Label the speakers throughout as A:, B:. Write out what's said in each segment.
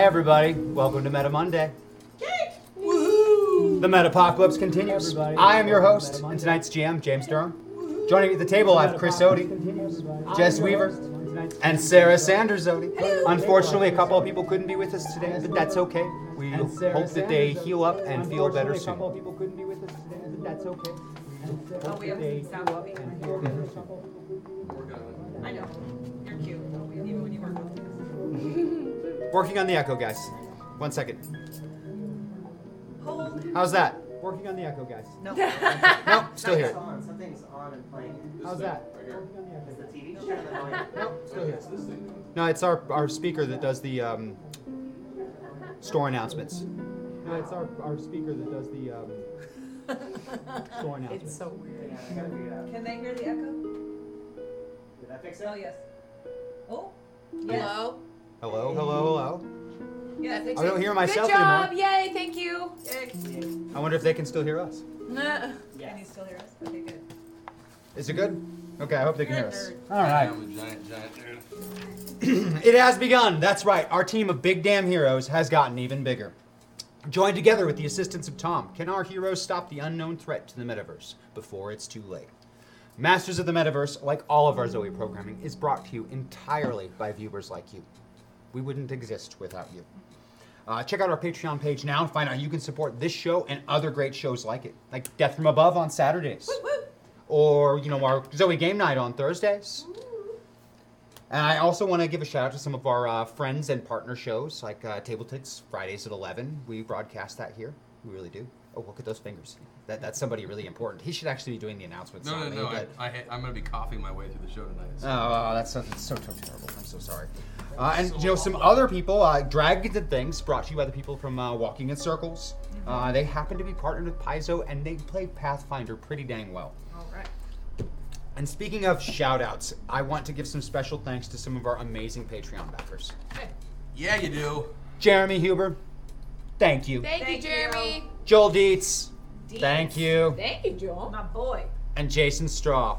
A: Everybody, welcome to Meta Monday. Woohoo! The Metapocalypse continues. I am your host and tonight's GM, James Durham. Joining me at the table, I have Chris Odie, Jess Weaver, and Sarah Sanders Odie. Unfortunately, a couple of people couldn't be with us today, but that's okay. We hope that they heal up and feel better soon.
B: Oh, we have some sound up I know, you're cute, even when you work with us.
A: Working on the echo, guys. One second.
B: Hold.
A: How's that? Working on the echo, guys.
B: No.
A: Nope, still here.
C: on. Something's on and playing.
A: How's that?
C: Is the TV show that I'm
A: Nope, still here. No, it's our, our speaker that does the um, store announcements. No, it's our, our speaker that does the um, store announcements.
D: It's so weird.
C: I gotta figure it out.
B: Can they hear the echo?
C: Did I fix
B: Oh,
C: it?
B: yes. Oh, yes,
D: Hello?
A: hello, hello, hello.
B: yes.
A: I don't hear myself
D: Good job!
A: anymore.
D: Yay! Thank you.
A: I wonder if they can still hear us.
D: Nah.
B: Can you still hear us? Okay, good.
A: Is it good? Okay, I hope they can hear us.
B: Nerd.
A: All right.
E: I'm a giant, giant nerd.
A: It has begun. That's right. Our team of big damn heroes has gotten even bigger. Joined together with the assistance of Tom, can our heroes stop the unknown threat to the metaverse before it's too late? Masters of the Metaverse, like all of our Zoe programming, is brought to you entirely by viewers like you. We wouldn't exist without you. Uh, check out our Patreon page now and find out how you can support this show and other great shows like it, like Death from Above on Saturdays,
B: Woo.
A: or you know our Zoe Game Night on Thursdays. And I also want to give a shout out to some of our uh, friends and partner shows, like uh, Table Ticks Fridays at eleven. We broadcast that here. We really do. Oh, look at those fingers. That, that's somebody really important. He should actually be doing the announcements.
E: No,
A: not
E: no,
A: me,
E: no. I,
A: but-
E: I, I'm going to be coughing my way through the show tonight. So.
A: Oh, that's so, that's so, so terrible. I'm so sorry. Uh, and you know some other people, uh, dragons and things, brought to you by the people from uh, Walking in Circles. Uh, they happen to be partnered with Paizo, and they play Pathfinder pretty dang well.
D: All right.
A: And speaking of shout outs, I want to give some special thanks to some of our amazing Patreon backers.
E: Yeah, you do.
A: Jeremy Huber, thank you.
D: Thank,
B: Thank
D: you, Jeremy.
A: Joel Dietz, thank you.
D: Thank you, Joel.
B: My boy.
A: and Jason Straw,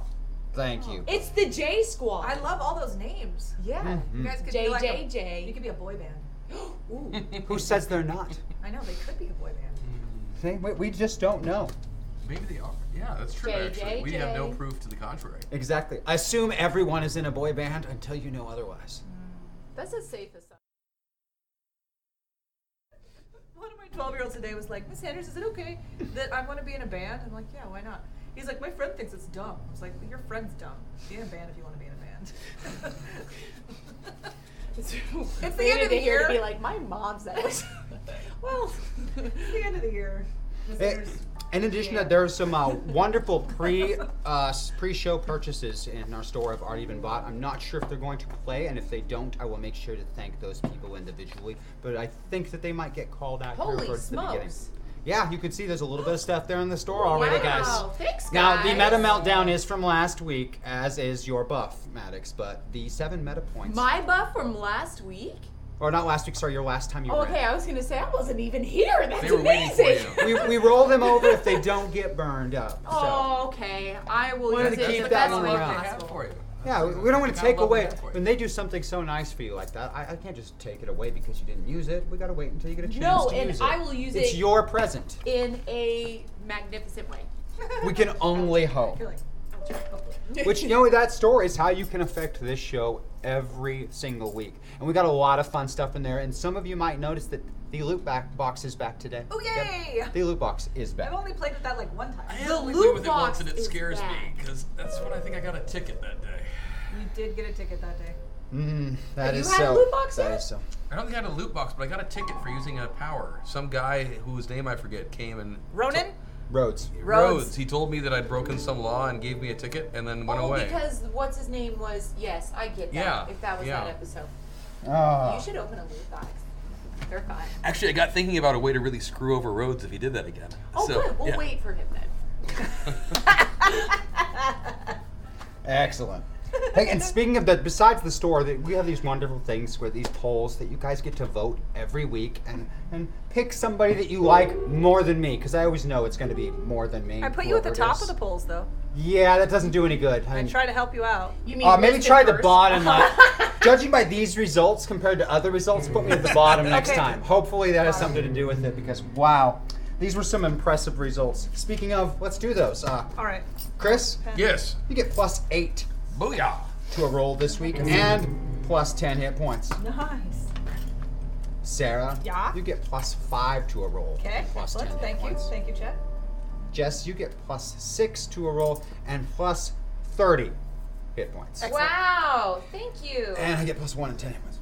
A: thank you.
D: It's the J Squad.
B: I love all those names.
D: yeah.
A: Mm-hmm.
B: You guys could be like a- You
D: JJJ.
B: could be a boy band.
D: Ooh.
A: Who says they're not?
B: I know, they could be a boy band.
A: See, we, we just don't know.
E: Maybe they are. Yeah, that's true,
D: J,
E: actually.
D: J,
E: we have no
D: J.
E: proof to the contrary.
A: Exactly. I assume everyone is in a boy band until you know otherwise.
D: That's a safe assumption.
B: One of my 12 year olds today was like, Miss Sanders, is it okay that I want to be in a band? I'm like, yeah, why not? He's like, my friend thinks it's dumb. I was like, well, your friend's dumb. Be in a band if you want to be in a band.
D: It's
B: of the
D: Weird to hear
B: year.
D: To be like, my mom's that. was-
B: well, it's the end of the year. Miss
D: Mm.
A: It-
B: Sanders.
A: in addition to that, there are some uh, wonderful pre uh, pre show purchases in our store have already been bought. I'm not sure if they're going to play, and if they don't, I will make sure to thank those people individually. But I think that they might get called out
D: Holy
A: here towards the beginning.
D: smokes.
A: Yeah, you can see there's a little bit of stuff there in the store already, guys.
D: Wow, thanks,
A: Now the
D: guys.
A: meta meltdown is from last week, as is your buff, Maddox. But the seven meta points,
D: My buff from last week.
A: or not last week, sorry, your last time you
D: Oh,
A: ran.
D: okay, I was gonna say I wasn't even here. That's
E: They were waiting for
D: amazing.
E: you.
A: we, we roll them over if they don't get burned up. So.
D: Oh, okay. I will
A: Wanted
D: use
A: to
D: it,
A: keep
D: but
A: that
D: that's
A: one
D: not
A: around.
E: They have
D: possible.
E: for you.
A: Yeah, we, we don't want to take away when
E: And
A: they do something so nice for you like that. I, I can't just take it away because you didn't use it. We gotta wait until you get a chance
D: No,
A: to
D: and
A: use it.
D: I will use
A: It's
D: it
A: your present.
D: in a magnificent way.
A: We can only hope.
B: You're like, ouch, hopefully.
A: Which you know that store is how you can affect this show every single week, and we got a lot of fun stuff in there. And some of you might notice that the loot back box is back today.
B: Oh, yay!
A: Yep, The loot box is back.
B: I've only played with that like one time.
E: I
D: The
E: only
D: loot
E: played with it
D: box
E: once and it
D: is
E: scares me
D: back.
E: because that's when I think I got a ticket that day.
B: You did get a ticket that day.
A: Mm, that
D: Have you
A: is
D: had a
A: so.
D: loot box
A: that
D: yet?
A: is so.
E: I don't think I had a loot box, but I got a ticket for using a power. Some guy whose name I forget came and.
B: Ronan?
A: Roads.
B: Rhodes.
E: He told me that I'd broken some law and gave me a ticket and then went
D: oh,
E: away.
D: because what's his name was yes, I get that.
E: Yeah,
D: If that was
E: yeah.
D: that episode,
A: Ah.
D: you should open a loot box. They're fine.
E: Actually, I got thinking about a way to really screw over Rhodes if he did that again.
D: Oh,
E: so,
D: good. We'll
E: yeah.
D: wait for him then.
A: Excellent. Hey, and speaking of that, besides the store, that we have these wonderful things where these polls that you guys get to vote every week and and pick somebody that you like more than me, because I always know it's going to be more than me.
B: I put you at the
A: whoever it
B: top
A: is.
B: of the polls though.
A: Yeah, that doesn't do any good. I
B: I
A: mean,
B: try to help you out.
D: You mean
A: uh, maybe
D: listed
A: try the
D: first?
A: bottom. Like, Judging by these results compared to other results, put me at the bottom next
B: Okay.
A: time. Hopefully that has something to do with it because wow, these were some impressive results. Speaking of, let's do those. Uh,
B: All right.
A: Chris,
E: Yes.
A: you get plus eight
E: Booyah.
A: to a roll this week and plus ten hit points.
B: Nice.
A: Sarah,
B: Yeah?
A: you get plus five to a roll.
B: Okay.
A: and plus ten
B: excellent.
A: hit
B: Thank you.
A: points.
B: Thank you, Chad.
A: Jess, you get plus six to a roll and plus thirty hit points.
D: Wow. Thank you.
A: And I get plus one and ten hit points.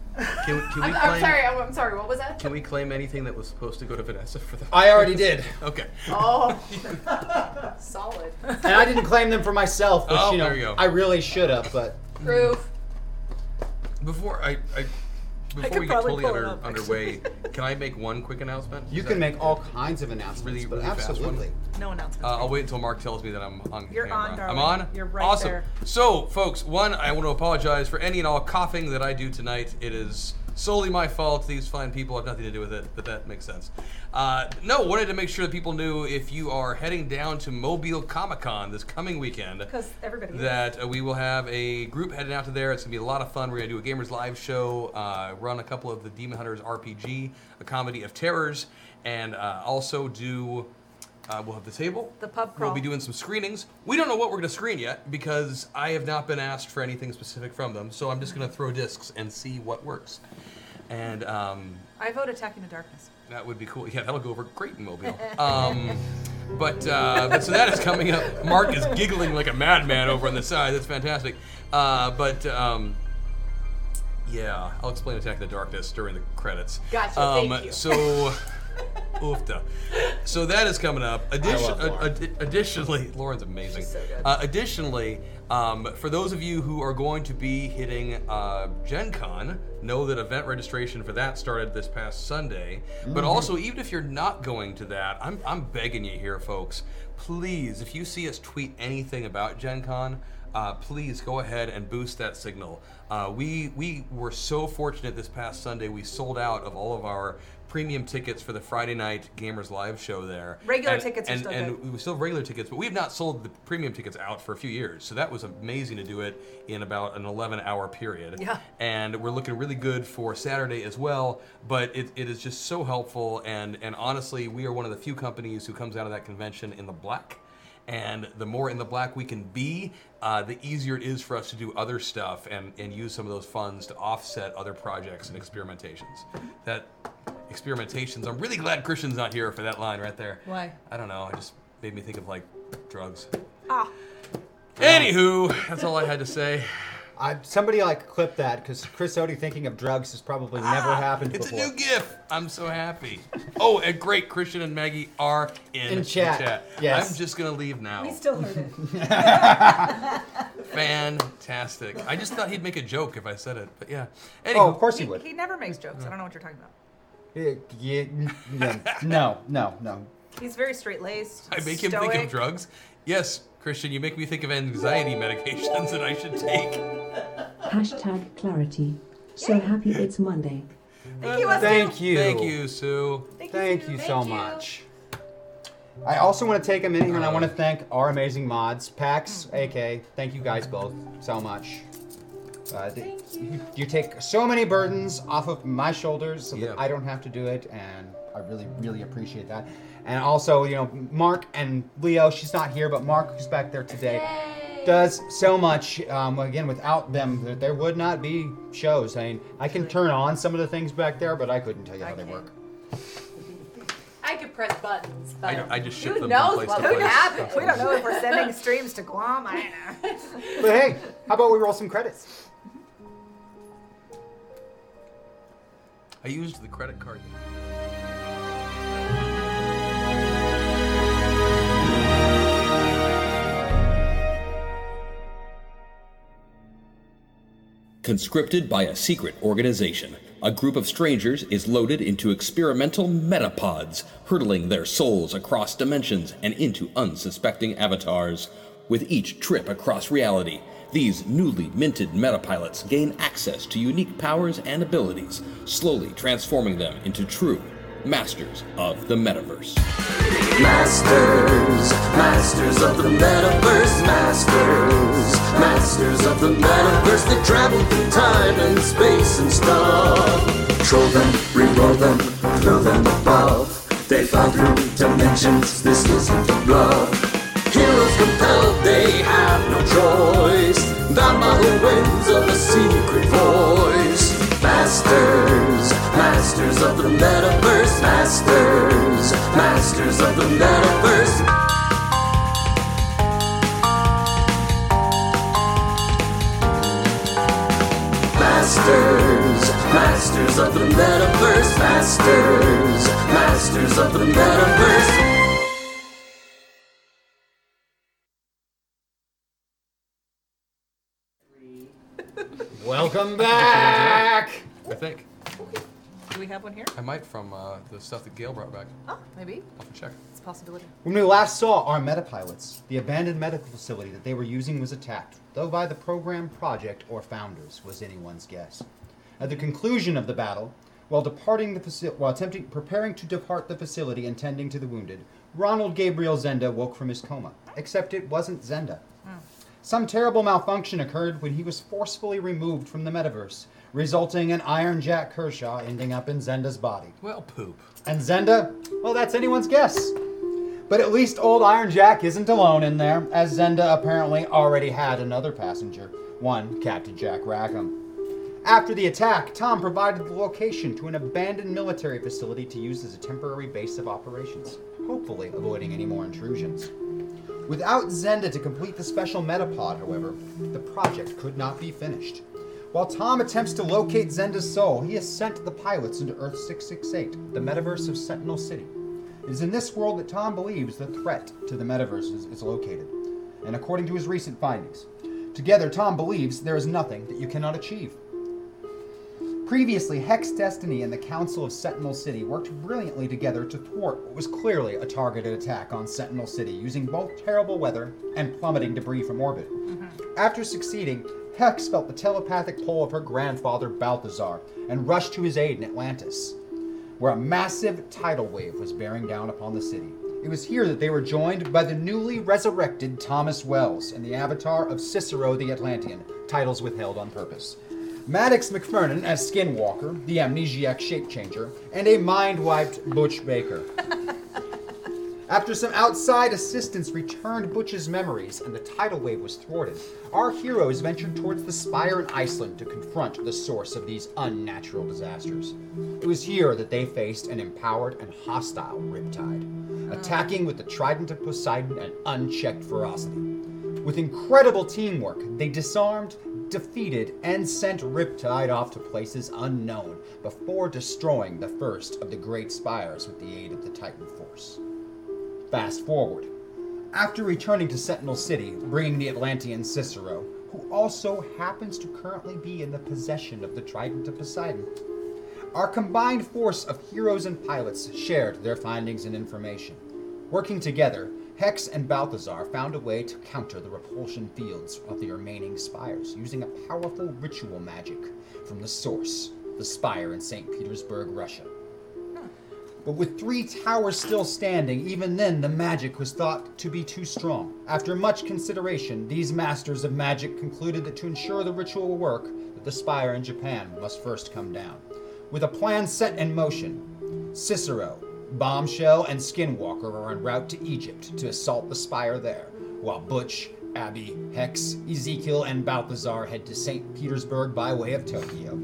E: Can, we- can we
D: I'm,
E: claim?
D: I'm sorry. I'm, I'm sorry. What was that?
E: Can we claim anything that was supposed to go to Vanessa for that?
A: I already did.
E: Okay.
D: Oh, solid.
E: Mm-hmm.
A: And I didn't claim them for myself, which
E: Oh,
A: you know
E: there you go.
A: I really should have, but
D: Proof.
E: Before I, I before
B: could
E: we get
B: probably
E: totally
B: pull it
E: under,
B: up,
E: underway, can I make one quick announcement?
A: you
E: Is
A: can
E: that-
A: make all kinds of announcements.
E: Really,
A: but
E: really fast one.
A: absolutely.
B: No announcements.
E: Uh, I'll wait until Mark tells me that I'm on
B: You're
E: camera.
B: on,
E: I'm
B: darling.
E: on.
B: You're right
E: awesome.
B: there.
E: So, folks, one, I want to apologize for any and all coughing that I do tonight. It is solely my fault. These fine people have nothing to do with it, but that makes sense. Uh, no, wanted to make sure that people knew if you are heading down to Mobile Comic Con this coming weekend.
B: Because everybody. is.
E: that uh, we will have a group heading out to there. It's gonna be a lot of fun. We're gonna do a gamers live show, uh, run a couple of the Demon Hunters RPG, a comedy of terrors, and uh, also do. Uh, we'll have the table.
B: The pub
E: We'll be
B: crawl.
E: doing some screenings. We don't know what we're gonna screen yet because I have not been asked for anything specific from them. So I'm just gonna throw discs and see what works. And um,
B: I vote Attack into Darkness.
E: that would be cool. Yeah, that'll go over great in Mobile. Um, but, uh, but so that is coming up. Mark is giggling like a madman over on the side. That's fantastic. Uh, but um, yeah, I'll explain Attack of the Darkness during the credits.
D: Gotcha,
E: Um,
D: thank you.
E: So. Oofta. So that is coming up. Addition,
A: love Lauren.
E: ad- additionally, Lauren's amazing.
D: She's so good.
E: Uh, additionally, um, for those of you who are going to be hitting uh, Gen Con, know that event registration for that started this past Sunday. But
B: Mm-hmm.
E: also, even if you're not going to that, I'm, I'm begging you here, folks, please, if you see us tweet anything about Gen Con, uh, please go ahead and boost that signal. Uh, we we were so fortunate this past Sunday. We sold out of all of our premium tickets for the Friday night Gamers Live show there.
B: Regular
E: And-
B: tickets are
E: and,
B: still
E: and
B: good.
E: we were still have regular tickets, but we have not sold the premium tickets out for a few years. So that was amazing to do it in about an 11 hour period.
B: Yeah.
E: And we're looking really good for Saturday as well. But it, it is just so helpful. And, and honestly, we are one of the few companies who comes out of that convention in the black. And the more in the black we can be, uh, the easier it is for us to do other stuff and, and use some of those funds to offset other projects and experimentations. That experimentations, I'm really glad Christian's not here for that line right there.
B: Why?
E: I don't know. It just made me think of like drugs.
B: Ah.
E: Anywho, that's all I had to say.
A: I, somebody like clip that because Chris Odie thinking of drugs has probably never happened
E: Ah, It's a
A: before.
E: new GIF. I'm so happy. Oh, and great. Christian and Maggie are in,
A: In chat.
E: The
A: Yes.
E: I'm just gonna leave now.
B: We still heard it.
E: Fantastic. I just thought he'd make a joke if I said it, but yeah.
A: oh, of
E: Anywho,
A: course he
B: he,
A: would.
B: he never makes jokes. I don't know what you're talking about.
A: Eh, yeah, n- n- no, no, no.
B: He's very straight laced.
E: I make him
B: stoic.
E: think of drugs. Yes, Christian, you make me think of anxiety medications that I should take.
F: Hashtag clarity. So happy it's Monday.
B: Thank you, us
A: Thank you.
E: Thank you, Sue.
B: Thank you.
A: Thank you
B: Sue.
A: so
D: Thank you.
A: much. I also want to take a minute here and I want to thank our amazing mods, Pax, AK. Thank you guys both so much. Uh, th-
D: Thank you.
A: You take so many burdens off of my shoulders so
E: Yeah.
A: that I don't have to do it, and I really, really appreciate that. And also, you know, Mark and Leo, she's not here, but Mark, who's back there today,
D: Yay.
A: does so much. Um, again, without them, there- there would not be shows. I mean, I can turn on some of the things back there, but I couldn't tell you how
B: I
A: they
B: can't.
A: work.
D: I could press buttons, but
E: I- I just ship
D: who
E: them from
D: knows
E: place
D: what
E: to
D: would
E: place.
D: happen?
B: We don't know if we're sending streams to Guam. I don't know.
A: But hey, how about we roll some credits?
E: I used the credit card.
G: Conscripted by a secret organization, a group of strangers is loaded into experimental metapods, hurtling their souls across dimensions and into unsuspecting avatars. With each trip across reality, these newly minted metapilots gain access to unique powers and abilities, slowly transforming them into true Masters of the Metaverse.
H: Masters, masters of the metaverse, masters, masters of the metaverse that travel through time and space and stuff. Troll them, re-roll them, throw them above. They fly through dimensions, this isn't the bluff. Heroes compelled, they have no choice. Dhamma who wins of a secret voice. Masters, masters of the metaverse, masters, masters of the metaverse. Masters, masters of the metaverse, masters, masters of the metaverse.
A: Welcome back.
E: I think.
B: Do we have one here?
E: I might from uh, the stuff that Gail brought back.
B: Oh, maybe.
E: I'll have to check.
B: It's a possibility.
A: When we last saw our metapilots, the abandoned medical facility that they were using was attacked, though by the program project or founders was anyone's guess. At the conclusion of the battle, while departing the faci- while attempting preparing to depart the facility and tending to the wounded, Ronald Gabriel Zenda woke from his coma. Except it wasn't Zenda. Some terrible malfunction occurred when he was forcefully removed from the metaverse, resulting in Iron Jack Kershaw ending up in Zenda's body.
E: Well, poop.
A: And Zenda, well, that's anyone's guess. But at least old Iron Jack isn't alone in there, as Zenda apparently already had another passenger, one Captain Jack Rackham. After the attack, Tom provided the location to an abandoned military facility to use as a temporary base of operations, hopefully avoiding any more intrusions. Without Zenda to complete the special metapod, however, the project could not be finished. While Tom attempts to locate Zenda's soul, he has sent the pilots into Earth 668, the metaverse of Sentinel City. It is in this world that Tom believes the threat to the metaverse is, is located, and according to his recent findings. Together, Tom believes there is nothing that you cannot achieve. Previously, Hex Destiny and the Council of Sentinel City worked brilliantly together to thwart what was clearly a targeted attack on Sentinel City using both terrible weather and plummeting debris from orbit. After succeeding, Hex felt the telepathic pull of her grandfather Balthazar and rushed to his aid in Atlantis, where a massive tidal wave was bearing down upon the city. It was here that they were joined by the newly resurrected Thomas Wells and the avatar of Cicero the Atlantean, titles withheld on purpose. Maddox McFernan as Skinwalker, the amnesiac shapechanger, and a mind wiped Butch Baker. After some outside assistance returned Butch's memories and the tidal wave was thwarted, our heroes ventured towards the spire in Iceland to confront the source of these unnatural disasters. It was here that they faced an empowered and hostile Riptide, attacking with the trident of Poseidon and unchecked ferocity. With incredible teamwork, they disarmed, defeated, and sent Riptide off to places unknown before destroying the first of the Great Spires with the aid of the Titan Force. Fast forward. After returning to Sentinel City, bringing the Atlantean Cicero, who also happens to currently be in the possession of the Trident of Poseidon, our combined force of heroes and pilots shared their findings and information. Working together, Hex and Balthazar found a way to counter the repulsion fields of the remaining spires using a powerful ritual magic from the source, the spire in St. Petersburg, Russia. But with three towers still standing, even then the magic was thought to be too strong. After much consideration, these masters of magic concluded that to ensure the ritual will work, that the spire in Japan must first come down. With a plan set in motion, Cicero, Bombshell, and Skinwalker are en route to Egypt to assault the spire there, while Butch, Abby, Hex, Ezekiel, and Balthazar head to St. Petersburg by way of Tokyo.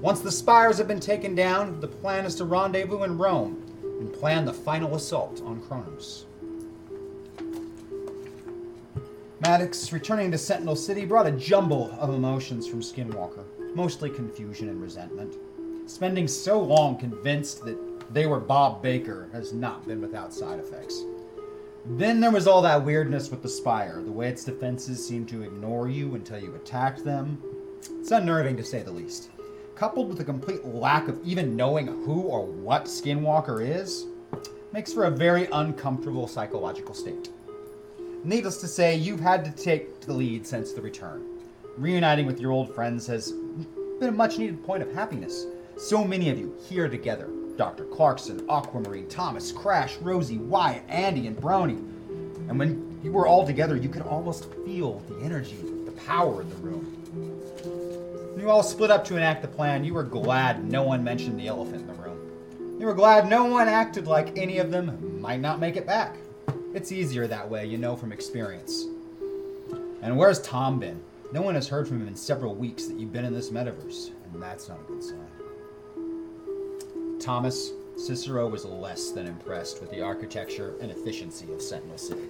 A: Once the spires have been taken down, the plan is to rendezvous in Rome and plan the final assault on Kronos. Maddox, returning to Sentinel City, brought a jumble of emotions from Skinwalker, mostly confusion and resentment. Spending so long convinced that they were Bob Baker has not been without side effects. Then there was all that weirdness with the Spire, the way its defenses seemed to ignore you until you attacked them. It's unnerving to say the least. Coupled with a complete lack of even knowing who or what Skinwalker is, makes for a very uncomfortable psychological state. Needless to say, you've had to take the lead since the return. Reuniting with your old friends has been a much needed point of happiness. So many of you here together, Dr. Clarkson, Aquamarine, Thomas, Crash, Rosie, Wyatt, Andy, and Brony. And when you were all together, you could almost feel the energy, the power of the room. You all split up to enact the plan. You were glad no one mentioned the elephant in the room. You were glad no one acted like any of them might not make it back. It's easier that way, you know from experience. And where's Tom been? No one has heard from him in several weeks that you've been in this metaverse, and that's not a good sign. Thomas, Cicero was less than impressed with the architecture and efficiency of Sentinel City.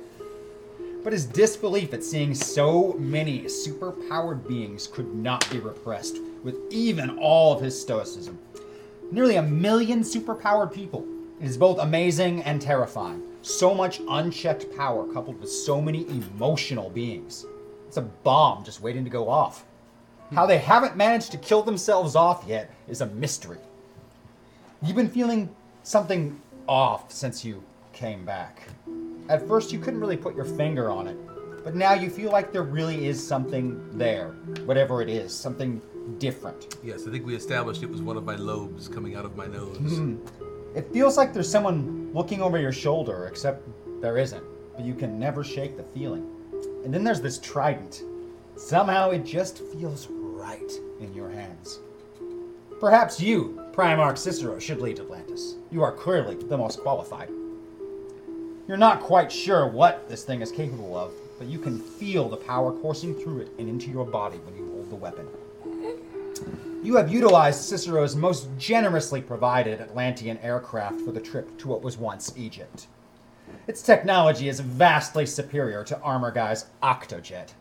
A: But his disbelief at seeing so many superpowered beings could not be repressed with even all of his stoicism. Nearly a million superpowered people. It is both amazing and terrifying. So much unchecked power coupled with so many emotional beings. It's a bomb just waiting to go off. How they haven't managed to kill themselves off yet is a mystery. You've been feeling something off since you came back. At first, you couldn't really put your finger on it, but now you feel like there really is something there, whatever it is, something different.
E: Yes, I think we established it was one of my lobes coming out of my nose.
A: It feels like there's someone looking over your shoulder, except there isn't, but you can never shake the feeling. And then there's this trident. Somehow it just feels right in your hands. Perhaps you, Primarch Cicero, should lead Atlantis. You are clearly the most qualified. You're not quite sure what this thing is capable of, but you can feel the power coursing through it and into your body when you hold the weapon. You have utilized Cicero's most generously provided Atlantean aircraft for the trip to what was once Egypt. Its technology is vastly superior to Armor Guy's Octojet.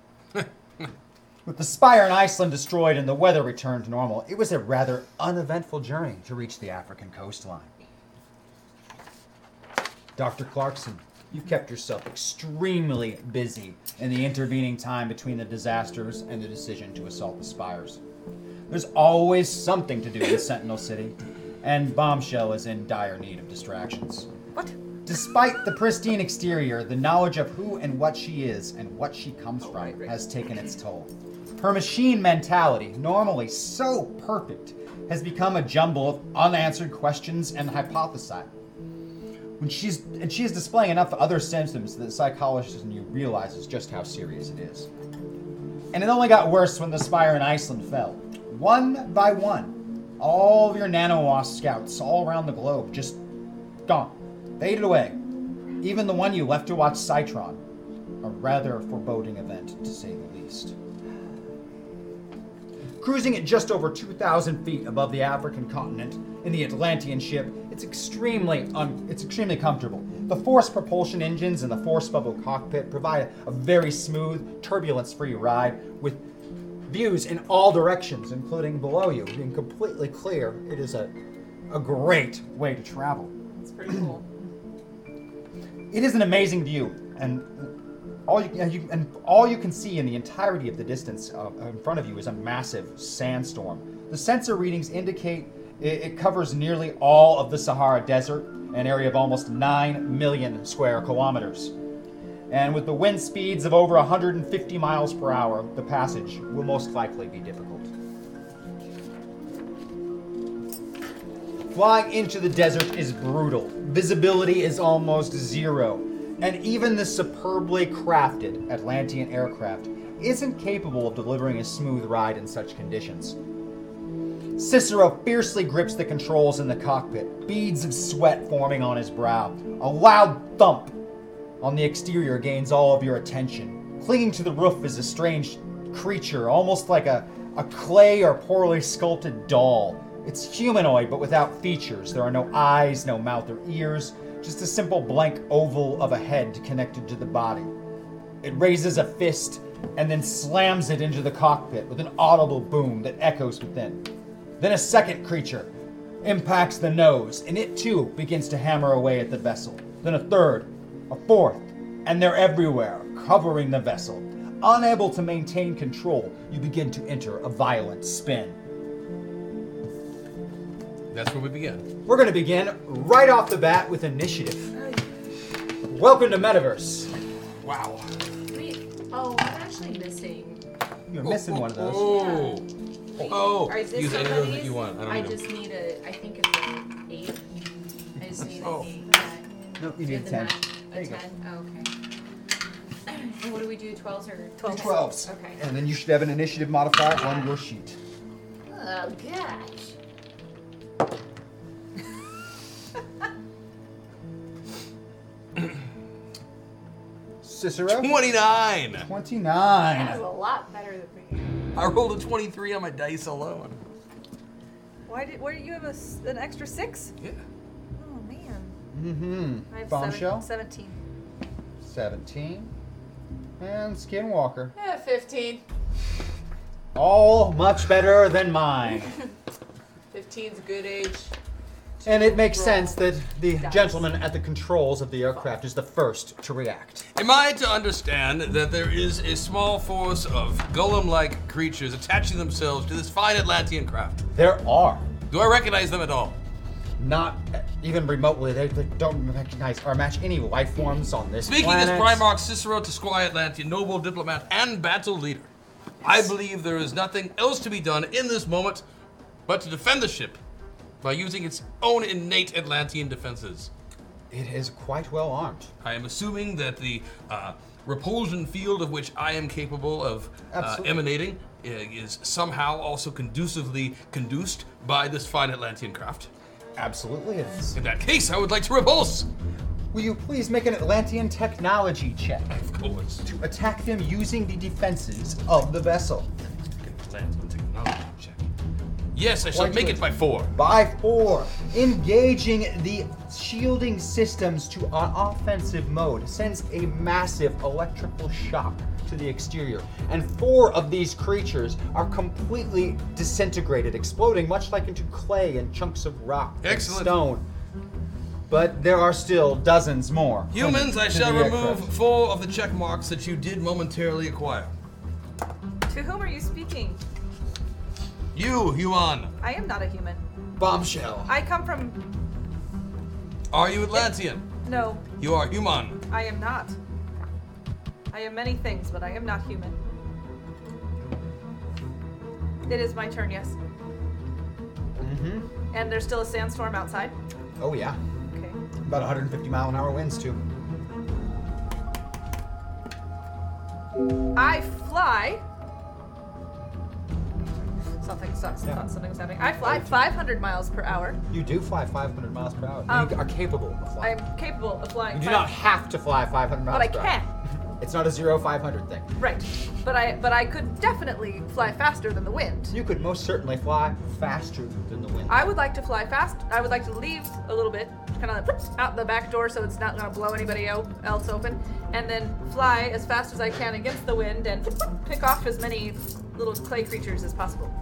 A: With the spire in Iceland destroyed and the weather returned to normal, it was a rather uneventful journey to reach the African coastline. Dr. Clarkson, you've kept yourself extremely busy in the intervening time between the disasters and the decision to assault the spires. There's always something to do in Sentinel City, and Bombshell is in dire need of distractions.
B: What?
A: Despite the pristine exterior, the knowledge of who and what she is and what she comes from has taken its toll. Her machine mentality, normally so perfect, has become a jumble of unanswered questions and hypothesi. When she's and she is displaying enough other symptoms that the psychologist in you realizes just how serious it is. And it only got worse when the spire in Iceland fell. One by one, all of your nanowas scouts all around the globe just gone, faded away. Even the one you left to watch Citron, a rather foreboding event to say the least. Cruising at just over 2,000 feet above the African continent in the Atlantean ship, it's extremely un- it's extremely comfortable. The force propulsion engines and the force bubble cockpit provide a very smooth, turbulence-free ride with views in all directions, including below you. Being completely clear, it is a a great way to travel.
B: It's pretty cool.
A: It is an amazing view, and all you, and you and all you can see in the entirety of the distance uh, in front of you is a massive sandstorm. The sensor readings indicate it, it covers nearly all of the Sahara Desert, an area of almost nine million square kilometers. And with the wind speeds of over 150 miles per hour, the passage will most likely be difficult. Flying into the desert is brutal. Visibility is almost zero. And even the superbly crafted Atlantean aircraft isn't capable of delivering a smooth ride in such conditions. Cicero fiercely grips the controls in the cockpit, beads of sweat forming on his brow. A loud thump on the exterior gains all of your attention. Clinging to the roof is a strange creature, almost like a, a clay or poorly sculpted doll. It's humanoid, but without features. There are no eyes, no mouth or ears, just a simple blank oval of a head connected to the body. It raises a fist and then slams it into the cockpit with an audible boom that echoes within. Then a second creature impacts the nose, and it too begins to hammer away at the vessel. Then a third, a fourth, and they're everywhere, covering the vessel. Unable to maintain control, you begin to enter a violent spin.
E: That's where we begin.
A: We're going to begin right off the bat with initiative. Welcome to Metaverse.
E: Wow.
D: Wait, oh, I'm actually missing.
A: You're missing one of those.
E: Oh.
D: Wait,
E: Oh,
D: are- is this
E: use any of those that
D: somebody's?
E: you want. I don't
D: I
E: know.
D: just need a. I think it's an eight. just need
E: Oh.
D: an eight. back.
A: Nope, you
D: Do
A: need
D: the
A: a 10.
D: nine.
A: There
D: A
A: you go.
D: ten? Oh, okay. And what do we do, twelves or?
A: Two 12s.
D: Okay.
A: And then you should have an initiative modifier on your sheet.
D: Oh, gosh.
A: Cicero?
E: 29.
A: 29.
D: That was a lot better than me.
E: I rolled a 23 on my dice alone.
B: Why did? Why did you have a s an extra six?
E: Yeah.
B: Oh man.
A: Mm-hmm.
B: I have
A: Bombshell?
B: Seven, Seventeen.
A: 17. And Skinwalker.
D: Yeah, fifteen.
A: All much better than mine.
I: Fifteen's a good age.
A: And it makes sense that the gentleman at the controls of the aircraft is the first to react.
E: Am I to understand that there is a small force of golem like creatures attaching themselves to this fine Atlantean craft?
A: There are
E: Do I recognize them at all?
A: not even remotely, they, they don't recognize or match any life forms on this
E: Speaking
A: planet.
E: as Primarch Cicero to Squire Atlantean, noble diplomat and battle leader, I believe there is nothing else to be done in this moment but to defend the ship by using its own innate Atlantean defenses.
A: It is quite well armed.
E: I am assuming that the uh, repulsion field of which I am capable of uh,
A: Absolutely.
E: emanating i- is somehow also conducively conduced by this fine Atlantean craft.
A: Absolutely it is.
E: In that case, I would like to repulse.
A: Will you please make an Atlantean technology check
E: Of course,
A: to attack them using the defenses of the vessel?
E: Atlantean technology check. Yes, I shall
A: Why'd you
E: make it
A: wait?
E: by four.
A: By four, engaging the shielding systems to an offensive mode sends a massive electrical shock to the exterior. And four of these creatures are completely disintegrated, exploding much like into clay and chunks of rock
E: Excellent.
A: and stone. But there are still dozens more.
E: Humans, I
A: to
E: shall
A: the
E: remove
A: aircraft.
E: four of the check marks that you did momentarily acquire.
B: To whom are you speaking?
E: You, Huan,
B: I am not a human.
E: bombshell.
B: I come from.
E: Are you Atlantean?
B: No,
E: You are human.
B: I am not. I am many things, but I am not human. It is my turn, yes.
A: Mhm.
B: And there's still a sandstorm outside.
A: Oh, yeah.
B: Okay.
A: About 150 mile an hour winds, too.
B: I fly. Something sucks. Thought Something was happening. I fly 500 miles per hour.
A: You do fly 500 miles per hour.
B: Um,
A: you are capable of
B: I
A: flying.
B: am capable of flying.
A: You do
B: 500
A: not have to fly 500 miles
B: But I
A: per hour.
B: can.
A: It's not a zero 500 thing.
B: Right. But I but I could definitely fly faster than the wind.
A: You could most certainly fly faster than the wind.
B: I would like to fly fast. I would like to leave a little bit, kind of whoops, out the back door so it's not going to blow anybody o- else open, and then fly as fast as I can against the wind and pick off as many little clay creatures as possible.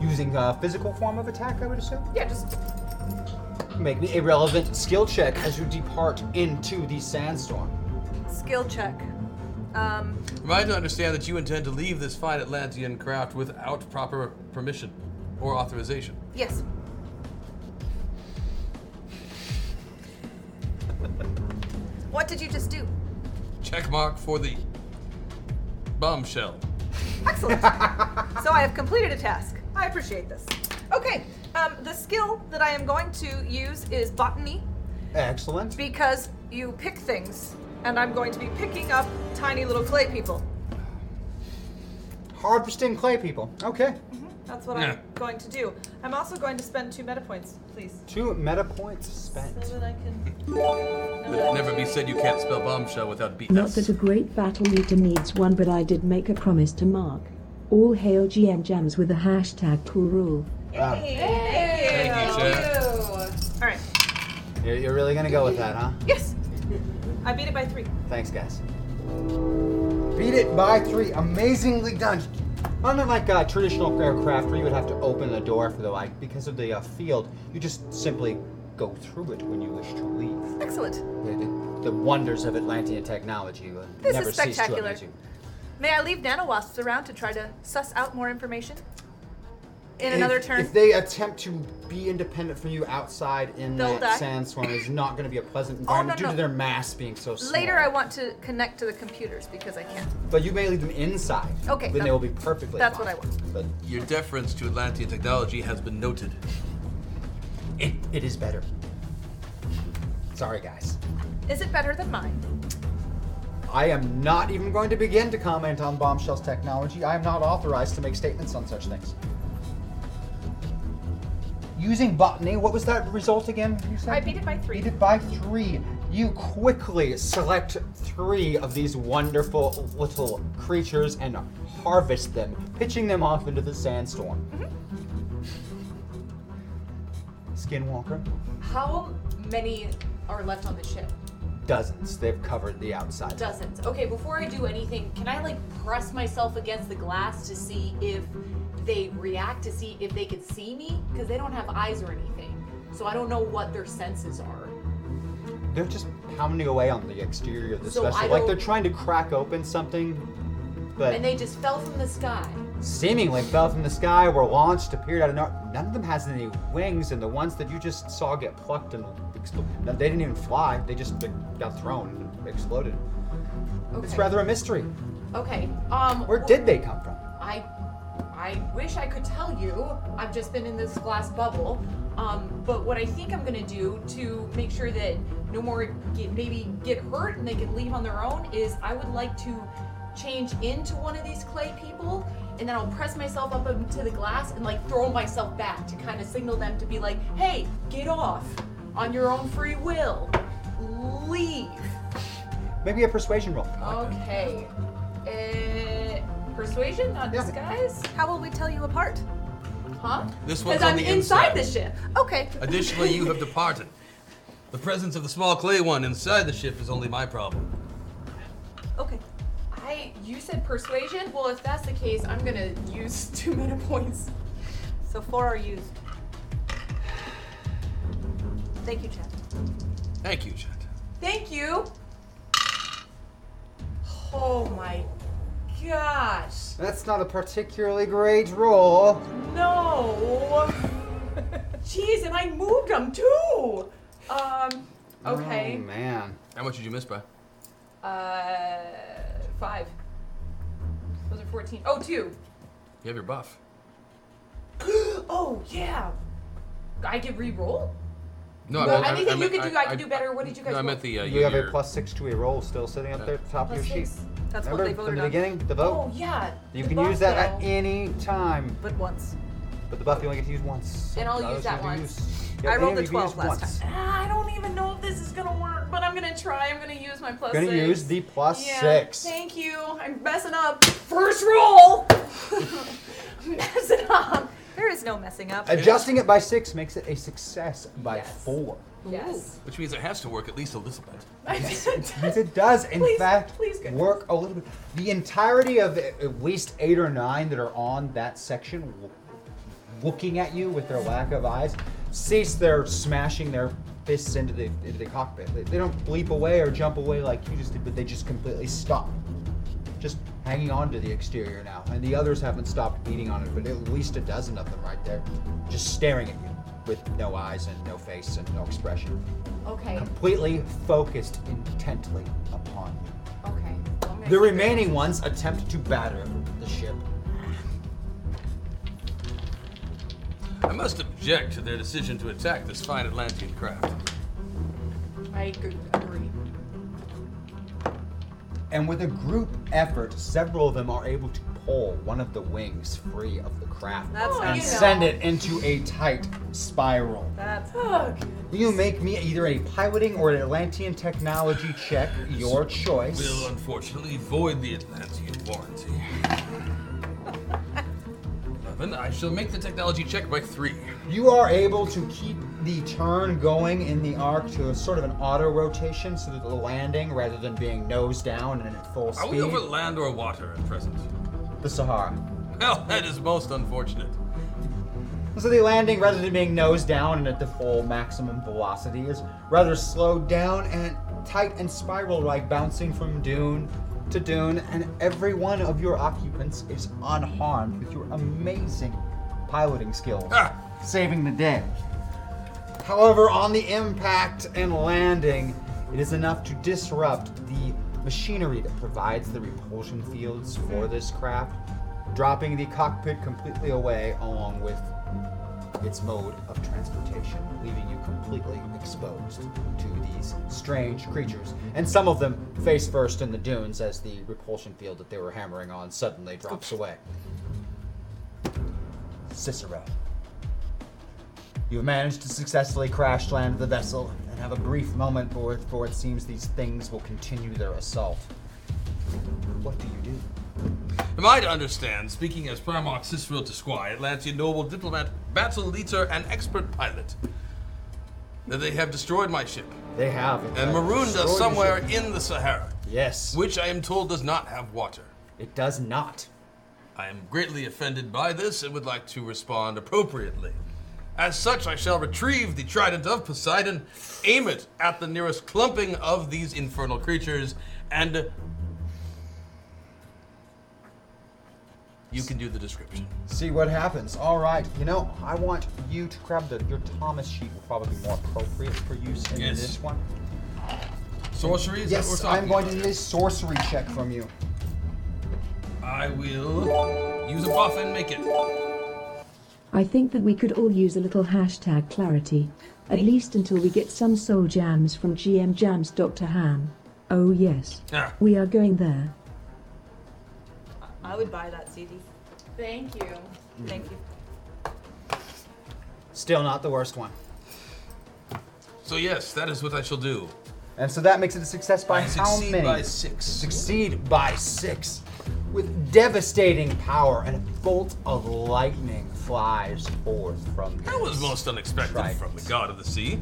A: Using a physical form of attack, I would assume.
B: Yeah, just
A: Make me a relevant skill check as you depart into the sandstorm.
B: skill check. Um,
E: Am I to understand that you intend to leave this fine Atlantean craft without proper permission or authorization?
B: yes. What did you just do?
E: Check mark for the bombshell.
B: Excellent. so I have completed a task. I appreciate this. Okay, um, the skill that I am going to use is botany
A: Excellent.
B: because you pick things, and I'm going to be picking up tiny little clay people.
A: Harvesting clay people. Okay.
B: That's what
E: Yeah.
B: I'm going to do. I'm also going to spend two meta points, please,
A: Two meta points spent.
B: so that I can.
E: Let it never be said you can't spell bombshell without BS.
F: Not that a great battle leader needs one, but I did make a promise to Mark. All hail GM Jams with the hashtag cool rule.
A: Wow.
E: Thank you, Chad.
B: All right.
A: You're, you're really gonna go with that, huh?
B: Yes. I beat it by three.
A: Thanks, guys. Beat it by three. Amazingly done. Unlike uh, traditional aircraft where you would have to open the door for the light, because of the uh, field, you just simply go through it when you wish to leave.
B: Excellent.
A: The, the- the wonders of Atlantean technology will
B: This
A: never
B: is
A: cease to
B: spectacular.
A: amaze you.
B: May I leave nanowasps around to try to suss out more information? In another
A: if,
B: turn.
A: If they attempt to be independent from you outside in
B: They'll
A: that
B: die. Oh,
A: sandstorm, it's not going to be a pleasant environment due
B: no,
A: to
B: no.
A: their mass being so small.
B: Later, I want to connect to the computers because I can.
A: But you may leave them inside.
B: Okay,
A: Then
B: that-
A: they will be perfectly.
B: that's
A: fine.
B: what I want.
A: But
E: Your deference to Atlantean technology has been noted.
A: it, it is better. Sorry, guys.
B: Is it better than mine?
A: I am not even going to begin to comment on Bombshell's technology. I am not authorized to make statements on such things. Using botany, what was that result again? You said?
B: I beat it by three.
A: Beat it by three. You quickly select three of these wonderful little creatures and harvest them, pitching them off into the sandstorm.
B: Mm-hmm.
A: Skinwalker,
D: How many are left on the ship?
A: dozens. They've covered the outside.
D: Dozens. Okay, before I do anything, can I like press myself against the glass to see if they react, to see if they could see me? Because they don't have eyes or anything. So I don't know what their senses are.
A: They're just pounding away on the exterior of the
D: So I
A: vessel, like
D: don't-
A: they're trying to crack open something, but
D: And they just fell from the sky.
A: seemingly fell from the sky, were launched, appeared out of nowhere. None of them has any wings, and the ones that you just saw get plucked and explode, they didn't even fly. They just they got thrown and exploded.
D: Okay.
A: It's rather a mystery.
D: okay. Um
A: Where did they come from?
D: I I wish I could tell you. I've just been in this glass bubble. Um, but what I think I'm gonna do to make sure that no more get, maybe get hurt and they can leave on their own is I would like to change into one of these clay people and then I'll press myself up into the glass and like throw myself back to kind of signal them to be like, hey, get off on your own free will. Leave.
A: Maybe a persuasion roll.
D: Okay. Uh, persuasion, not
A: Yeah.
D: disguise?
B: How will we tell you apart?
D: Huh?
E: This one's
D: Because
E: on
D: I'm
E: the
D: inside
E: inside.
D: the ship.
B: Okay.
E: Additionally, you have departed. The presence of the small clay one inside the ship is only my problem.
B: Okay.
D: I you said persuasion? Well, if that's the case, I'm gonna use two meta points.
B: So four are used. Thank you, Chad.
E: Thank you, Chet.
D: Thank you. Oh my gosh.
A: That's not a particularly great roll.
D: No. Jeez, and I moved them too. Um
A: Oh,
D: okay.
A: man.
E: How much did you miss by?
D: Uh five. Those are 14. Oh, two.
E: You have your buff.
D: Oh, yeah. I get re-roll?
E: No,
D: Well, anything you could do, I could do better. What did you guys
E: No, I
D: roll?
E: meant the uh,
A: You have a
E: your-
A: plus six to a roll still sitting up there at the top
D: Plus
A: of your sheet.
D: six.
B: That's
A: Remember
B: what they
A: from
B: voted
A: the
B: on.
A: beginning, the
D: Oh,
A: vote.
D: yeah.
A: you
D: the
A: can
D: buff,
A: use that at
D: though.
A: any time.
B: But once.
A: But the buff you only get to use once.
D: And I'll
A: The others
D: use that
A: you can
D: once.
A: use-
B: I rolled
A: and
B: a
A: you can use
B: 12 last
A: once.
D: Ah, I don't even know if this is gonna work, but I'm gonna try. I'm gonna use my plus
A: Gonna
D: six.
A: use the plus
D: yeah,
A: six.
D: Thank you. I'm messing up. First roll. messing up.
B: There is no messing up.
A: Adjusting it by six makes it a success by
D: Yes.
A: four.
D: Yes.
E: Which means it has to work at least a little bit.
D: I
A: Yes, it does, in
D: Please-
A: fact,
D: please, goodness.
A: work a little bit. The entirety of a- at least eight or nine that are on that section, w- looking at you with their lack of eyes, cease their smashing their fists into the, into the cockpit. They, they don't leap away or jump away like you just did, but they just completely stop. Just hanging on to the exterior now. And the others haven't stopped beating on it, but at least a dozen of them right there, just staring at you with no eyes and no face and no expression
D: Okay.
A: completely focused intently upon you.
D: Okay. Well, I'm gonna
A: The
D: keep it.
A: remaining ones attempt to batter the ship.
E: I must object to their decision to attack this fine Atlantean craft.
D: I agree. agree.
A: And with a group effort, several of them are able to pull one of the wings free of the craft
B: That's
D: Oh,
A: and
D: you
B: nice.
D: know.
A: send it into a tight spiral.
B: That's
D: Oh,
A: You make me either a piloting or an Atlantean technology check, your choice.
E: Will unfortunately void the Atlantean warranty. Eleven. I shall make the technology check by three.
A: You are able to keep the turn going in the arc to a sort of an auto rotation so that the landing, rather than being nose down and at full
E: Are
A: speed,
E: we over land or water at present?
A: the Sahara.
E: Well, that is most unfortunate.
A: So the landing, rather than being nose down and at the full maximum velocity, is rather slowed down and tight and spiral like, bouncing from dune to dune, and every one of your occupants is unharmed with your amazing piloting skills,
E: Ah.
A: saving the day. However, on the impact and landing, it is enough to disrupt the machinery that provides the repulsion fields for this craft, dropping the cockpit completely away along with its mode of transportation, leaving you completely exposed to these strange creatures. And some of them face first in the dunes as the repulsion field that they were hammering on suddenly drops away. Cicero. You have managed to successfully crash land the vessel and have a brief moment for for it seems these things will continue their assault. What do you do?
E: Am I to understand, speaking as Primarch Cicero to Squire, Atlantean noble, diplomat, battle leader, and expert pilot, that they have destroyed my ship
A: They have. in
E: and
A: fact,
E: marooned
A: destroyed
E: us
A: your
E: somewhere
A: ship.
E: in the Sahara,
A: Yes.
E: which I am told does not have water?
A: It does not.
E: I am greatly offended by this and would like to respond appropriately. As such, I shall retrieve the trident of Poseidon, aim it at the nearest clumping of these infernal creatures, and. You can do the description.
A: See what happens. All right. You know, I want you to grab the your Thomas sheet. Will probably be more appropriate for use in
E: Yes.
A: this one.
E: Sorcery? Is that
A: Yes,
E: what we're
A: I'm
E: talking
A: going
E: about
A: to need
E: here?
A: a sorcery check from you.
E: I will use a buff and make it.
F: I think that we could all use a little hashtag clarity. At least until we get some soul jams from GM Jams Dr. Ham. Oh, yes.
E: Ah,
F: We are going there.
I: I would buy that CD.
D: Thank you.
I: Thank you.
A: Still not the worst one.
E: so, yes, that is what I shall do.
A: And so that makes it a success by
E: I
A: how
E: succeed
A: many?
E: by six.
A: succeed by six. With devastating power, and a bolt of lightning flies forth from
E: That was most unexpected
A: Right.
E: from the god of the sea.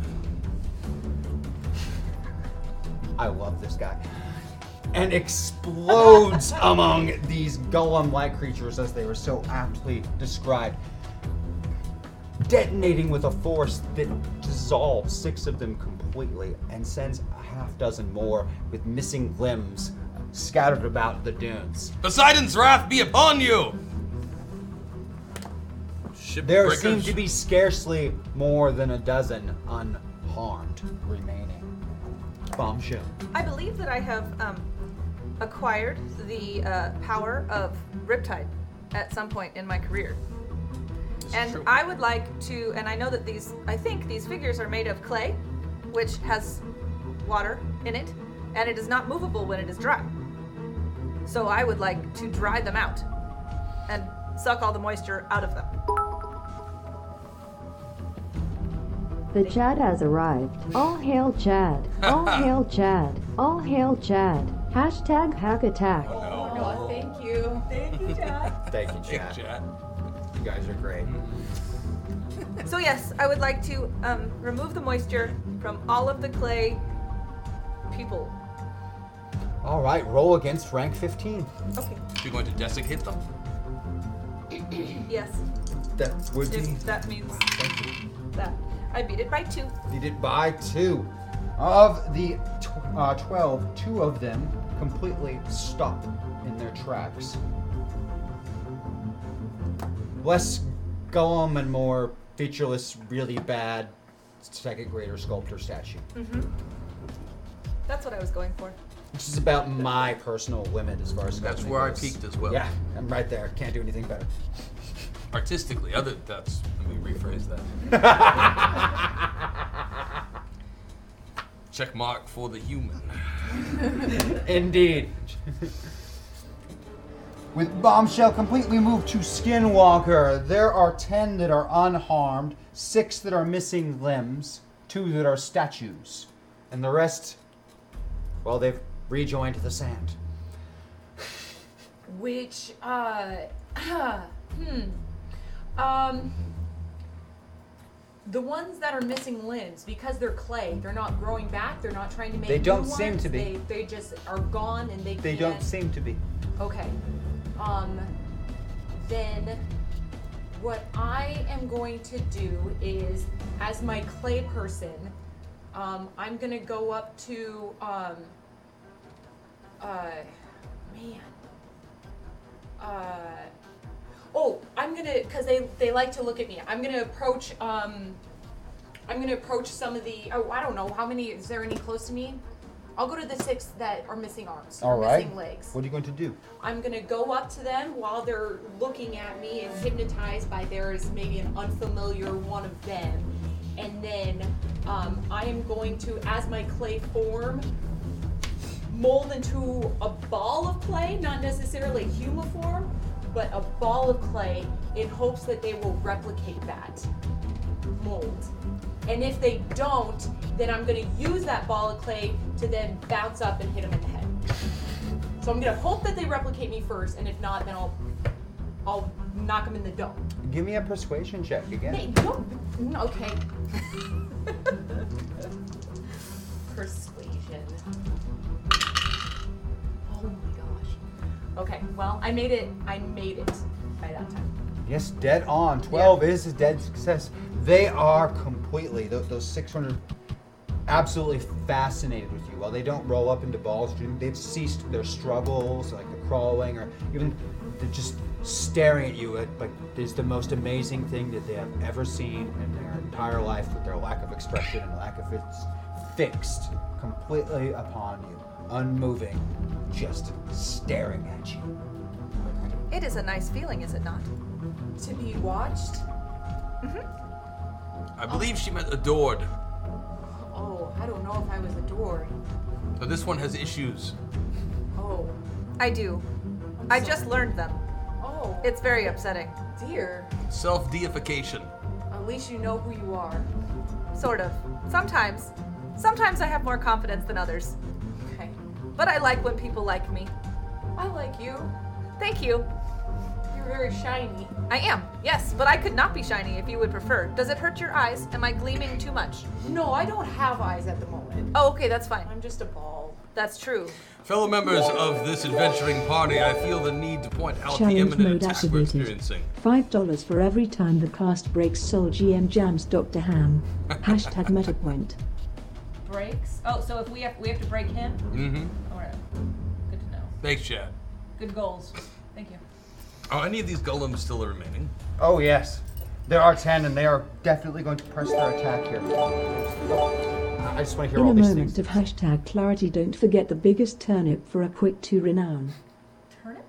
A: I love this guy. And explodes among these golem like creatures as they were so aptly described. Detonating with a force that dissolves six of them completely and sends a half dozen more with missing limbs scattered about the dunes.
E: Poseidon's wrath be upon you! Ship
A: There
E: breakers.
A: seem to be scarcely more than a dozen unharmed remaining. Bombshell.
B: I believe that I have um, acquired the uh, power of Riptide at some point in my career. And
E: true.
B: I would like to, and I know that these, I think these figures are made of clay, which has water in it, and it is not movable when it is dry. So I would like to dry them out and suck all the moisture out of them.
J: The Chad has arrived. All hail Chad. All hail Chad. All hail Chad. Hashtag hack attack.
D: Oh, no, thank you. Thank you, Dad.
A: Thank you,
E: Big
A: Chad.
E: chat.
A: You guys are great.
B: So yes, I would like to um, remove the moisture from all of the clay people.
A: All right, roll against rank 15.
B: Okay.
E: You're going to desiccate them?
B: Yes.
A: That would be.
B: If that means
A: Thank you.
B: that. I beat it by two.
A: Beat it by two. Of the tw- uh, 12, two of them completely stop in their tracks. Less golem and more featureless, really bad second grader sculptor statue,
B: That's what I was going for.
A: which is about my personal limit as far as
E: That's
A: sculpting
E: where I
A: goes.
E: peaked as well.
A: Yeah, I'm right there. Can't do anything better.
E: Artistically, other that's let me rephrase that. Check mark for the human.
A: Indeed. With Bombshell completely moved to Skinwalker, there are 10 that are unharmed, 6 that are missing limbs, 2 that are statues, and the rest, well, they've rejoined the sand.
D: Which, uh, hmm. Um, the ones that are missing limbs, because they're clay, they're not growing back, they're not trying to make
A: They
D: new
A: don't seem
D: ones,
A: to be.
D: They, they just are gone and they
A: They
D: can't.
A: don't seem to be.
D: Okay. Um, then what I am going to do is, as my clay person, um, I'm going to go up to, um, uh, man, uh, oh, I'm going to, because they, they like to look at me. I'm going to approach, um, I'm going to approach some of the, oh, I don't know, how many, is there any close to me? I'll go to the six that are missing arms,
A: All
D: or
A: right.
D: missing legs.
A: What are you going to do?
D: I'm gonna go up to them while they're looking at me and hypnotized by there is maybe an unfamiliar one of them, and then um, I am going to, as my clay form, mold into a ball of clay, not necessarily humiform, but a ball of clay in hopes that they will replicate that mold. And if they don't, then I'm gonna use that ball of clay to then bounce up and hit them in the head. So I'm gonna hope that they replicate me first, and if not, then I'll I'll knock them in the dome.
A: Give me a persuasion check again.
D: Hey, don't. mm, Okay. Persuasion. Oh my gosh. Okay. Well, I made it. I made it by that time.
A: Yes, dead on. 12 is a dead success. They are completely, those, those 600, absolutely fascinated with you. While they don't roll up into balls, they've ceased their struggles, like the crawling, or even they're just staring at you. It, but it's the most amazing thing that they have ever seen in their entire life with their lack of expression and lack of it's fixed completely upon you, unmoving, just staring at you.
B: It is a nice feeling, is it not?
D: To be watched.
E: I believe she meant adored,
D: Oh, I don't know if I was adored.
E: but this one has issues.
D: Oh.
B: I do. I just learned them.
D: Oh.
B: It's very upsetting.
D: dear.
E: Self deification.
D: At least you know who you are.
B: Sort of. Sometimes. Sometimes I have more confidence than others.
D: Okay.
B: But I like when people like me.
D: I like you.
B: Thank you.
D: You're very shiny.
B: I am, yes, but I could not be shiny if you would prefer. Does it hurt your eyes? Am I gleaming too much?
D: No, I don't have eyes at the moment.
B: Oh, okay, that's fine.
D: I'm just a ball.
B: That's true.
E: Fellow members of this adventuring party, I feel the need to point out the
F: Challenge
E: imminent
F: mode
E: attack we're
F: activated.
E: experiencing.
F: $5 for every time the cast breaks Soul GM Jams Dr. Ham. Hashtag MetaPoint.
I: Breaks. Oh, so if we have we have to break him.
E: Mm-hmm.
I: All right. Good to know.
E: Thanks, Chad.
I: Good goals. Thank you.
E: Are any of these golems still remaining?
A: Oh yes, there are ten, and they are definitely going to press their attack here. I I just want to hear
F: In
A: all
F: a
A: these
F: moment
A: things.
F: of hashtag clarity, don't forget the biggest turnip for a quick to renown.
I: Turnip.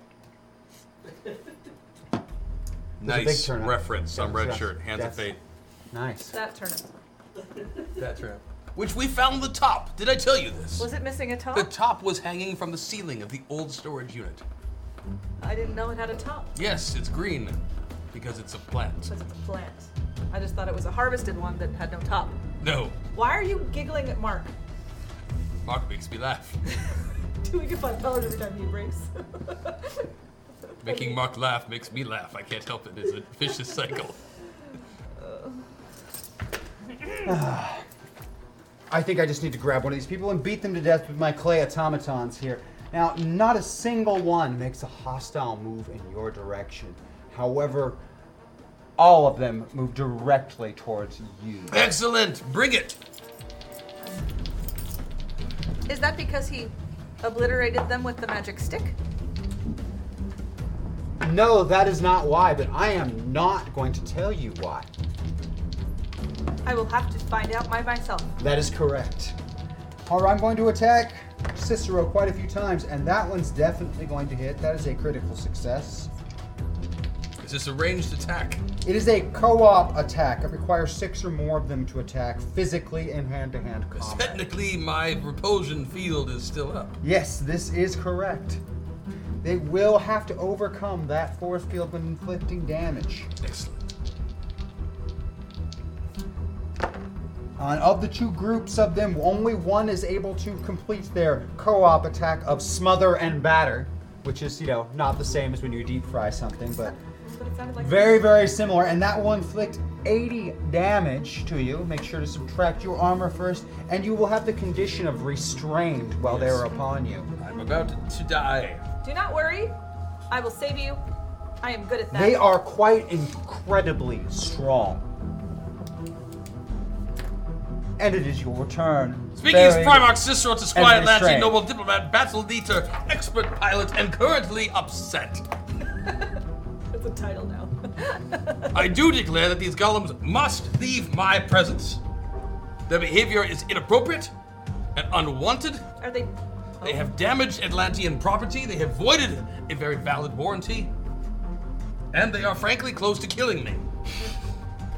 A: There's a big
E: nice
A: turnout.
E: reference. Some
A: Yes,
E: red
A: yes,
E: shirt, hands
A: yes.
E: of fate.
A: Nice.
B: That turnip.
E: That's right. Which we found the top. Did I tell you this?
B: Was it missing a top?
E: the top was hanging from the ceiling of the old storage unit.
B: I didn't know it had a top.
E: Yes, it's green because it's a plant.
B: Because it's a plant. I just thought it was a harvested one that had no top.
E: No,
B: Why are you giggling at Mark?
E: Mark makes me laugh.
B: Doing it five dollars every time he breaks.
E: Making Mark laugh makes me laugh. I can't help it. It's a vicious cycle.
A: I think I just need to grab one of these people and beat them to death with my clay automatons here. Now, not a single one makes a hostile move in your direction. However, all of them move directly towards you.
E: Excellent. Bring it.
B: Is that because he obliterated them with the magic stick?
A: No, that is not why, but I am not going to tell you why.
B: I will have to find out by myself.
A: That is correct. All right, I'm going to attack Cicero quite a few times, and that one's definitely going to hit. That is a critical success.
E: Is this a ranged attack?
A: It is a co-op attack. It requires six or more of them to attack physically in hand-to-hand combat.
E: Technically, my repulsion field is still up.
A: Yes, this is correct. They will have to overcome that force field when inflicting damage.
E: Excellent.
A: And of the two groups of them, only one is able to complete their co-op attack of smother and batter, which is, you know, not the same as when you deep fry something, but
B: That's what it sounded like.
A: very, very similar. And that will inflict 80 damage to you. Make sure to subtract your armor first, and you will have the condition of restrained while they are upon you.
E: I'm about to die.
B: Do not worry. I will save you. I am good at that.
A: They are quite incredibly strong. And it is your turn.
E: Speaking as
A: Very-
E: Primarch Cicero to Squire
A: and
E: Lancey,
A: restrained.
E: noble diplomat, battle leader, expert pilot, and currently upset.
B: That's a title now.
E: I do declare that these golems must leave my presence. Their behavior is inappropriate, and unwanted.
B: Are they?
E: They have damaged Atlantean property. They have voided a very valid warranty. And they are frankly close to killing me.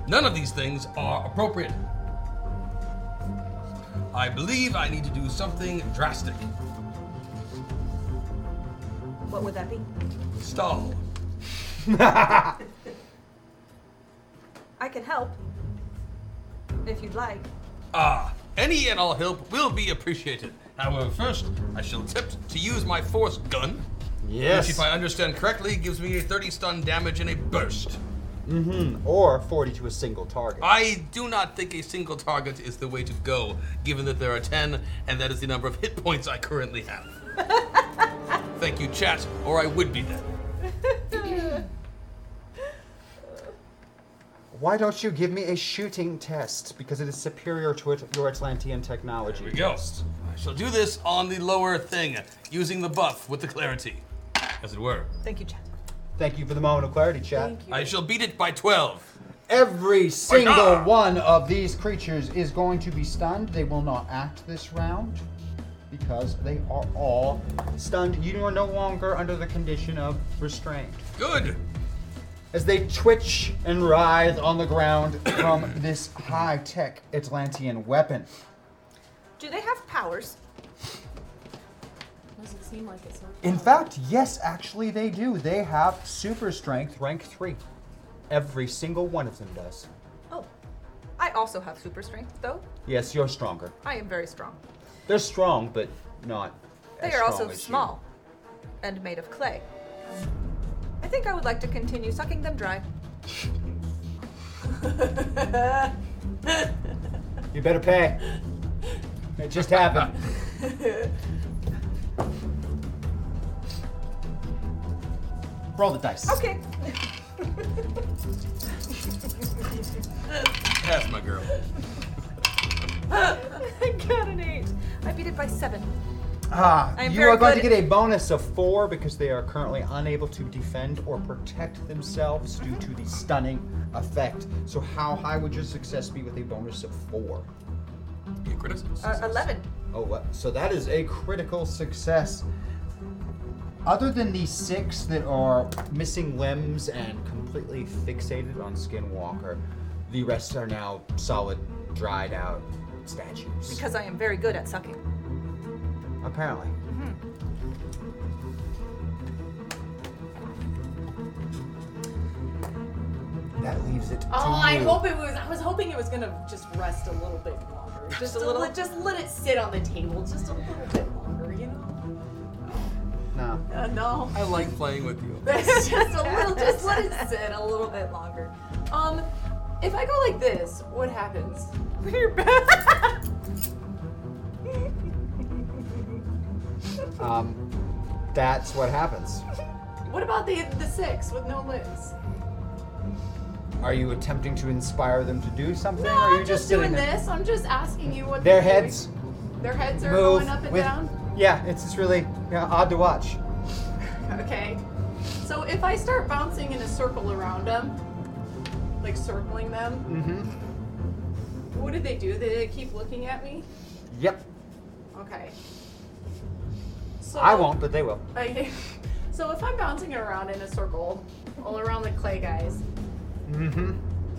E: None of these things are appropriate. I believe I need to do something drastic.
B: What would that be?
E: Stall.
B: I can help. If you'd like.
E: Ah, any and all help will be appreciated. However, first, I shall attempt to use my force gun.
A: Yes.
E: Which, if I understand correctly, gives me a 30 stun damage in a burst.
A: Mm-hmm. Or 40 to a single target.
E: I do not think a single target is the way to go, given that there are 10, and that is the number of hit points I currently have. Thank you, chat, or I would be dead.
A: Why don't you give me a shooting test? Because it is superior to it- your Atlantean technology.
E: Here we go. I shall do this on the lower thing, using the buff with the clarity, as it were.
B: Thank you, Chad.
A: Thank you for the moment of clarity, chat.
E: I shall beat it by 12.
A: Every single one of these creatures is going to be stunned. They will not act this round because they are all stunned. You are no longer under the condition of restraint.
E: Good.
A: As they twitch and writhe on the ground from this high tech Atlantean weapon.
B: Do they have powers?
D: Doesn't seem like it's.
A: In fact, yes, actually, they do. They have super strength rank three. Every single one of them does.
B: Oh, I also have super strength, though.
A: Yes, you're stronger.
B: I am very strong.
A: They're strong, but not.
B: They
A: as
B: are
A: strong
B: also
A: as you.
B: small and made of clay. I think I would like to continue sucking them dry.
A: You better pay. It just happened. Roll the dice.
B: Okay.
E: That's my girl.
B: I got an eight. I beat it by seven.
A: Ah,
B: I am
A: you
B: very
A: are going to
B: good
A: get a bonus of four because they are currently unable to defend or protect themselves due to the stunning effect. So, how high would your success be with a bonus of four?
E: Yeah, criticism.
B: Uh, Eleven.
A: Oh, what? So that is a critical success. Other than the six that are missing limbs and completely fixated on Skinwalker, the rest are now solid, dried out statues.
B: Because I am very good at sucking.
A: Apparently. Mm-hmm. That leaves it to
D: Oh, I
A: you.
D: hope it was. I was hoping it was gonna just rest a little bit longer. Just,
B: a
D: a
B: little?
D: little. just let it sit on the table just a little bit longer, you know.
A: No.
D: Uh, no.
E: I like playing with you.
D: just a little. Just let it sit a little bit longer. Um, if I go like this, what happens?
B: You're bad.
A: Um, that's what happens.
D: What about the the six with no limbs?
A: Are you attempting to inspire them to do something?
D: No,
A: or are you
D: I'm just,
A: sitting
D: doing
A: there?
D: this. I'm just asking you what
A: Their
D: they're doing.
A: heads
D: Their heads are
A: move
D: going up and
A: with-
D: down.
A: Yeah, it's just really yeah, odd to watch.
D: Okay. So if I start bouncing in a circle around them, like circling them,
A: Mm-hmm.
D: what did they do? They keep looking at me.
A: Yep.
D: Okay. So
A: I won't, but they will.
D: I, so if I'm bouncing around in a circle, all around the clay guys,
A: Mm-hmm.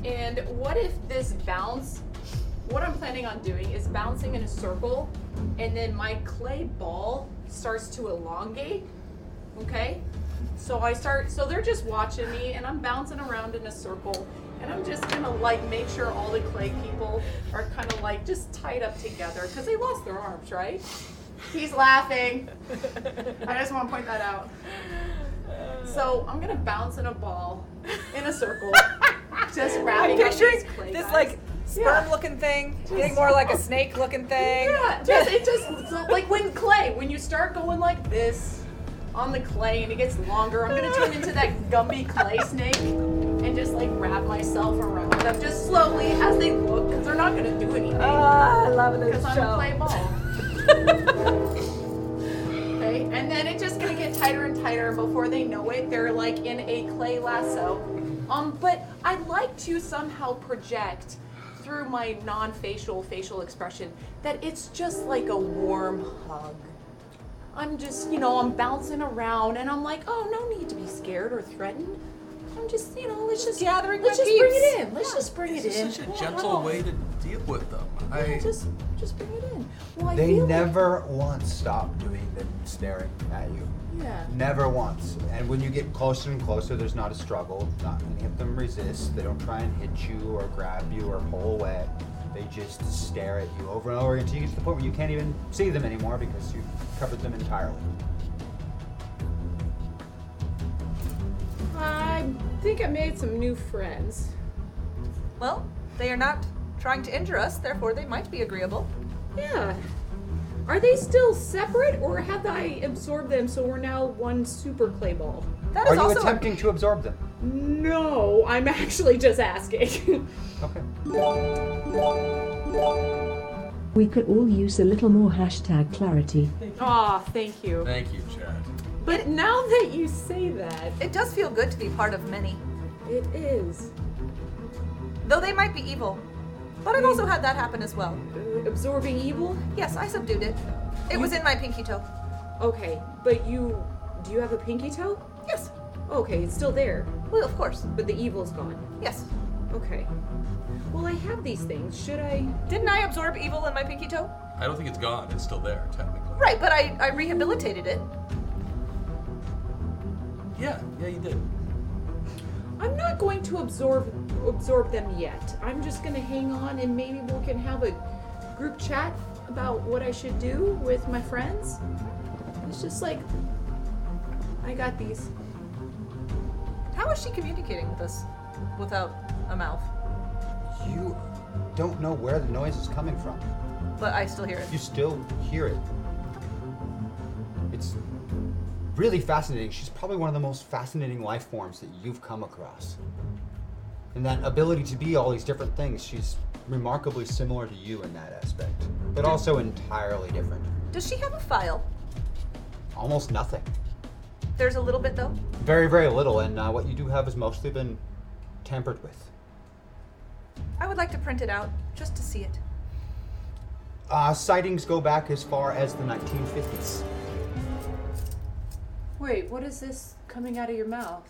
D: and what if this bounce? What I'm planning on doing is bouncing in a circle, and then my clay ball starts to elongate. Okay. So I start. So they're just watching me, and I'm bouncing around in a circle. And I'm just gonna like make sure all the clay people are kind of like just tied up together because they lost their arms, right? He's laughing. I just want to point that out. So I'm gonna bounce in a ball in a circle, just
B: I'm
D: wrapping up
B: picturing
D: these clay
B: this
D: guys.
B: like
D: Yeah.
B: sperm-looking thing, getting more like a snake-looking thing.
D: Yeah, just it just so, like when clay, when you start going like this on the clay and it gets longer, I'm gonna turn into that Gumby clay snake and just like wrap myself around them just slowly as they look, because they're not gonna do anything.
B: Ah, I love this
D: Because I'm
B: show.
D: a clay ball. okay, and then it's just gonna get tighter and tighter. Before they know it, they're like in a clay lasso. Um, but I'd like to somehow project through my non-facial facial expression that it's just like a warm hug. I'm just, you know, I'm bouncing around and I'm like, oh, no need to be scared or threatened. I'm just, you know, let's just
B: Gathering
D: Let's
B: my
D: just bring
B: peeps.
D: it in. Let's just bring
E: This
D: it in.
E: is such a
D: Yeah,
E: gentle
D: come
E: way
D: on.
E: to deal with them.
D: Yeah,
E: I
D: just, just bring it in. Well, I
A: They
D: feel
A: never once stop doing the staring at you.
D: Like, yeah.
A: Never once. And when you get closer and closer, there's not a struggle. Not any of them resist. They don't try and hit you or grab you or pull away. They just stare at you over and over until you get to the point where you can't even see them anymore because you've covered them entirely.
D: I think I made some new friends.
B: Well, they are not trying to injure us, therefore they might be agreeable.
D: Yeah. Are they still separate, or have I absorbed them so we're now one super clay ball?
B: That is
A: Are you
B: also
A: attempting to absorb them?
D: No, I'm actually just asking.
A: Okay.
F: We could all use a little more hashtag clarity.
D: Aw, thank you.
E: thank you, Chad.
D: But now that you say that,
B: it does feel good to be part of many,
D: it is.
B: though they might be evil. But
A: Hmm.
B: I've also had that happen as well.
D: Uh, absorbing evil?
B: Yes, I subdued it. It was in my pinky toe.
D: Okay, but you. Do you have a pinky toe?
B: Yes.
D: Okay, it's still there,
B: Well, of course.
D: but the evil's gone.
B: Yes.
D: Okay. Well, I have these things. Should I.
B: Didn't I absorb evil in my pinky toe?
E: I don't think it's gone. It's still there, technically.
B: Right, but I, I rehabilitated it.
E: Yeah, yeah, you did.
D: I'm not going to absorb absorb them yet. I'm just going to hang on and maybe we can have a group chat about what I should do with my friends. It's just like I got these.
B: How is she communicating with us without a mouth?
A: You don't know where the noise is coming from.
B: But I still hear it.
A: You still hear it. It's really fascinating. She's probably one of the most fascinating life forms that you've come across. And that ability to be all these different things, she's remarkably similar to you in that aspect, but also entirely different.
B: Does she have a file?
A: Almost nothing.
B: There's a little bit though.
A: Very, very little, and uh, what you do have has mostly been tampered with.
B: I would like to print it out just to see it.
A: Uh, sightings go back as far as the 1950s.
D: Wait, what is this coming out of your mouth?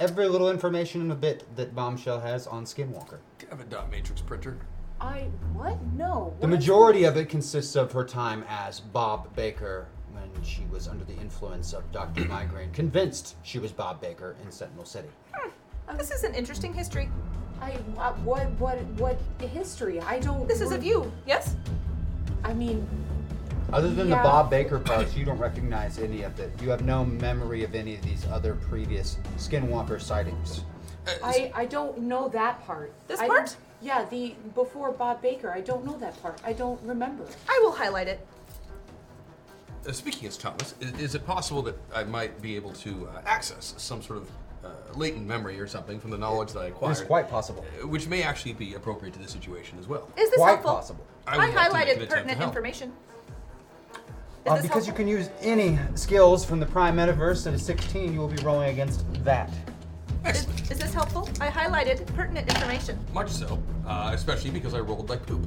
A: Every little information and a bit that Bombshell has on Skinwalker.
E: Do you have a dot matrix printer?
D: I what? No.
A: The
D: what?
A: majority of it consists of her time as Bob Baker when she was under the influence of Dr. Migraine, convinced she was Bob Baker in Sentinel City.
B: This is an interesting history.
D: I what what what, what history? I don't.
B: This is of you, yes?
D: I mean,
A: Other than the
D: Yeah.
A: Bob Baker parts, you don't recognize any of it. You have no memory of any of these other previous Skinwalker sightings.
B: Uh,
D: I I don't know that part.
B: This
D: I-
B: part?
D: Yeah, the before Bob Baker. I don't know that part. I don't remember.
B: I will highlight it.
E: Uh, speaking as Thomas, i- is, it possible that I might be able to uh, access some sort of uh, latent memory or something from the knowledge that I acquired?
A: It's quite possible.
E: Uh, Which may actually be appropriate to this situation as well.
B: Is this
A: Quite
B: helpful?
A: possible.
E: I
B: I,
E: would like to make an
B: highlighted
E: attempt to
B: pertinent
E: help.
B: information. Is
A: Uh,
B: this
A: because you
B: helpful?
A: can use any skills from the Prime Metaverse at a 16, you will be rolling against that.
E: Excellent.
B: Is, is this helpful? I highlighted pertinent information.
E: Much so, uh, especially because I rolled like poop.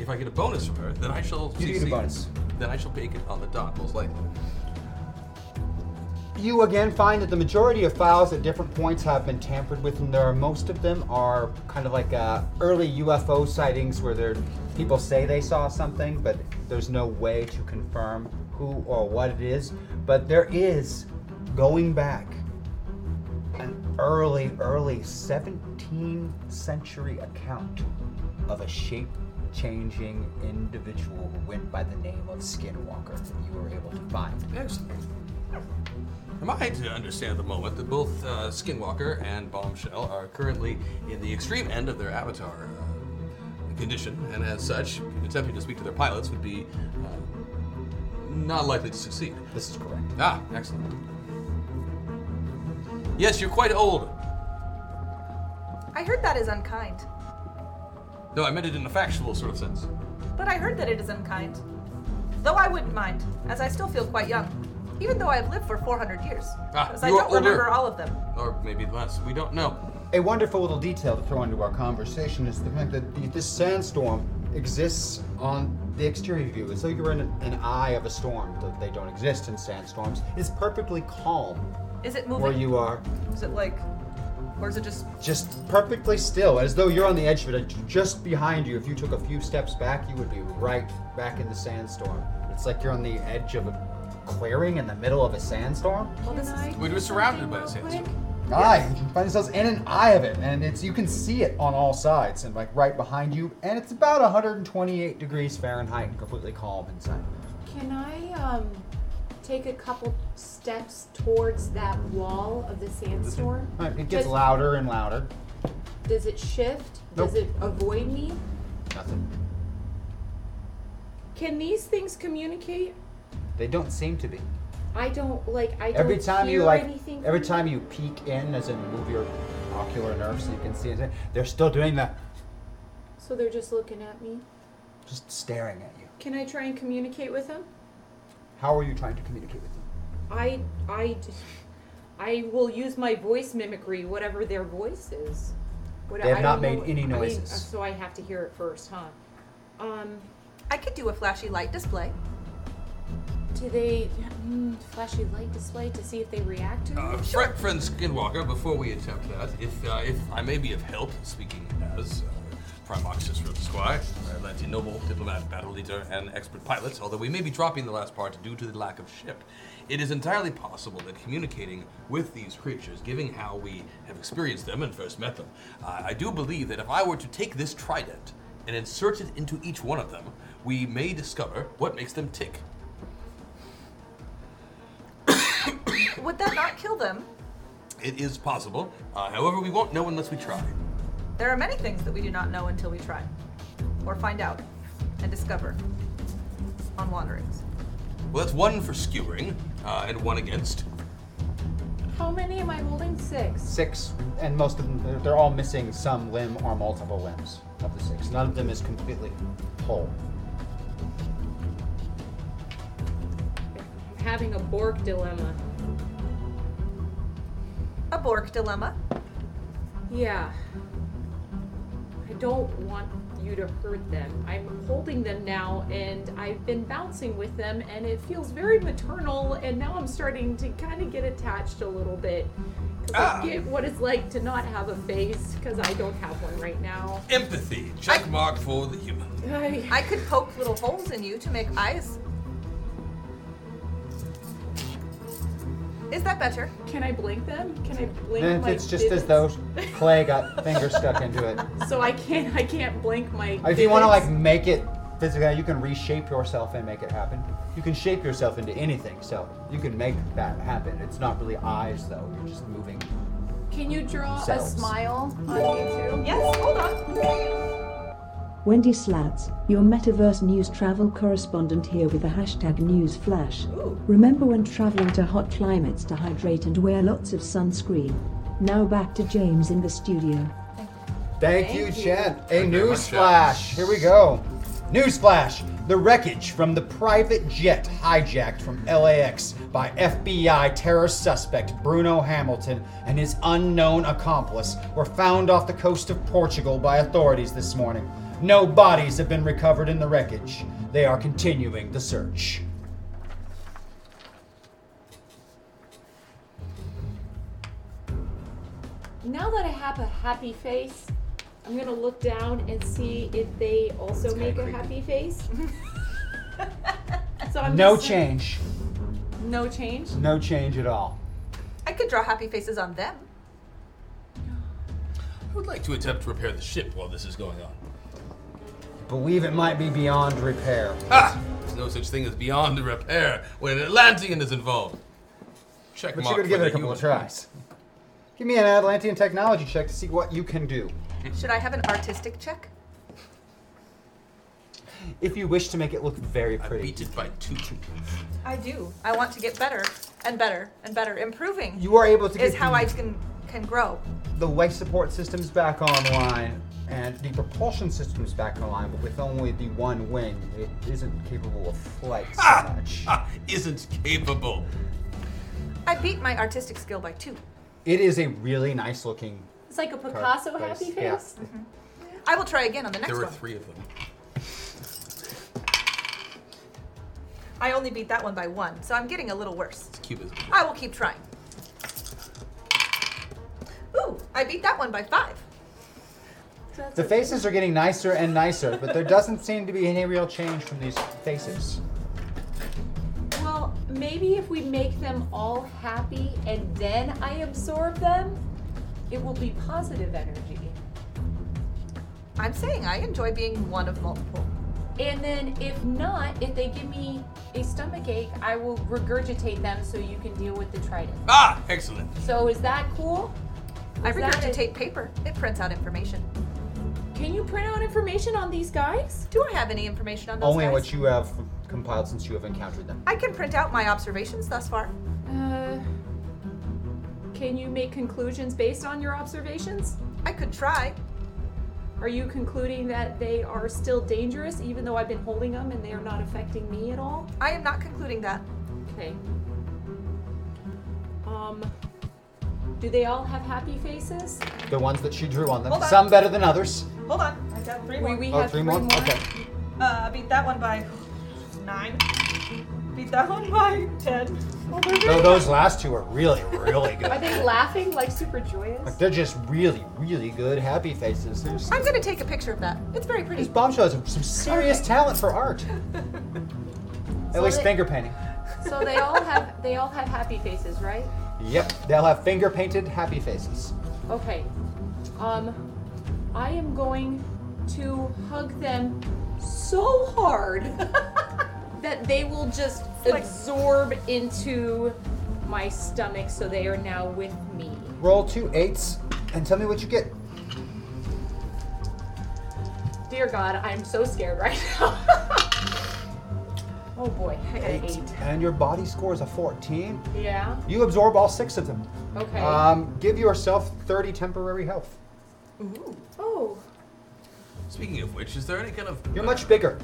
E: If I get a bonus from her, then I shall
A: You do get a
E: succeed.
A: bonus.
E: Then I shall bake it on the dot, most likely.
A: You again find that the majority of files at different points have been tampered with, and there are most of them are kind of like uh, early UFO sightings where there people say they saw something, but there's no way to confirm who or what it is. But there is going back an early, early 17th century account of a shape changing individual who went by the name of Skinwalker that you were able to find.
E: Excellent. Am I to understand at the moment that both uh, Skinwalker and Bombshell are currently in the extreme end of their avatar uh, condition, and as such, attempting to speak to their pilots would be uh, not likely to succeed?
A: This is correct.
E: Ah, excellent. Yes, you're quite old.
B: I heard that is unkind.
E: No, I meant it in a factual sort of sense.
B: But I heard that it is unkind. Though I wouldn't mind, as I still feel quite young. Even though I have lived for 400 years.
E: Ah,
B: Because I
E: you are
B: don't remember
E: older.
B: all of them.
E: Or maybe less. We don't know.
A: A wonderful little detail to throw into our conversation is the fact that the, this sandstorm exists on the exterior view. It's like you're in an, an eye of a storm. Th- They don't exist in sandstorms. It's perfectly calm
B: Is it moving?
A: where you are,
B: Is it like, or is it just?
A: just perfectly still, as though you're on the edge of it. Just behind you, if you took a few steps back, you would be right back in the sandstorm. It's like you're on the edge of a clearing in the middle of a sandstorm.
B: Well, this is.
E: We were surrounded by sandstorm.
A: eye. You find yourselves in an eye of it, and it's you can see it on all sides and like right behind you, and it's about 128 degrees Fahrenheit and completely calm inside.
D: Can I um, take a couple steps towards that wall of the sandstorm?
A: All right, It gets
D: Just-
A: louder and louder.
D: Does it shift? Does
A: Nope.
D: it avoid me?
A: Nothing.
D: Can these things communicate?
A: They don't seem to be.
D: I don't like. I don't
A: Every time
D: hear
A: you like,
D: anything.
A: every
D: from
A: time you peek in, as in move your ocular nerves so you can see it, they're still doing that,
D: them. So they're just looking at me.
A: just staring at you.
D: Can I try and communicate with them?
A: How are you trying to communicate with them?
D: I I d- I will use my voice mimicry, whatever their voice is. What-
A: They have
D: I
A: not
D: don't know
A: made
D: what-
A: any
D: I mean, uh,
A: noises.
D: so I have to hear it first, huh? Um,
B: I could do a flashy light display.
D: do they mm, flashy light display to see if they react to me?
E: Uh, fr- friend Skinwalker, before we attempt that, if uh, if I may be of help, speaking as uh, Prime Oxus Rook Squire, uh, Lanty Noble, diplomat, battle leader, and expert pilot, although we may be dropping the last part due to the lack of ship, it is entirely possible that communicating with these creatures, given how we have experienced them and first met them, uh, I do believe that if I were to take this trident and insert it into each one of them, we may discover what makes them tick.
B: Would that not kill them?
E: It is possible. Uh, however, we won't know unless we try.
B: There are many things that we do not know until we try, or find out, and discover on wanderings.
E: Well, that's one for skewering uh, and one against.
D: How many am I holding? Six.
A: Six, and most of them, they're, they're all missing some limb or multiple limbs of the six. None of them is completely whole.
D: I'm having a Borg dilemma.
B: A Bork dilemma.
D: Yeah. I don't want you to hurt them. I'm holding them now and I've been bouncing with them and it feels very maternal and now I'm starting to kind of get attached a little bit. 'Cause
E: Ah.
D: I get what it's like to not have a face because I don't have one right now.
E: Empathy, check mark for the human.
D: I,
B: I could poke little holes in you to make eyes. Is that better?
D: can I blink them? Can I blink
A: And
D: my
A: Eh, it's just as
D: divots?
A: though clay got fingers stuck into it.
D: So I can't I can't blink my
A: If you want to like
D: divots.
A: make it physical, you can reshape yourself and make it happen. You can shape yourself into anything, so you can make that happen. It's not really eyes though; you're just moving.
D: Can you draw
A: Selves.
D: a smile on YouTube?
B: Yes, hold on.
F: Wendy Slats, your metaverse news travel correspondent here with a hashtag news flash. Remember when traveling to hot climates to hydrate and wear lots of sunscreen? Now back to James in the studio.
A: Thank, you, Chad. A
E: you very
A: news
E: much, Chad.
A: flash. Here we go. News flash: The wreckage from the private jet hijacked from LAX by FBI terror suspect Bruno Hamilton and his unknown accomplice were found off the coast of Portugal by authorities this morning. No bodies have been recovered in the wreckage. They are continuing the search.
D: Now that I have a happy face, I'm gonna look down and see if they also make a happy face. so I'm
A: No
D: just-
A: change.
D: No change.
A: No change at all.
B: I could draw happy faces on them.
E: I would like to attempt to repair the ship while this is going on.
A: Believe it might be beyond repair.
E: Ha! There's no such thing as beyond repair when an Atlantean is involved. Check
A: But
E: mark
A: you're gonna
E: for
A: give it
E: the
A: a couple
E: human.
A: of tries. Give me an Atlantean technology check to see what you can do.
B: Should I have an artistic check?
A: If you wish to make it look very
E: I
A: pretty.
E: beat it by two.
B: I do. I want to get better and better and better. Improving
A: You are able to get
B: is how
A: the,
B: I can can grow.
A: the life support systems back online and the propulsion systems back online, but with only the one wing, it isn't capable of flight so much.
E: Ah, isn't capable.
B: I beat my artistic skill by two.
A: It is a really nice looking
I: It's like a Picasso
A: Card
I: happy
A: face,
I: face.
A: yeah.
B: I will try again on the next
E: There were
B: one.
E: three of them.
B: I only beat that one by one, so I'm getting a little worse.
E: Cubism.
B: I will keep trying. Ooh, I beat that one by five.
A: The faces are getting nicer and nicer, but there doesn't seem to be any real change from these faces.
I: Well, maybe if we make them all happy and then I absorb them, it will be positive energy.
B: I'm saying I enjoy being one of multiple.
I: And then if not, if they give me a stomach ache, I will regurgitate them so you can deal with the trident.
E: Ah, excellent.
I: So is that cool?
B: I
I: Is that it?
B: regurgitate paper. It prints out information.
I: Can you print out information on these guys?
B: Do I have any information on those
A: Only
B: guys?
A: what you have compiled since you have encountered them.
B: I can print out my observations thus far.
I: Uh, can you make conclusions based on your observations?
B: I could try.
I: Are you concluding that they are still dangerous even though I've been holding them and they are not affecting me at all?
B: I am not concluding that.
I: Okay. Um, do they all have happy faces?
A: The ones that she drew on them,
B: Hold on.
A: some better than others.
B: Hold on. I got three
I: We, we
A: Oh,
I: have
A: three more? Okay.
B: Uh, I beat that one by nine. Beat that one by ten.
A: Though those last two are really, really
I: Are
A: good.
I: they laughing like super joyous?
A: Like they're just really, really good happy faces. There's,
B: I'm gonna take a picture of that. It's very
A: this
B: pretty.
A: bombshell has some serious talent for art. At least
I: they-
A: finger painting.
I: so they all have they all have happy faces, right?
A: Yep, they'll have finger painted happy faces.
I: Okay. Um, I am going to hug them so hard that they will just absorb into my stomach, so they are now with me.
A: Roll two eights and tell me what you get.
I: Dear God, I'm so scared right now. oh boy, I got an eight.
A: And your body score is a 14.
I: Yeah.
A: You absorb all six of them.
I: Okay.
A: Um, give yourself 30 temporary health.
I: oh,
E: Speaking of which, is there any kind of
A: You're much bigger.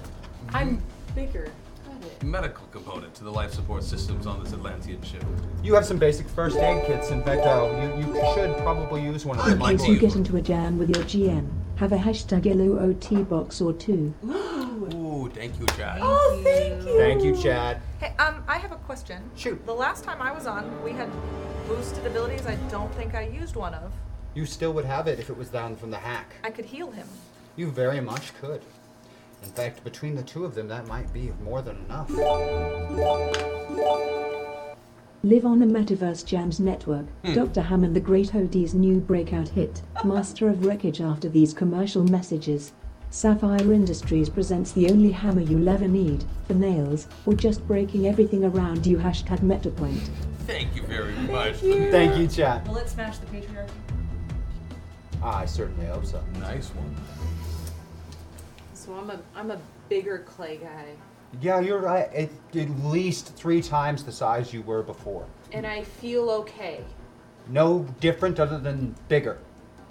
I: I'm bigger. Got it.
E: medical component to the life support systems on this Atlantean ship?
A: You have some basic first aid kits. In fact, uh, you, you should probably use one of them.
E: I'd like
F: In case
E: to
F: you
E: use
F: get
E: one.
F: into a jam with your GM, have a hashtag LOOT box or two.
E: Ooh, thank you, Chad.
B: Oh, thank you.
A: Thank you, Chad.
B: Hey, um, I have a question.
A: Shoot.
B: The last time I was on, we had boosted abilities. I don't think I used one of.
A: You still would have it if it was down from the hack.
B: I could heal him.
A: You very much could. In fact, between the two of them, that might be more than enough.
F: Live on the Metaverse Jams Network, Dr. Hammond the Great OD's new breakout hit, Master of Wreckage after these commercial messages. Sapphire Industries presents the only hammer you'll ever need, for nails, or just breaking everything around you. Hashtag MetaPoint.
E: Thank you very much.
A: Thank you, Chad.
I: Will it smash the patriarchy?
A: I certainly hope so.
E: Nice one.
D: So I'm a I'm a bigger clay guy,
A: Yeah, you're right. At, at least three times the size you were before.
D: and I feel okay.
A: No different other than bigger.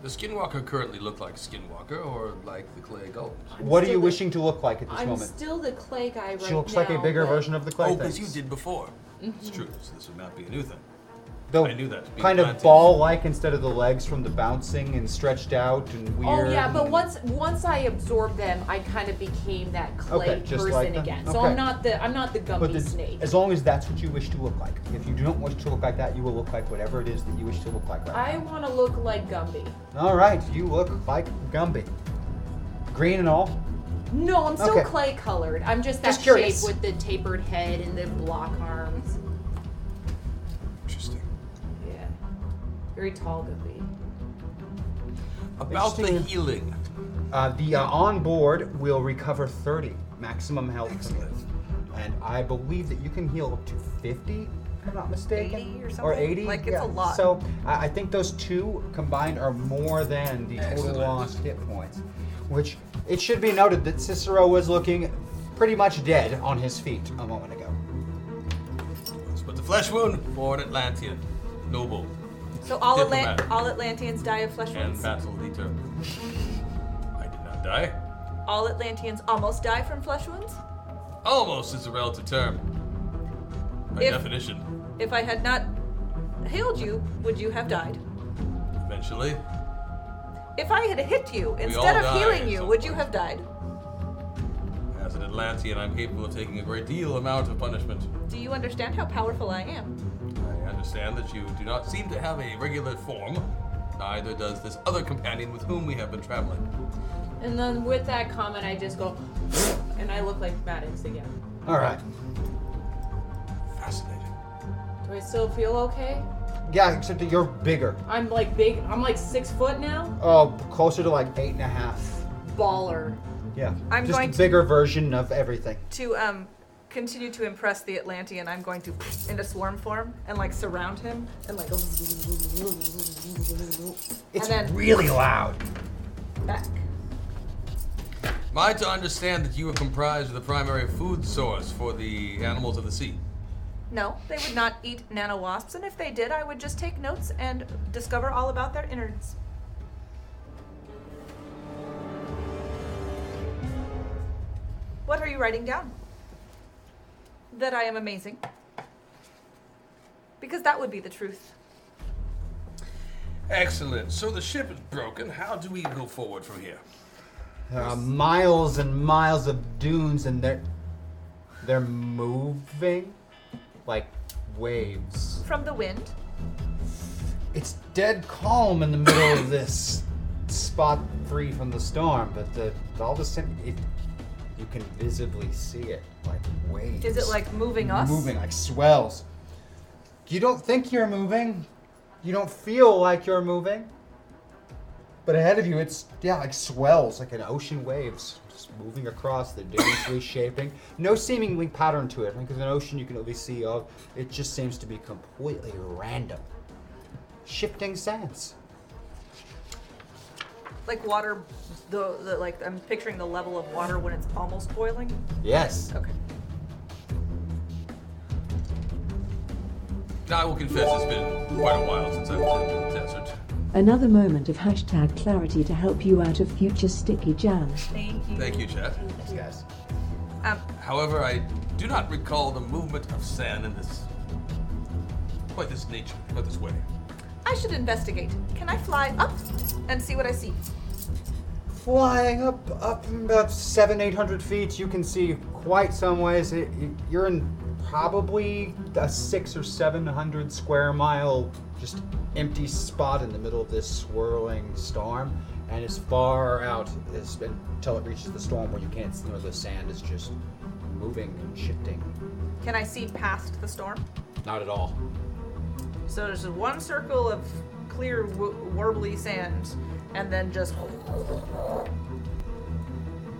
E: The Skinwalker currently look like Skinwalker or like the clay golems?
A: what are
D: still
A: you
D: the-
A: wishing to look like at this
D: I'm
A: moment?
D: still the clay guy right
A: She looks
D: now.
A: like a bigger
D: but-
A: version of the clay
E: Oh, because you
A: things.
E: did before. It's true. So this would not be a new thing.
A: Though
E: I knew that to be
A: kind of
E: planted.
A: ball-like instead of the legs from the bouncing and stretched out and weird.
D: Oh yeah, but
A: and-
D: once once I absorbed them, I kind of became that clay
A: Okay, just
D: person
A: like them.
D: again. So
A: Okay.
D: I'm not the I'm not the
A: But
D: Gumby
A: it's-
D: snake.
A: as long as that's what you wish to look like. If you don't wish to look like that, you will look like whatever it is that you wish to look like. Right
D: I want to look like Gumby.
A: All right, you look like Gumby. Green and all.
D: No, I'm still
A: Okay.
D: clay colored. I'm just that
A: Just
D: shape
A: curious.
D: with the tapered head and the block arms.
E: Interesting.
D: Yeah, very tall Gumby.
E: About the
A: Interesting.
E: healing.
A: Uh, the uh, on board will recover 30 maximum health. from this. And I believe that you can heal up to 50, if I'm not mistaken.
B: 80 or something?
A: 80.
B: Like, it's
A: yeah.
B: a lot.
A: So I, I think those two combined are more than the total
E: Excellent.
A: lost hit points. Which it should be noted that Cicero was looking pretty much dead on his feet a moment ago.
E: But the flesh wound for an Atlantean noble
B: So all Atlan-
E: Diplomat.
B: all Atlanteans die of flesh
E: and
B: wounds.
E: battle leader. I did not die.
B: All Atlanteans almost die from flesh wounds.
E: Almost is a relative term. By
B: If-
E: definition,
B: If I had not healed you, would you have died?
E: eventually.
B: If I had hit you
E: We
B: instead of
E: all die
B: healing
E: at
B: you,
E: some
B: would you have died?
E: As an Atlantean, I'm capable of taking a great deal amount of punishment.
B: Do you understand how powerful I am?
E: I understand that you do not seem to have a regular form. Neither does this other companion with whom we have been traveling.
D: And then with that comment, I just go, and I look like Maddox again.
A: All right.
E: Fascinating.
D: Do I still feel okay?
A: Yeah, except that you're bigger.
D: I'm like big. I'm like six foot now.
A: Oh, closer to like eight and a half.
D: Baller.
A: Yeah.
B: I'm
A: Just
B: going
A: a
B: to-
A: bigger version of everything.
B: To um continue to impress the Atlantean, I'm going to into swarm form and like surround him and like
A: It's
B: and then
A: really loud.
B: back.
E: Am I to understand that you are comprised of the primary food source for the animals of the sea?
B: No, they would not eat nano wasps, and if they did, I would just take notes and discover all about their innards. What are you writing down? That I am amazing. Because that would be the truth.
E: Excellent. So the ship is broken. How do we go forward from here?
A: There are miles and miles of dunes, and they're they're moving like waves.
B: From the wind,
A: It's dead calm in the middle of this spot free from the storm, but the all the same, it, you can visibly see it like waves.
B: is it like moving us?
A: moving like swells? You don't think you're moving. You don't feel like you're moving. But ahead of you, it's yeah, like swells, like an ocean waves, just moving across. The dunes reshaping. No seemingly pattern to it. Like in an ocean, you can only see of. It just seems to be completely random, shifting sands.
B: Like water, the, the like I'm picturing the level of water when it's almost boiling.
A: Yes.
B: Okay.
E: I will confess it's been quite a while since I was in the desert.
F: Another moment of hashtag clarity to help you out of future sticky jams.
B: Thank you.
E: Thank you, Chet.
A: Yes, guys.
B: Um,
E: However, I do not recall the movement of sand in this quite this nature, quite this way.
B: I should investigate. Can I fly up and see what I see?
A: Flying up, up about seven, eight hundred feet, you can see quite some ways. It, you- you're in probably a six or seven hundred square mile just empty spot in the middle of this swirling storm, and as far out as until it reaches the storm where you can't see where the sand is just moving and shifting.
B: Can I see past the storm?
A: Not at all.
B: So there's just one circle of clear, w- warbly sand, and then just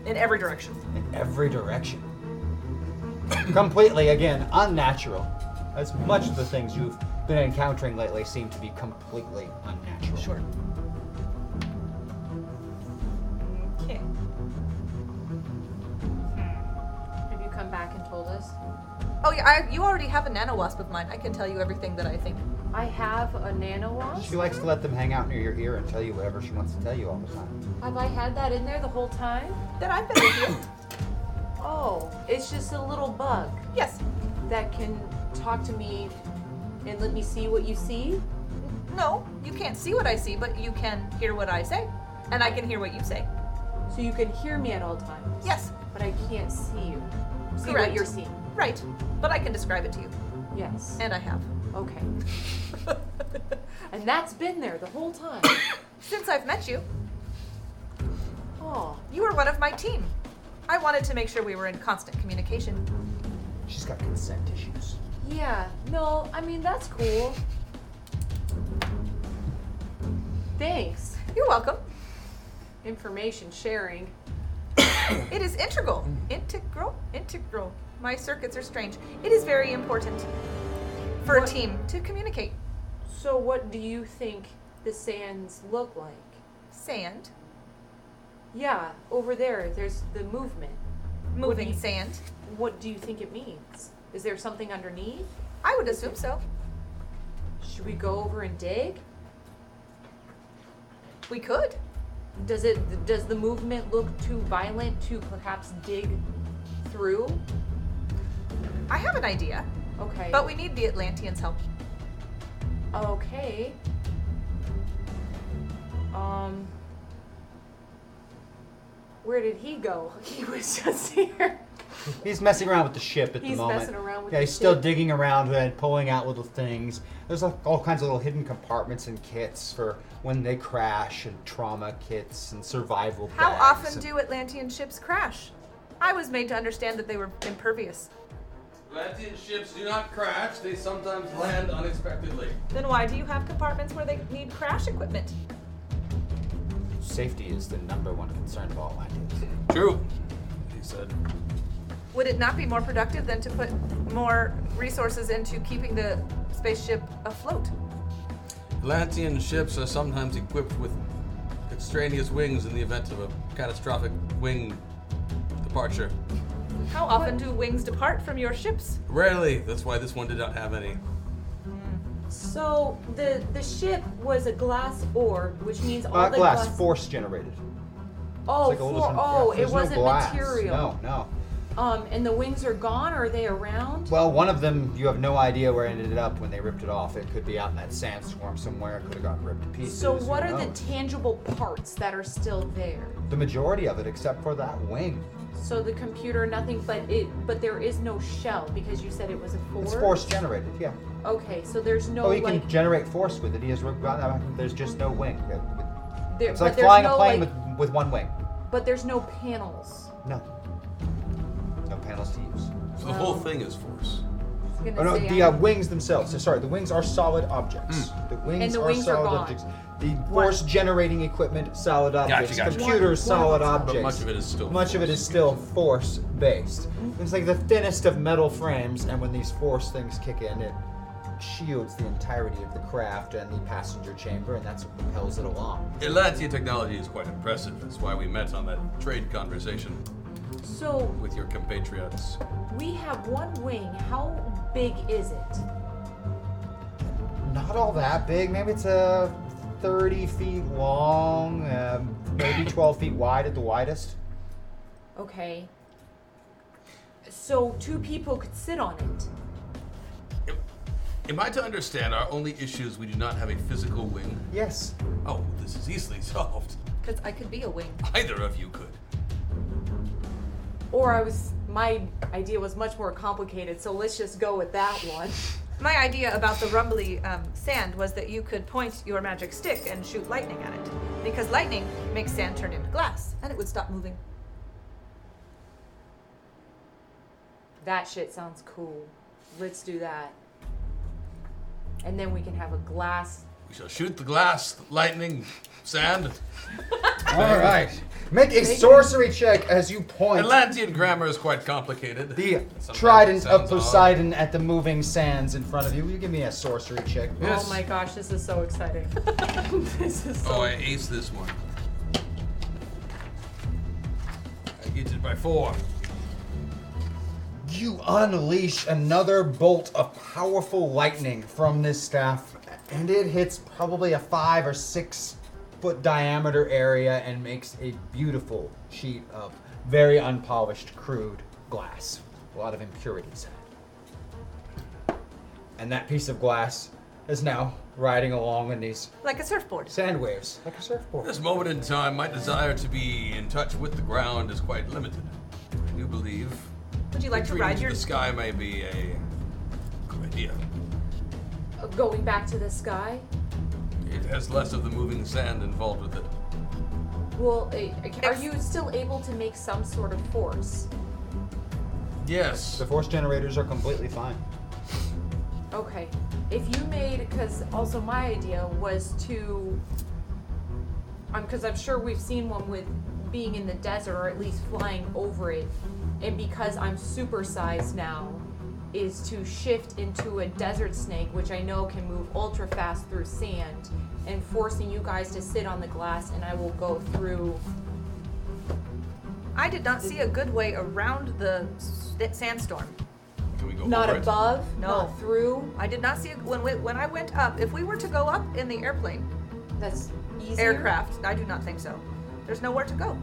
B: in every direction.
A: in every direction. Completely, again, unnatural. As much of the things you've been encountering lately seem to be completely unnatural. Sure.
B: Okay. Hmm.
D: Have you come back and told us?
B: Oh yeah, I, you already have a nano wasp of mine. I can tell you everything that I think.
I: I have a nano wasp.
A: She likes to let them hang out near your ear and tell you whatever she wants to tell you all the time.
I: Have I had that in there the whole time?
B: That I've been with you.
I: Oh, it's just a little bug
B: Yes.
I: that can talk to me and let me see what you see.
B: No, you can't see what I see, but you can hear what I say, and I can hear what you say.
I: So you can hear me at all times.
B: Yes.
I: But I can't see you. See
B: Correct.
I: what you're seeing.
B: Right. But I can describe it to you,
I: Yes.
B: and I have.
I: Okay. And that's been there the whole time.
B: Since I've met you,
I: Oh,
B: you were one of my team. I wanted to make sure we were in constant communication.
A: She's got consent issues.
I: yeah. No, I mean, that's cool. Thanks.
B: You're welcome.
I: Information sharing.
B: It is integral. Integral? Integral. My circuits are strange. It is very important for a
I: What-
B: team to communicate.
I: So, what do you think the sands look like?
B: Sand,
I: Yeah, over there, there's the movement. What do
B: moving
I: you-
B: sand.
I: What do you think it means? Is there something underneath?
B: I would assume so.
I: Should we go over and dig?
B: We could.
I: Does it does the movement look too violent to perhaps dig through?
B: I have an idea,
I: Okay.
B: but we need the Atlanteans' help.
I: okay. Um
D: Where did he go? He was just here.
A: He's messing around with the ship at the
D: He's
A: moment.
D: messing around with
A: yeah,
D: the
A: he's still
D: ship.
A: digging around and pulling out little things. There's like all kinds of little hidden compartments and kits for when they crash, and trauma kits and survival.
B: How
A: bags
B: often
A: and-
B: do Atlantean ships crash? I was made to understand that they were impervious.
E: Atlantean ships do not crash, they sometimes land unexpectedly.
B: Then why do you have compartments where they need crash equipment?
A: Safety is the number one concern of all Atlanteans.
E: True, he said.
B: Would it not be more productive than to put more resources into keeping the spaceship afloat?
E: Atlantean ships are sometimes equipped with extraneous wings in the event of a catastrophic wing departure.
B: How often do wings depart from your ships?
E: Rarely, that's why this one did not have any.
D: So the the ship was a glass orb, which means all
A: Uh,
D: the
A: glass, force generated.
D: Oh,
A: It's like a little
D: for-
A: some-
D: oh,
A: yeah,
D: it
A: there's no
D: wasn't
A: glass.
D: material.
A: No, no.
D: Um, and the wings are gone. Or are they around?
A: Well, one of them you have no idea where it ended up when they ripped it off. It could be out in that sandstorm somewhere. It could have gotten ripped to pieces.
D: So what
A: Who
D: are the
A: knows?
D: tangible parts that are still there?
A: the majority of it, except for that wing.
D: So the computer, nothing, but it, but there is no shell because you said it was a four.
A: It's force generated. Yeah.
D: Okay, so there's no
A: Oh, he
D: like
A: can generate force with it. He has got that. back. There's just no wing.
D: there,
A: It's
D: but
A: like
D: there's
A: flying
D: no,
A: a plane
D: like,
A: with with one wing.
D: But there's no panels.
A: No. No panels to use.
E: So the whole thing is
D: I
E: force.
D: was gonna
A: Oh no,
D: say,
A: the
D: I-
A: uh, wings themselves. So Sorry, the wings are solid objects.
E: Hmm.
A: The wings
D: And the
A: are
D: wings are
A: solid
D: gone.
A: objects. The force generating equipment, solid objects.
E: gotcha.
A: Computers,
D: One- one
A: solid
D: of it's
A: objects.
E: Much of it is still
A: Much of it is still force based.
D: Mm-hmm.
A: It's like the thinnest of metal frames, and when these force things kick in, it shields the entirety of the craft and the passenger chamber, and that's what propels it along.
E: Atlantean technology is quite impressive. That's why we met on that trade conversation
D: so
E: with your compatriots.
D: we have one wing. How big is it?
A: Not all that big. Maybe it's a 30 feet long, um, maybe 12 feet wide at the widest.
D: Okay. So two people could sit on it.
E: Am- Am I to understand our only issue is we do not have a physical wing?
A: Yes.
E: Oh, this is easily solved.
B: Because I could be a wing.
E: Either of you could.
D: Or I was my idea was much more complicated, so let's just go with that one.
B: My idea about the rumbly um, sand was that you could point your magic stick and shoot lightning at it. Because lightning makes sand turn into glass, and it would stop moving.
D: That shit sounds cool. Let's do that. And then we can have a glass.
E: We shall shoot the glass, lightning, sand.
A: All right. Make a sorcery check as you point
E: Atlantean grammar is quite complicated.
A: the
E: Sometimes it
A: trident of
E: sounds odd.
A: Poseidon at the moving sands in front of you. Will you give me a sorcery check?
E: Yes.
D: Oh my gosh, this is so exciting. this is so
E: Oh, I aced this one. I get it by four.
A: You unleash another bolt of powerful lightning from this staff, and it hits probably a five or six foot diameter area and makes a beautiful sheet of very unpolished, crude glass. A lot of impurities. And that piece of glass is now riding along in these
B: Like a surfboard.
A: sand waves like a surfboard.
E: This moment in time, my desire to be in touch with the ground is quite limited. I do believe
B: Would you like to
E: retreating
B: ride
E: to
B: your
E: the sky may be a good idea.
D: going back to the sky.
E: It has less of the moving sand involved with it.
D: Well, eh, are you still able to make some sort of force?
E: Yes.
A: The force generators are completely fine.
D: Okay. If you made, because also my idea was to, because I'm sure we've seen one with being in the desert or at least flying over it, and because I'm supersized now, is to shift into a desert snake, which I know can move ultra fast through sand, and forcing you guys to sit on the glass, and I will go through.
B: I did not see a good way around the s- sandstorm.
E: Can we go
D: Not
E: over it?
D: above,
B: No.
D: not through.
B: I did not see when we, when I went up. If we were to go up in the airplane
D: That's easier.
B: aircraft, I do not think so. There's nowhere to go.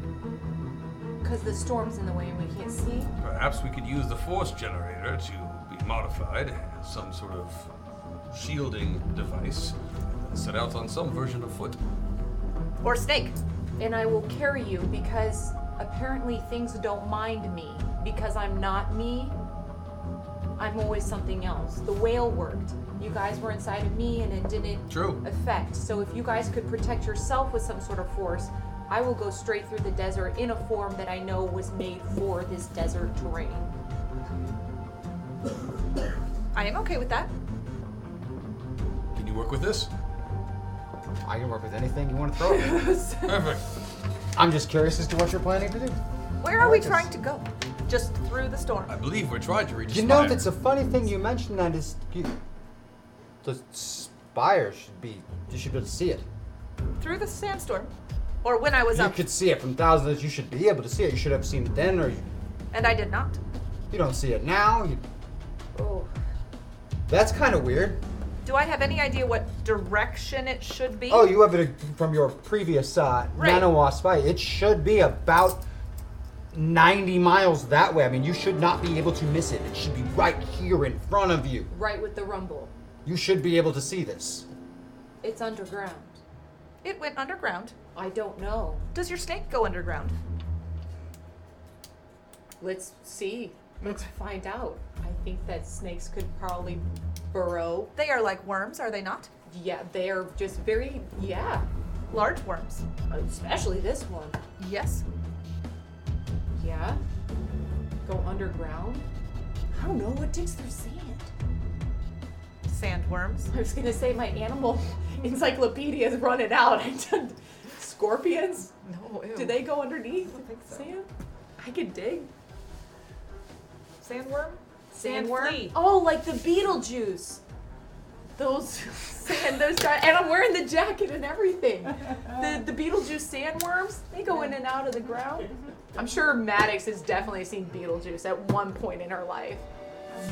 D: Because the storm's in the way and we can't see.
E: Perhaps we could use the force generator to be modified as some sort of shielding device and then set out on some version of foot.
B: Or snake.
D: and I will carry you because apparently things don't mind me because I'm not me. I'm always something else. The whale worked. You guys were inside of me and it didn't
E: True.
D: effect. So if you guys could protect yourself with some sort of force, I will go straight through the desert in a form that I know was made for this desert terrain.
B: I am okay with that.
E: Can you work with this?
A: I can work with anything you want to throw at me.
E: Perfect.
A: I'm just curious as to what you're planning to do.
B: Where are we
A: Orcas.
B: trying to go? Just through the storm.
A: Uh,
E: I believe we're trying to reach.
A: You
E: a
A: know,
E: spire.
A: that's a funny thing you mentioned that is. You, the spire should be. You should be able to see it.
B: Through the sandstorm. Or when I was
A: You
B: up.
A: could see it from thousands. You should be able to see it. You should have seen it then, or you,
B: And I did not.
A: you don't see it now. You,
B: Oh.
A: that's kind of weird.
B: Do I have any idea what direction it should be?
A: Oh, you have it from your previous uh,
B: Right.
A: nanowasp spy. It should be about 90 miles that way. I mean, you should not be able to miss it. It should be right here in front of you.
D: Right with the rumble.
A: You should be able to see this.
D: It's underground.
B: It went underground.
D: I don't know.
B: Does your snake go underground?
D: Let's see. Let's find out. I think that snakes could probably burrow.
B: They are like worms, are they not?
D: Yeah, they are just very, yeah,
B: Large worms.
D: especially this one.
B: Yes.
D: Yeah. Go underground. I don't know what digs through sand.
B: Sandworms.
D: I was gonna say my animal encyclopedia is running out. I did- Scorpions?
B: No.
D: Do they go underneath sand? I could dig.
B: Sandworm? flea.
D: Oh, like the Beetlejuice. Those sand, those guys, and I'm wearing the jacket and everything. The the Beetlejuice sandworms, they go in and out of the ground. I'm sure Maddox has definitely seen Beetlejuice at one point in her life.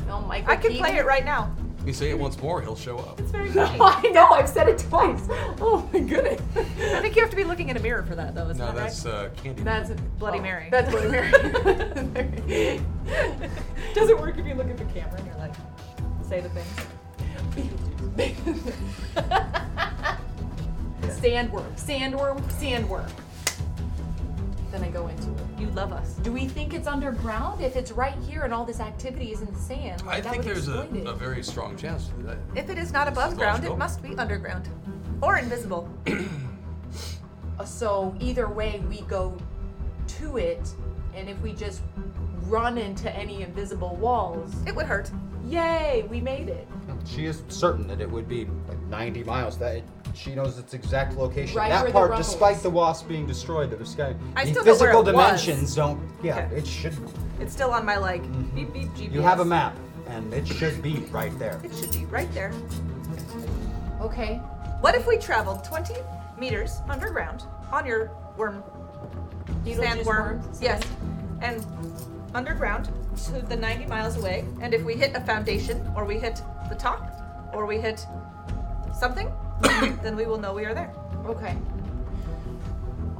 D: Oh, Michael
B: I could play
D: Keaton.
B: it right now.
E: You say it once more, he'll show up.
B: It's very funny.
D: I know, I've said it twice. Oh my goodness.
B: I think you have to be looking in a mirror for that, though. Isn't
E: No,
B: that right?
E: that's uh, candy.
D: That's
B: Bloody
D: oh,
B: Mary.
D: That's Bloody Mary.
B: Doesn't work if you look at the camera and you're like, say the things.
D: sandworm, sandworm, sandworm. Then I go into it.
B: You love us.
D: Do we think it's underground? If it's right here and all this activity is in the sand,
E: I
D: like, that
E: think
D: would
E: there's a,
D: explain it.
E: a very strong chance that
B: If it is not above
E: is
B: ground, it
E: logical.
B: must be underground or invisible.
D: Uh, so either way, we go to it, and if we just run into any invisible walls,
B: It would hurt.
D: yay, we made it.
A: She is certain that it would be like 90 miles. That it, she knows its exact location.
D: Right where
A: that
D: the
A: part,
D: rumble
A: despite
D: is.
A: the wasp being destroyed, that was kind of,
B: I
A: the
B: still know where
A: physical
B: it was.
A: dimensions don't. Yeah,
B: Okay.
A: it should.
B: It's still on my like beep beep GPS.
A: You have a map, and it should be right there.
B: It should be right there.
D: Okay.
B: What if we traveled 20 meters underground on your worm
D: Beetlejuice
B: sandworm?
D: worms.
B: Yes, and underground to the 90 miles away. And if we hit a foundation, or we hit the top, or we hit something, then we will know we are there.
D: Okay.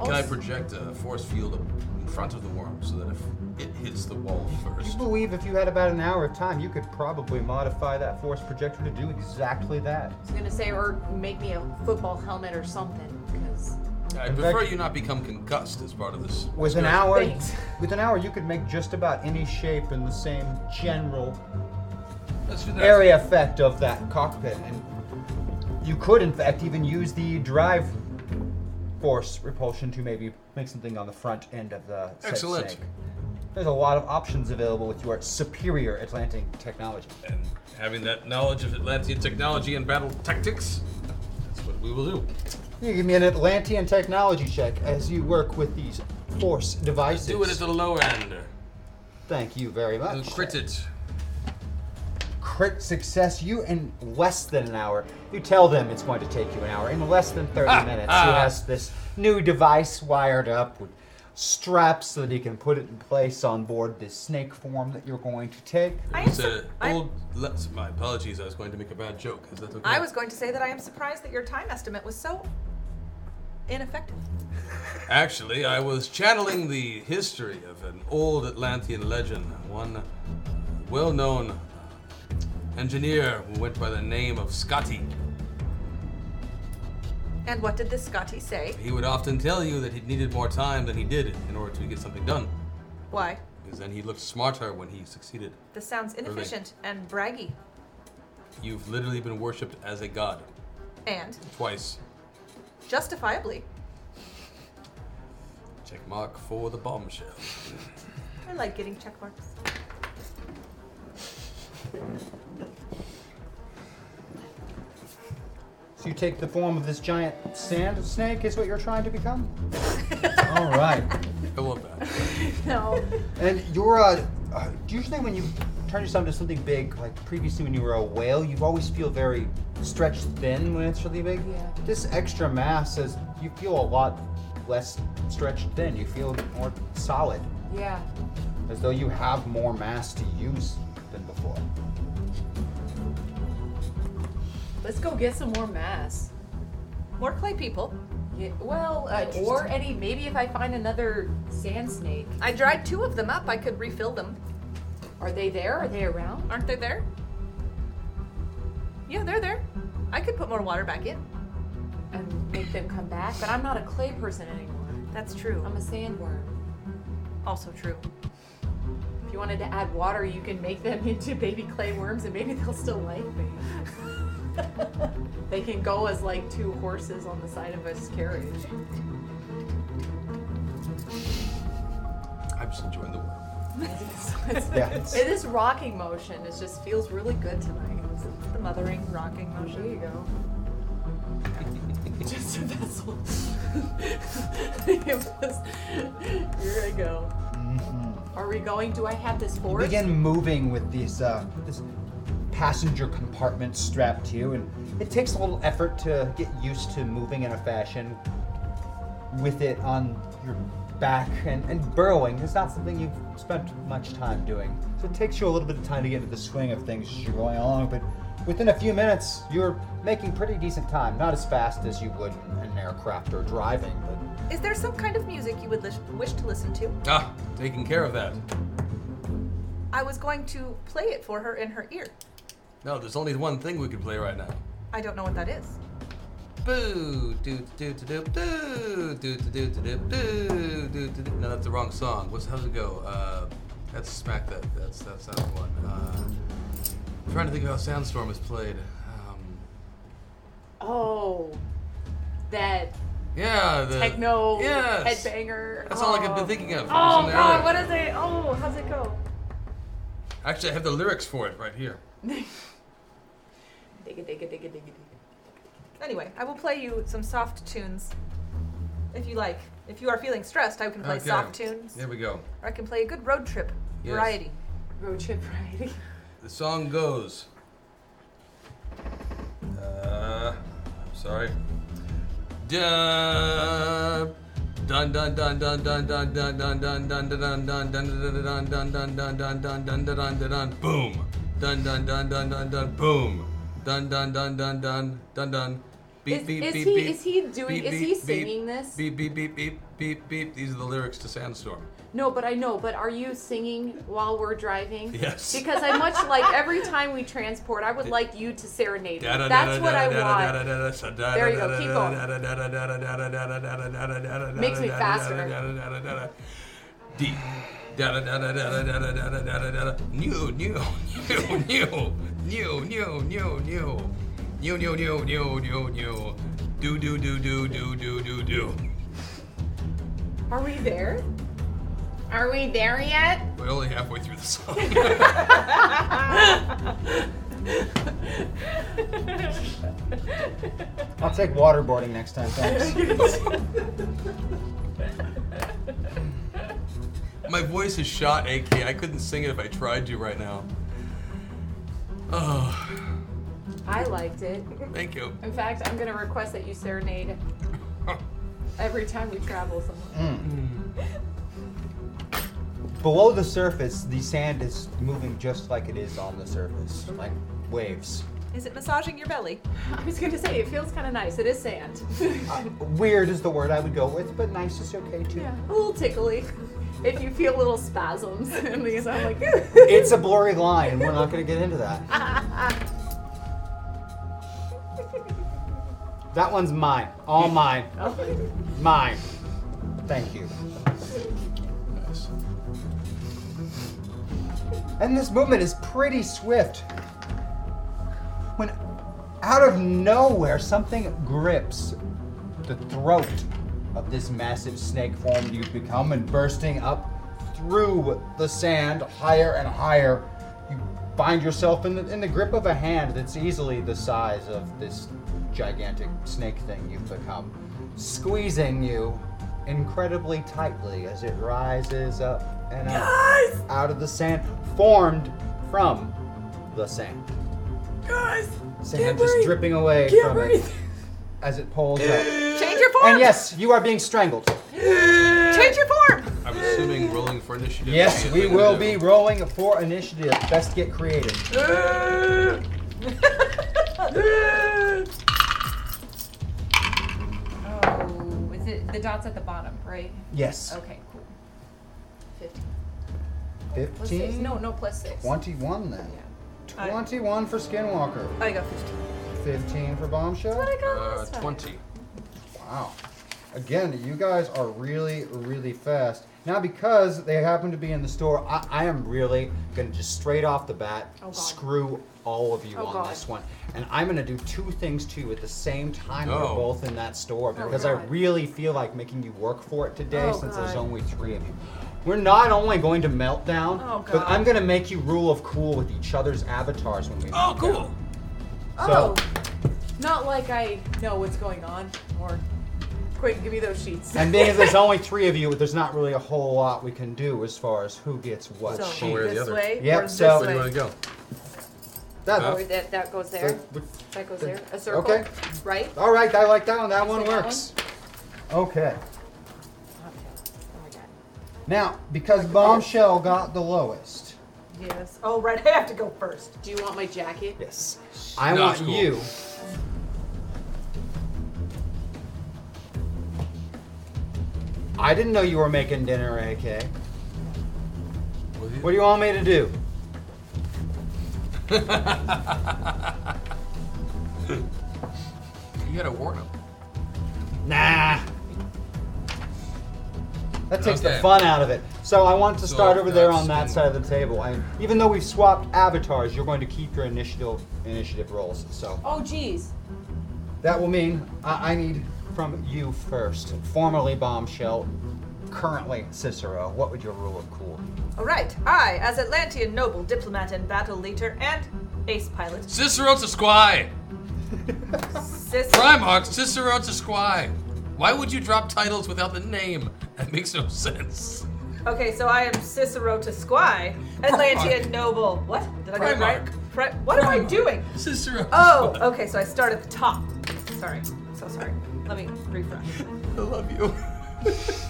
E: Can I
D: Also-
E: project a force field in front of the worm so that if it hits the wall
A: I
E: first?
A: believe if you had about an hour of time, you could probably modify that force projector to do exactly that.
D: I was gonna say, or make me a football helmet or something, because
E: I
A: In
E: prefer
A: fact-
E: you not become concussed as part of this.
A: With an hour,
D: Thanks.
A: with an hour, you could make just about any shape in the same general
E: Let's do that.
A: area effect of that cockpit, and you could, in fact, even use the drive force repulsion to maybe make something on the front end of the said
E: Excellent.
A: snake. There's a lot of options available with your superior Atlantic technology.
E: And having that knowledge of Atlantean technology and battle tactics, that's what we will do.
A: You give me an Atlantean technology check as you work with these force devices.
E: Do it at the low end.
A: Thank you very
E: And
A: much.
E: crit it.
A: Crit success. You in less than an hour. You tell them it's going to take you an hour. In less than 30
E: Ah,
A: minutes, he
E: ah.
A: has this new device wired up with straps so that he can put it in place on board this snake form that you're going to take.
B: I am
E: It's
B: sur-
E: a
B: I-
E: old. let's- my apologies. I was going to make a bad joke. Is that okay?
B: I was going to say that I am surprised that your time estimate was so ineffective.
E: Actually, I was channeling the history of an old Atlantean legend. One well known engineer who went by the name of Scotty.
B: And what did this Scotty say?
E: He would often tell you that he needed more time than he did in order to get something done,
B: Why?
E: because then he looked smarter when he succeeded.
B: This sounds
E: Really?
B: inefficient and braggy.
E: You've literally been worshipped as a god
B: And
E: twice.
B: justifiably.
E: Check mark for the bombshell.
B: I like getting check marks.
A: So you take the form of this giant sand snake, is what you're trying to become? All right.
E: I love that.
B: No.
A: And you're, uh, uh, usually when you turn yourself into something big, like previously when you were a whale, you always feel very stretched thin when it's really big.
D: Yeah.
A: This extra mass is, you feel a lot less stretched thin. You feel more solid,
D: Yeah.
A: as though you have more mass to use than before.
D: Let's go get some more mass.
B: More clay people.
D: Yeah, well, uh, or any maybe if I find another sand snake.
B: I dried two of them up. I could refill them.
D: Are they there? Are they around?
B: Aren't they there? Yeah, they're there. I could put more water back in.
D: And make them come back. But I'm not a clay person anymore.
B: That's true.
D: I'm a sandworm.
B: also true.
D: If you wanted to add water, you can make them into baby clay worms, and maybe they'll still like me. they can go as like two horses on the side of a carriage.
E: I'm just enjoying the work.
A: Yeah, it's-
D: It is rocking motion. It just feels really good tonight.
B: The mothering, rocking
D: There
B: motion.
D: you go. Just a vessel. It was- Here I go. Are we going? Do I have this
A: You
D: force?
A: begin moving with these, uh, this passenger compartment strapped to you, and it takes a little effort to get used to moving in a fashion with it on your back. And, and burrowing is not something you've spent much time doing. So it takes you a little bit of time to get into the swing of things as you're going along, but within a few minutes, you're making pretty decent time. Not as fast as you would in an aircraft or driving, but
B: Is there some kind of music you would lis- wish to listen to?
E: Ah, taking care of that.
B: I was going to play it for her in her ear.
E: No, there's only one thing we could play right now.
B: I don't know what that is.
E: Boo, do do do do do do do do do do do do do. do. No, that's the wrong song. What's how's it go? Uh, that's smack that. That's that's that one. Uh, I'm trying to think of how Sandstorm is played. Um,
D: Oh, that
E: yeah, the
D: techno
E: Uh, Yes,
D: headbanger.
E: that's all I
D: oh.
E: could be thinking of. It was in
D: Oh
E: there
D: God,
E: earlier.
D: what is it? Oh, how's it go?
E: Actually, I have the lyrics for it right here.
D: Digga, digga, digga, digga, digga.
B: Anyway, I will play you some soft tunes if you like. If you are feeling stressed, I can play
E: Okay.
B: soft tunes.
E: There we go.
B: Or I can play a good road trip
E: Yes.
B: variety.
D: Road trip variety.
E: The song goes. Uh, I'm sorry. Dun dun dun dun dun dun dun dun dun dun dun dun dun dun dun dun dun dun dun dun dun dun dun dun dun dun dun boom. Dun dun dun dun dun dun boom. Dun dun dun dun dun dun dun. Beep
D: Is-
E: beep
D: is
E: beep
D: he-
E: beep.
D: is he doing-
E: Beep,
D: is
E: beep,
D: he
E: beep,
D: singing this?
E: Beep beep beep beep beep beep. These are the lyrics to Sandstorm.
D: No, but I know. But are you singing while we're driving?
E: Yes.
D: Because I much like every time we transport, I would like you to serenade. me. That's what I want.
E: There
D: you go, keep
E: going.
D: Makes me faster.
E: Deep. Da da da da da da da da da da da da. New, new, new, new, new, new, new, new, new, new, new, new, new, new. Do do do do do do do do.
D: Are we there?
I: Are we there yet?
E: We're only halfway through the song.
A: I'll take waterboarding next time, thanks.
E: My voice is shot, AK. I couldn't sing it if I tried to right now. Oh,
D: I liked it.
E: thank you.
D: In fact, I'm gonna request that you serenade every time we travel somewhere.
A: Hmm. Below the surface, the sand is moving just like it is on the surface, like waves.
B: Is it massaging your belly?
D: I was gonna say it feels kind of nice. It is sand.
A: Uh, weird is the word I would go with, but nice is okay too.
D: yeah, a little tickly. If you feel little spasms in these, I'm like,
A: It's a blurry line, and we're not going to get into that. That one's mine. All mine. mine. Thank you.
E: Nice.
A: And this movement is pretty swift. When out of nowhere, something grips the throat of this massive snake form you've become, and bursting up through the sand higher and higher, you find yourself in the, in the grip of a hand that's easily the size of this gigantic snake thing you've become, squeezing you incredibly tightly as it rises up and up out of the sand, formed from the sand.
D: Guys,
A: Sand just dripping away
D: Can't
A: from
D: breathe.
A: it as it pulls up.
B: Change your form.
A: And yes, you are being strangled.
B: Change your form.
E: I'm assuming rolling for initiative.
A: Yes,
E: is
A: we
E: what
A: will
E: do.
A: be rolling for initiative. Best get creative.
D: Oh, is it the dots at the bottom, right?
A: Yes.
D: Okay, cool.
I: 15. Plus six.
A: 15.
I: No, no, plus six.
A: 21 then. 21 for Skinwalker.
B: I got 15.
A: 15 for Bombshell.
E: Uh, 20.
A: Wow. Again, you guys are really, really fast. Now, because they happen to be in the store, I, I am really going to just straight off the bat screw all of you on
B: Oh, God.
A: this one. And I'm going to do two things to you at the same time. We're
E: No.
A: both in that
B: Oh,
A: store because I really feel like making you work for it today since there's only three of you. We're not only going to meltdown,
B: Oh,
A: but
B: God.
A: I'm going to make you rule of cool with each other's avatars when we
E: Oh, cool.
A: So-
D: Oh, not like I know what's going on. Or, quick, give me those sheets.
A: And being as there's only three of you, there's not really a whole lot we can do as far as who gets what
B: So
A: sheet.
E: Where are the
B: this
E: other?
B: way
A: Yep,
B: or this
A: so-
E: Where do you
B: way.
E: want to go?
A: That,
E: Huh?
I: Or that, that goes there. That goes there. A circle.
A: Okay.
I: Right? Oh,
A: All right, I like that one. That one
I: like that
A: works. Okay.
I: Oh my god.
A: Now, because Bombshell got the lowest,
B: Yes. Oh, right. I have to go first.
D: Do you want my jacket?
A: yes, I want
E: Not cool.
A: you. I didn't know you were making dinner, AK. What do you want me to do?
E: You gotta warn him.
A: Nah. That takes the
E: Okay.
A: fun out of it. So I want to
E: So
A: start over there
E: that's
A: on that
E: in-
A: side of the table. And even though we've swapped avatars, you're going to keep your initiative initiative rolls. So
D: Oh, geez.
A: that will mean I, I need from you first. Formerly bombshell, currently Cicero. What would your rule of cool? be?
B: All right. I, as Atlantean noble, diplomat, and battle leader, and ace pilot,
E: Cicero to Squire.
B: sis.
E: Primarch Cicero to Squire. Why would you drop titles without the name? That makes no sense.
B: Okay, so I am Cicero to Squire, Atlantean noble. What? Did I
E: Primarch.
B: go right? Pri- what am I doing?
E: Cicero. to
B: Oh,
E: Squire.
B: okay. So I start at the top. Sorry. I'm so sorry. Let me refresh.
E: I love you.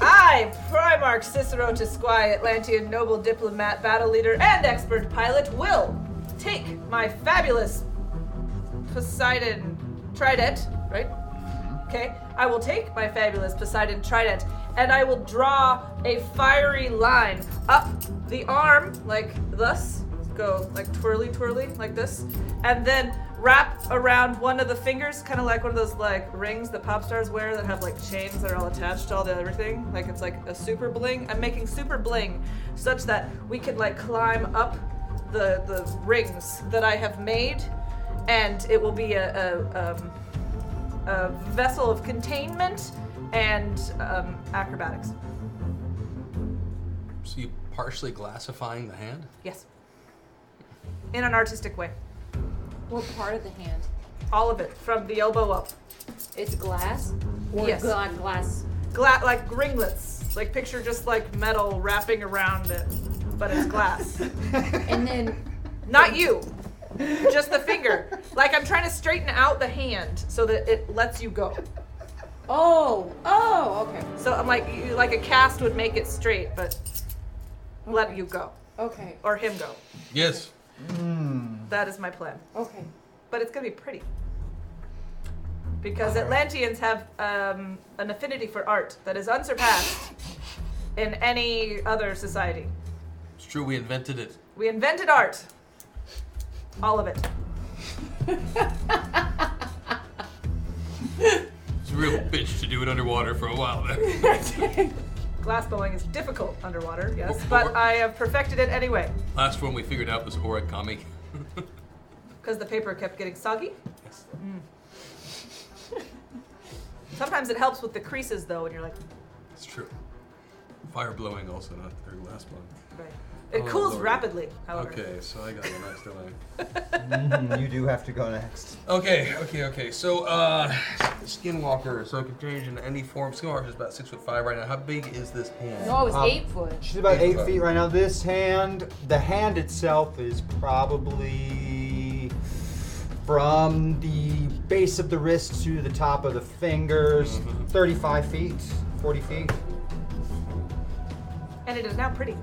B: I, Primarch Cicero to Squire, Atlantean noble diplomat, battle leader, and expert pilot, will take my fabulous Poseidon trident, right? Okay. I will take my fabulous Poseidon trident and I will draw a fiery line up the arm, like thus, go like twirly twirly, like this, and then wrap around one of the fingers, kind of like one of those like rings that pop stars wear that have like chains that are all attached to all the everything. Like it's like a super bling. I'm making super bling such that we could like climb up the the rings that I have made, and it will be a, a um, a vessel of containment and um, acrobatics.
E: So you partially glassifying the hand?
B: Yes. In an artistic way.
I: What part of the hand?
B: All of it, from the elbow up.
I: It's glass? Or
B: Yes.
I: gla- glass.
B: Gla- like ringlets. Like picture just like metal wrapping around it, but it's glass.
I: And then
B: Not you. Just the finger. Like I'm trying to straighten out the hand so that it lets you go.
D: Oh, oh, okay.
B: So I'm like you, like a cast would make it straight, but let you go
D: Okay,
B: or him go.
E: Yes.
B: That is my plan.
D: okay.
B: but it's gonna be pretty because Atlanteans have um, an affinity for art that is unsurpassed in any other society.
E: It's true, we invented it.
B: We invented art, all of it.
E: real bitch to do it underwater for a while there.
B: Glass blowing is difficult underwater,
E: Oh,
B: yes, but I have perfected it anyway
E: Last one we figured out was origami.
B: because the paper kept getting soggy. Mm. Sometimes it helps with the creases though, and you're like,
E: It's true. Fire blowing also not or glass blowing.
B: right. It
E: Oh,
B: cools
E: Lord.
B: rapidly, however.
E: Okay, so I got the next delay.
A: Mhm, you do have to go next.
E: Okay, okay, okay. So, uh, skinwalker. So it can change into any form. Skinwalker is about six foot five right now. How big is this hand?
I: No, it was
A: Um,
I: eight foot.
A: She's about eight
E: Eight
A: feet right now. This hand, the hand itself is probably from the base of the wrist to the top of the fingers,
E: Mm-hmm.
A: 35 feet, 40 feet.
B: And it is now pretty.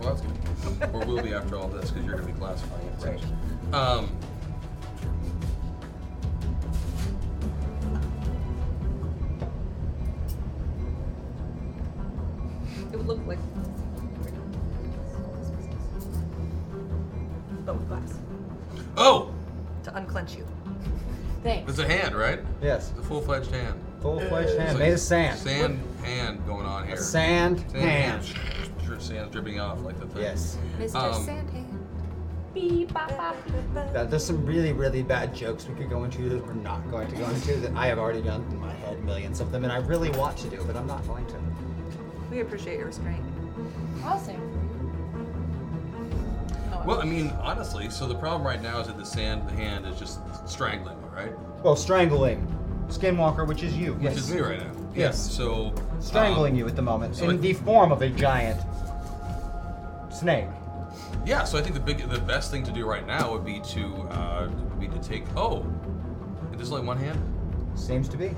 E: Well, that's good. or will be after all this, because you're going to be classifying it. Right. Um,
B: It would look like. But with glass
E: oh,
B: to unclench you.
D: Thanks.
E: it's a hand, right?
A: Yes,
E: It's a full-fledged hand.
A: full-fledged
E: It's
A: hand
E: like
A: made of sand.
E: Sand hand going on here.
A: Sand,
E: Sand
A: hand.
E: Sand. Sand dripping off like the thing.
A: Yes.
I: Mr.
E: Um,
I: Sandhand.
A: Now, there's some really, really bad jokes we could go into that we're not going to go into that I have already done in my head millions of them, and I really want to do, but I'm not going to.
B: We appreciate your restraint.
D: Awesome. Oh,
E: Well, I mean, honestly, so the problem right now is that the sand hand is just strangling me, right?
A: Well, strangling Skinwalker, which is you.
E: Which is me right now. Yeah,
A: Yes.
E: So
A: strangling
E: um,
A: you at the moment
E: so
A: in
E: I-
A: the form of a giant snake.
E: Yeah, so I think the big, the best thing to do right now would be to uh, would be to take. Oh, it is only one hand.
A: Seems to be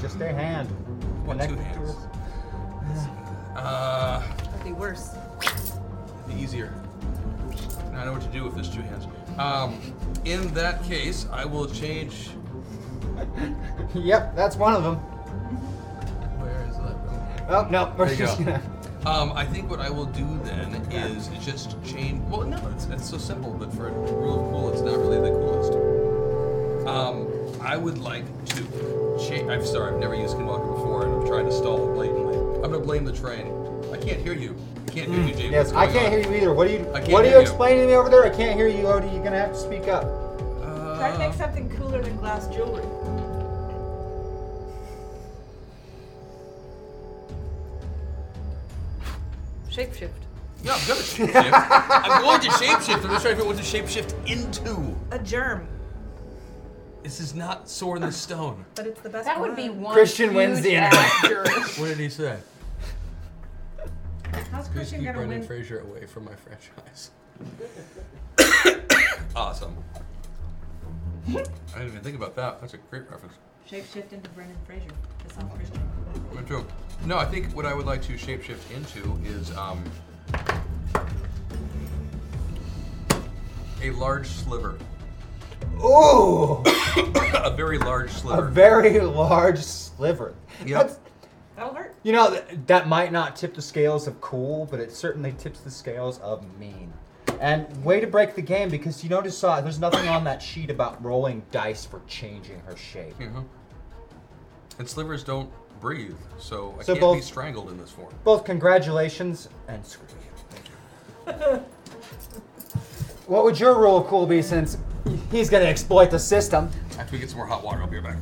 A: just a hand.
E: What two
A: connected to
E: hands?
A: a-
E: Uh,
B: That'd be worse.
E: the easier. Now I know what to do with this two hands. Um, in that case, I will change.
A: yep, that's one of them.
E: Where is that?
A: Oh no, we're
E: There you
A: just
E: go.
A: gonna.
E: Um, I think what I will do then is just change. Well, no, it's, it's so simple, but for a rule of cool, it's not really the coolest. Um, I would like to change. I'm sorry, I've never used Skinwalker before, and I'm trying to stall it blatantly. I'm gonna blame the train. I can't hear you. I can't hear you, James.
A: Mm, Yes, I can't hear you either. What are you?
E: I can't
A: What are
E: hear
A: you
E: you.
A: explaining to me over there? I can't hear you, Odie. You're gonna have to speak up.
E: Uh,
B: Try to make something cooler than glass jewelry. Shapeshift.
E: No, I'm gonna shapeshift. I'm going to shapeshift. I'm just trying to figure out what to shapeshift into.
B: A germ.
E: This is not sword in the stone.
B: But it's the best
D: That would
B: one.
D: be one.
A: Christian
D: huge
A: wins the internet.
D: actor.
E: What did he say?
B: How's Christian gonna win?
E: Fraser away from my franchise. awesome. I didn't even think about that. That's a great reference.
B: Shapeshift into Brendan Fraser. That sounds Christian.
E: Good joke. No, I think what I would like to shapeshift into is um, a large sliver.
A: Ooh,
E: a very large
A: a
E: sliver.
A: very large sliver.
E: Yep.
A: That's-
B: That'll hurt.
A: You know, th- that might not tip the scales of cool, but it certainly tips the scales of mean. And way to break the game because you notice saw there's nothing on that sheet about rolling dice for changing her shape.
E: Mhm. And slivers don't breathe, so I
A: So
E: can't be
A: both-
E: strangled in this form.
A: Both congratulations and screw you. what would your rule of cool be since he's gonna exploit the system?
E: After we get some more hot water, I'll be right back.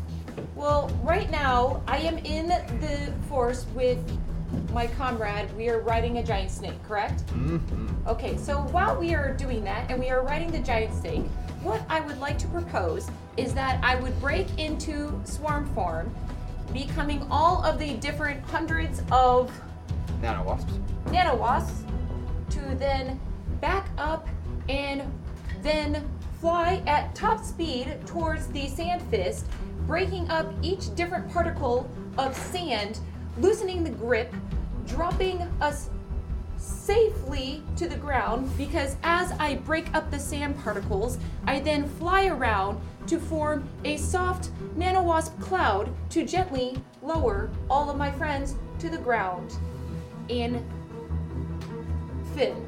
D: Well, right now I am in the forest with my comrade. We are riding a giant snake, correct? Mm-hmm. Okay, so while we are doing that and we are riding the giant snake, what I would like to propose is that I would break into swarm form, becoming all of the different hundreds of
A: Nano wasps.
D: nanowasps to then back up and then fly at top speed towards the sand fist, breaking up each different particle of sand, loosening the grip, dropping us safely to the ground because as I break up the sand particles, I then fly around to form a soft nanowasp cloud to gently lower all of my friends to the ground. In Finn.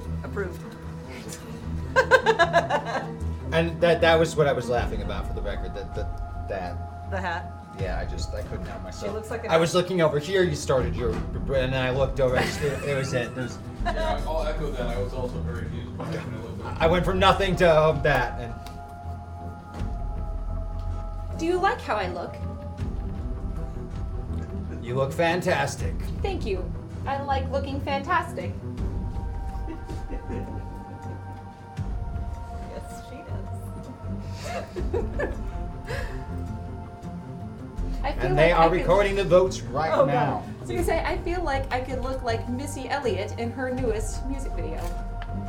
B: Approved.
A: And that that was what I was laughing about for the record. That the that.
B: The hat.
A: Yeah, I just I couldn't help myself.
B: She looks like an-
A: I was looking over here. You started your, and then I looked over. I just, it, it was it. There's,
E: Yeah, I'll echo that. I was also very amused by it.
A: I went from nothing to um, that, and
D: Do you like how I look?
A: you look fantastic.
D: Thank you. I like looking fantastic.
B: Yes, she does.
D: I feel
A: And they are
D: like I could-
A: recording the votes right
D: Oh
A: now.
D: god. So you say I feel like I could look like Missy Elliott in her newest music video.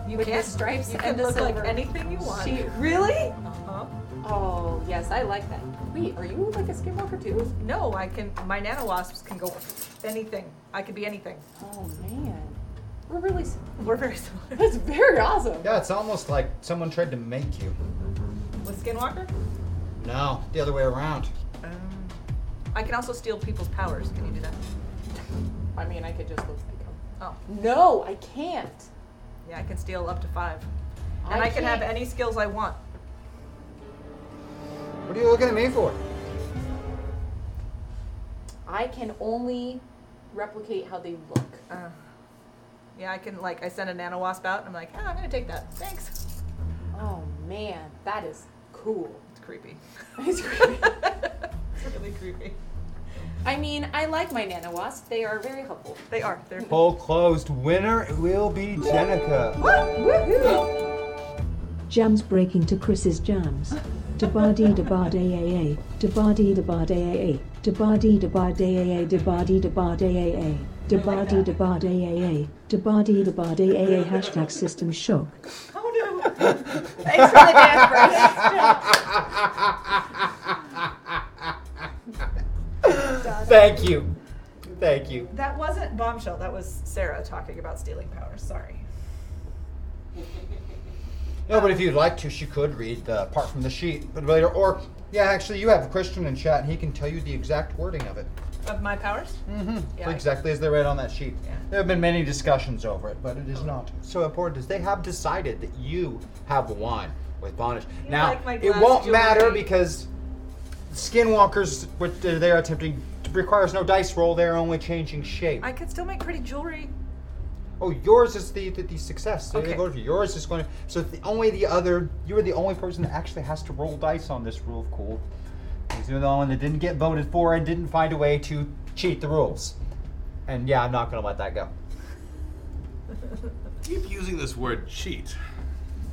D: You with the
B: can't.
D: stripes
B: You
D: and
B: can
D: the
B: look like
D: silver.
B: anything you want.
D: She really?
B: Uh-huh.
D: Oh yes, I like that. Wait, are you like a skinwalker too?
B: No, I can. My nano wasps can go anything. I could be anything.
D: Oh man, we're really. s-
B: We're very similar.
D: That's very awesome.
A: Yeah, it's almost like someone tried to make you.
B: With Skinwalker,
A: No, the other way around.
B: um, I can also steal people's powers. Can you do that?
D: I mean, I could just look like him.
B: Oh,
D: No, I can't.
B: yeah, I can steal up to five, and I, can have
D: can't.
B: any skills I want.
A: What are you looking at me for?
D: I can only replicate how they look.
B: Uh, yeah, I can like I send a nano wasp out, and I'm like, ah, I'm gonna take that. Thanks.
D: Oh man, that is cool.
B: It's creepy.
D: It's creepy.
B: it's really creepy.
D: I mean, I like my nano wasp. They are very helpful.
B: They are. They're.
A: Poll closed. Winner will be Jenica.
D: Woohoo!
F: Jams breaking to Chris's jams. Dabadi dabad aaa, dabadi dabad aaa, dabadi dabad aaa, dabadi dabad aaa, dabadi dabad aaa, dabadi dabad aaa, hashtag system shock.
D: Thanks for the dance break.
A: Thank you. Thank you.
B: That wasn't bombshell. That was Sarah talking about stealing powers. Sorry.
A: No, but if you'd like to, she could read the part from the sheet, but later, or yeah, actually, you have Christian in chat, and he can tell you the exact wording of it,
B: Of my powers? Mm-hmm. Yeah.
A: exactly as they read on that sheet.
B: Yeah.
A: There have been many discussions over it, but it is not so important as they have decided that you have won with Bonish.
B: You
A: now,
B: like my
A: it
B: glass
A: won't matter
B: jewelry.
A: because Skinwalkers, what they're attempting, requires no dice roll. They're only changing shape.
B: I could still make pretty jewelry.
A: Oh, yours is the the, the success. So they
B: Okay.
A: voted for you. Yours is going to. So the only the other. You are the only person that actually has to roll dice on this rule of cool. Because you're the only one that didn't get voted for and didn't find a way to cheat the rules. And yeah, I'm not going to let that go.
E: Keep using this word cheat.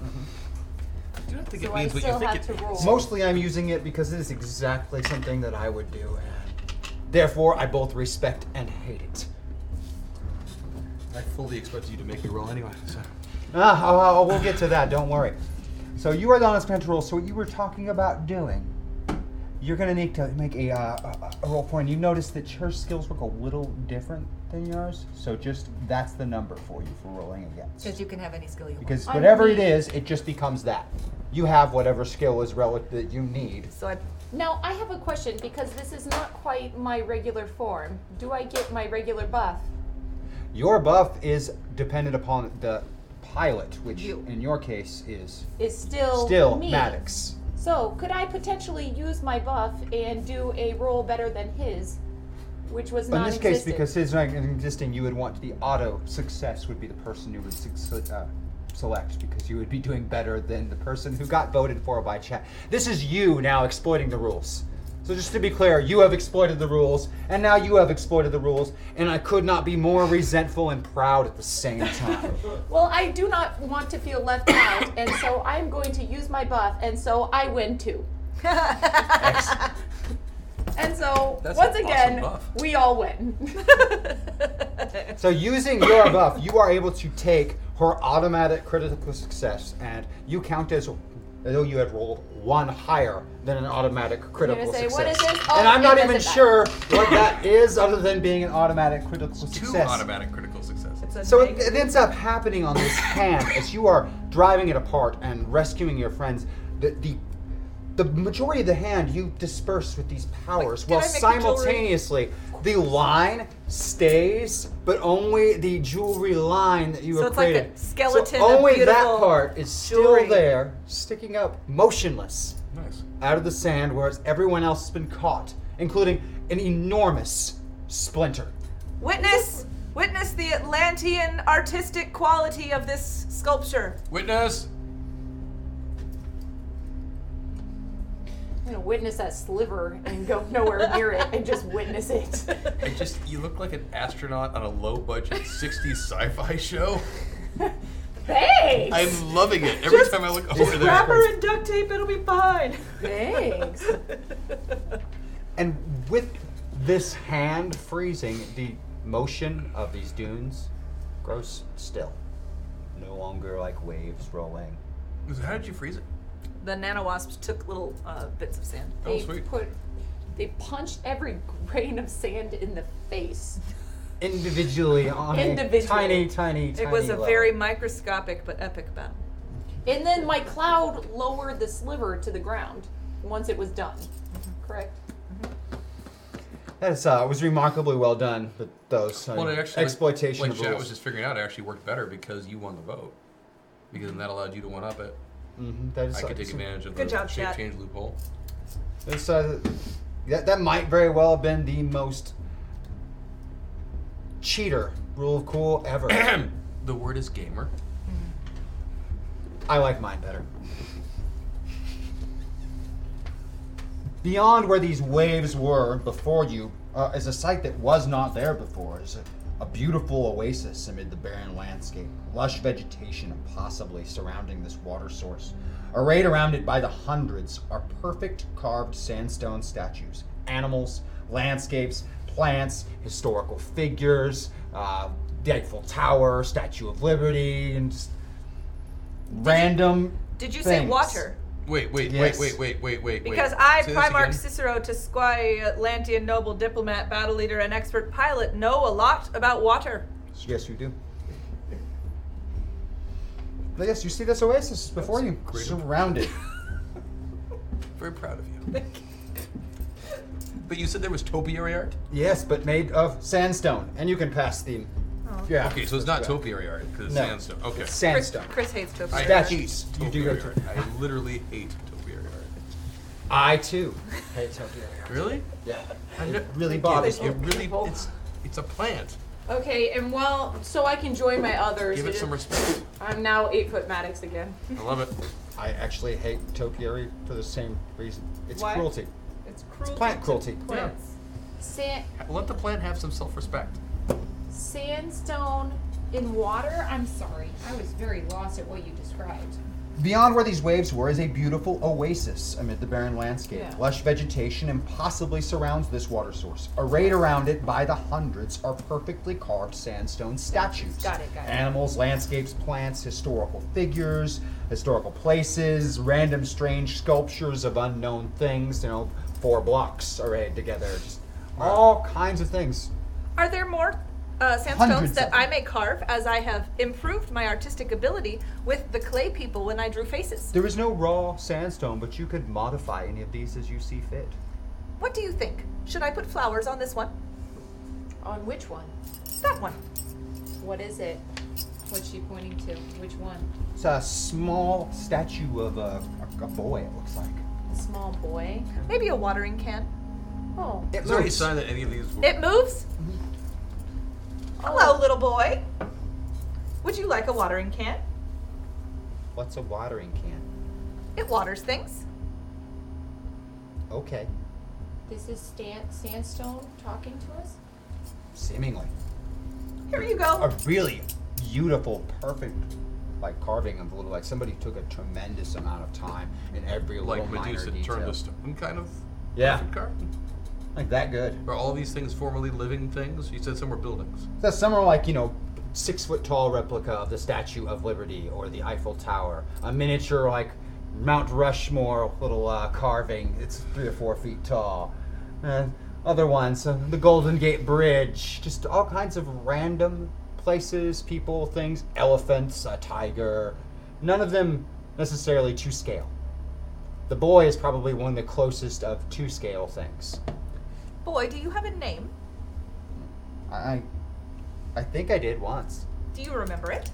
E: I do not think
D: So
E: it
D: I
E: means what you
D: still
E: think
D: have
E: it
D: to roll.
A: Mostly, I'm using it because it is exactly something that I would do, and therefore I both respect and hate it.
E: I fully expected you to make me roll anyway. So.
A: Ah, oh, oh, we'll get to that. Don't worry. So you are the honest man to roll. So what you were talking about doing, you're gonna need to make a, uh, a, a roll point. You notice that her skills look a little different than yours. So just that's the number for you for rolling against.
B: you can have any skill you want.
A: Because whatever it is, it just becomes that. You have whatever skill is relative that you need.
B: So I,
D: Now I have a question because this is not quite my regular form. Do I get my regular buff?
A: Your buff is dependent upon the pilot, which
B: You. Oh,
A: in your case is
D: Is still
A: still
D: me.
A: Maddox.
D: So could I potentially use my buff and do a roll better than his, which was
A: In
D: not
A: this case, because his rank is existing, you would want the auto success would be the person you would suc- uh, select because you would be doing better than the person who got voted for by chat. This is you now exploiting the rules. So just to be clear, you have exploited the rules, and now you have exploited the rules, and I could not be more resentful and proud at the same time.
D: Well, I do not want to feel left out, and so I'm going to use my buff, and so I win too. and so
E: That's
D: once
E: an awesome
D: again,
E: buff.
D: we all win.
A: So using your buff, you are able to take her automatic critical success, and you count as as though you had rolled one higher than an automatic critical
D: say,
A: success.
D: "What is this?" Oh,
A: and I'm
D: it
A: not
D: doesn't
A: even
D: matter.
A: sure what that is, other than being an automatic critical
E: Two
A: success.
E: automatic critical successes.
B: it's a
A: So it,
B: big-
A: it ends up happening on this hand as you are driving it apart and rescuing your friends. The, the the majority of the hand you disperse with these powers,
B: Wait, did
A: while
B: I make the jewelry?
A: simultaneously the line stays, but only the jewelry line that you
B: So
A: have
B: it's like a
A: created.
B: skeleton
A: So
B: of
A: only that
B: beautiful
A: part is still
B: jewelry.
A: there, sticking up, motionless.
E: Nice.
A: out of the sand, whereas everyone else has been caught, including an enormous splinter.
B: Witness, witness the Atlantean artistic quality of this sculpture.
E: Witness.
D: I'm gonna witness that sliver and go nowhere near it and just witness it.
E: I just you look like an astronaut on a low budget 60s sci-fi show.
D: Thanks.
E: I'm loving it every time I look over
B: Wrap
E: there.
B: her in duct tape, it'll be fine.
D: Thanks.
E: Oh,
A: And with this hand freezing, the motion of these dunes grows still. No longer like waves rolling.
E: How did you freeze it?
B: The nanowasps took little uh, bits of sand.
E: Oh
D: They
E: sweet.
D: put. They punched every grain of sand in the face.
A: Individually on
D: Individually.
A: a tiny, tiny, tiny
B: It was a
A: level.
B: very microscopic but epic battle.
D: And then my cloud lowered the sliver to the ground once it was done. Correct.
A: That is, uh, was remarkably well done, but those uh,
E: Well, it actually
A: exploitation
E: Like,
A: of
E: like Chad
A: rules.
E: was just figuring out, it actually worked better because you won the vote, because then that allowed you to one up it.
A: Mhm, that is
E: I could take
A: some-
E: advantage of
B: Good
E: the
B: job,
E: shape
B: Chad.
E: change loophole.
A: This, uh, that, that might very well have been the most cheater rule of cool ever.
E: the word is gamer.
A: I like mine better. Beyond where these waves were before you uh, is a site that was not there before. It's a, a beautiful oasis amid the barren landscape, lush vegetation possibly surrounding this water source. Arrayed around it by the hundreds are perfect carved sandstone statues, animals, landscapes, plants, historical figures, uh, the Eiffel Tower, Statue of Liberty, and just random.
B: Did you say
A: things.
B: water?
E: Wait, wait,
A: Yes.
E: wait, wait, wait, wait, wait.
B: Because
E: wait.
B: I,
E: Say this
B: Primarch
E: again.
B: Cicero, Tusquai, Atlantean noble, diplomat, battle leader, and expert pilot, know a lot about water.
A: Yes, you do. But yes, you see this oasis before you,
E: great.
A: surrounded.
E: Very proud of you. but you said there was topiary art.
A: yes, but made of sandstone, and you can pass the. Yeah.
E: Okay, so it's not topiary art because it's
A: No.
E: sandstone. Okay.
A: It's
B: Chris,
A: sandstone.
B: Chris hates to
E: I
A: Statues.
E: hate
A: You do go
E: topiary
A: to-
E: art. I literally hate topiary art.
A: I too hate Tokyo.
E: Really?
A: Yeah. It really bothers
E: It
A: me.
E: really it's it's a plant.
D: Okay, and well, so I can join my others.
E: Give it some respect.
D: I'm now eight foot Maddox again.
E: I love it.
A: I actually hate topiary for the same reason. It's
D: Why?
A: cruelty.
B: It's cruel.
A: Plant cruelty.
D: Plants. Sand,
E: Let the plant have some self-respect.
D: sandstone in water. I'm sorry, I was very lost at what you described.
A: Beyond where these waves were is a beautiful oasis amid the barren landscape.
D: Yeah.
A: Lush vegetation impossibly surrounds this water source. Arrayed around it by the hundreds are perfectly carved sandstone statues.
D: Got it, got it.
A: Animals, landscapes, plants, historical figures, historical places, random strange sculptures of unknown things, you know, four blocks arrayed together. Just all kinds of things.
B: Are there more uh, sandstones
A: Hundreds
B: that
A: of them.
B: I may carve as I have improved my artistic ability with the clay people when I drew faces?
A: There is no raw sandstone, but you could modify any of these as you see fit.
B: What do you think? Should I put flowers on this one?
D: On which one?
B: That one.
D: What is it? What's she pointing to? Which one?
A: It's a small statue of a, a, a boy, it looks like.
D: A small boy.
B: Maybe a watering can.
D: Oh.
A: It
E: Is there any
A: moves.
E: sign that any of these were
B: It moves. Hello, little boy. Would you like a watering can?
A: What's a watering can?
B: It waters things.
A: Okay,
D: This is Stan- sandstone talking to us.
A: seemingly.
B: Here you
A: A
B: go.
A: really beautiful, perfect, like carving of little, like somebody took a tremendous amount of time in every little
E: like
A: minor
E: Medusa
A: detail.
E: turned to stone kind of
A: Yeah,
E: perfect car?
A: like that good.
E: Are all these things formerly living things? You said some were buildings.
A: So some are like, you know, six foot tall replica of the Statue of Liberty or the Eiffel Tower. A miniature like Mount Rushmore little uh, carving. It's three or four feet tall. And other ones, uh, the Golden Gate Bridge. Just all kinds of random places, people, things. Elephants, a tiger. None of them necessarily to scale. The boy is probably one of the closest of to scale things.
B: Boy, do you have a name?
A: I, I- I think I did once.
B: Do you remember it?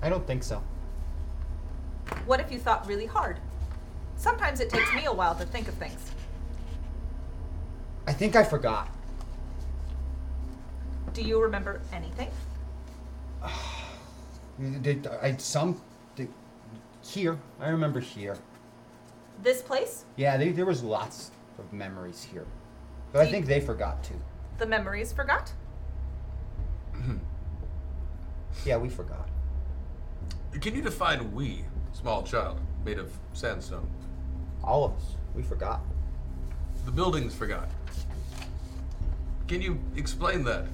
A: I don't think so.
B: What if you thought really hard? Sometimes it takes me a while to think of things.
A: I think I forgot.
B: Do you remember anything?
A: Did I some did- here? I remember here.
B: This place,
A: Yeah, they, there was lots of memories here, but I think they forgot too.
B: the memories forgot.
A: Yeah, we forgot.
E: Can you define we, small child, made of sandstone?
A: All of us, we forgot.
E: The buildings forgot. Can you explain that?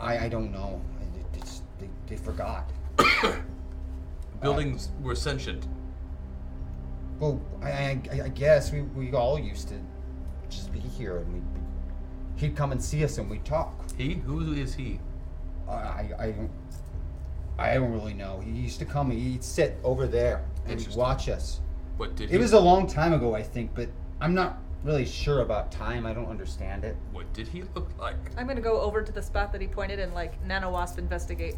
A: I I don't know. It- it- it's- they, they forgot.
E: Buildings were sentient.
A: Well, I, I, I guess we, we all used to just be here, and we he'd come and see us, and we'd talk.
E: He? Who is he?
A: I, I, I don't. I don't really know. He used to come. He'd sit over there and he'd
E: Interesting.
A: watch us.
E: What did
A: It
E: he
A: was a long time ago, I think, but I'm not really sure about time. I don't understand it.
E: What did he look like?
B: I'm gonna go over to the spot that he pointed and like nano wasp investigate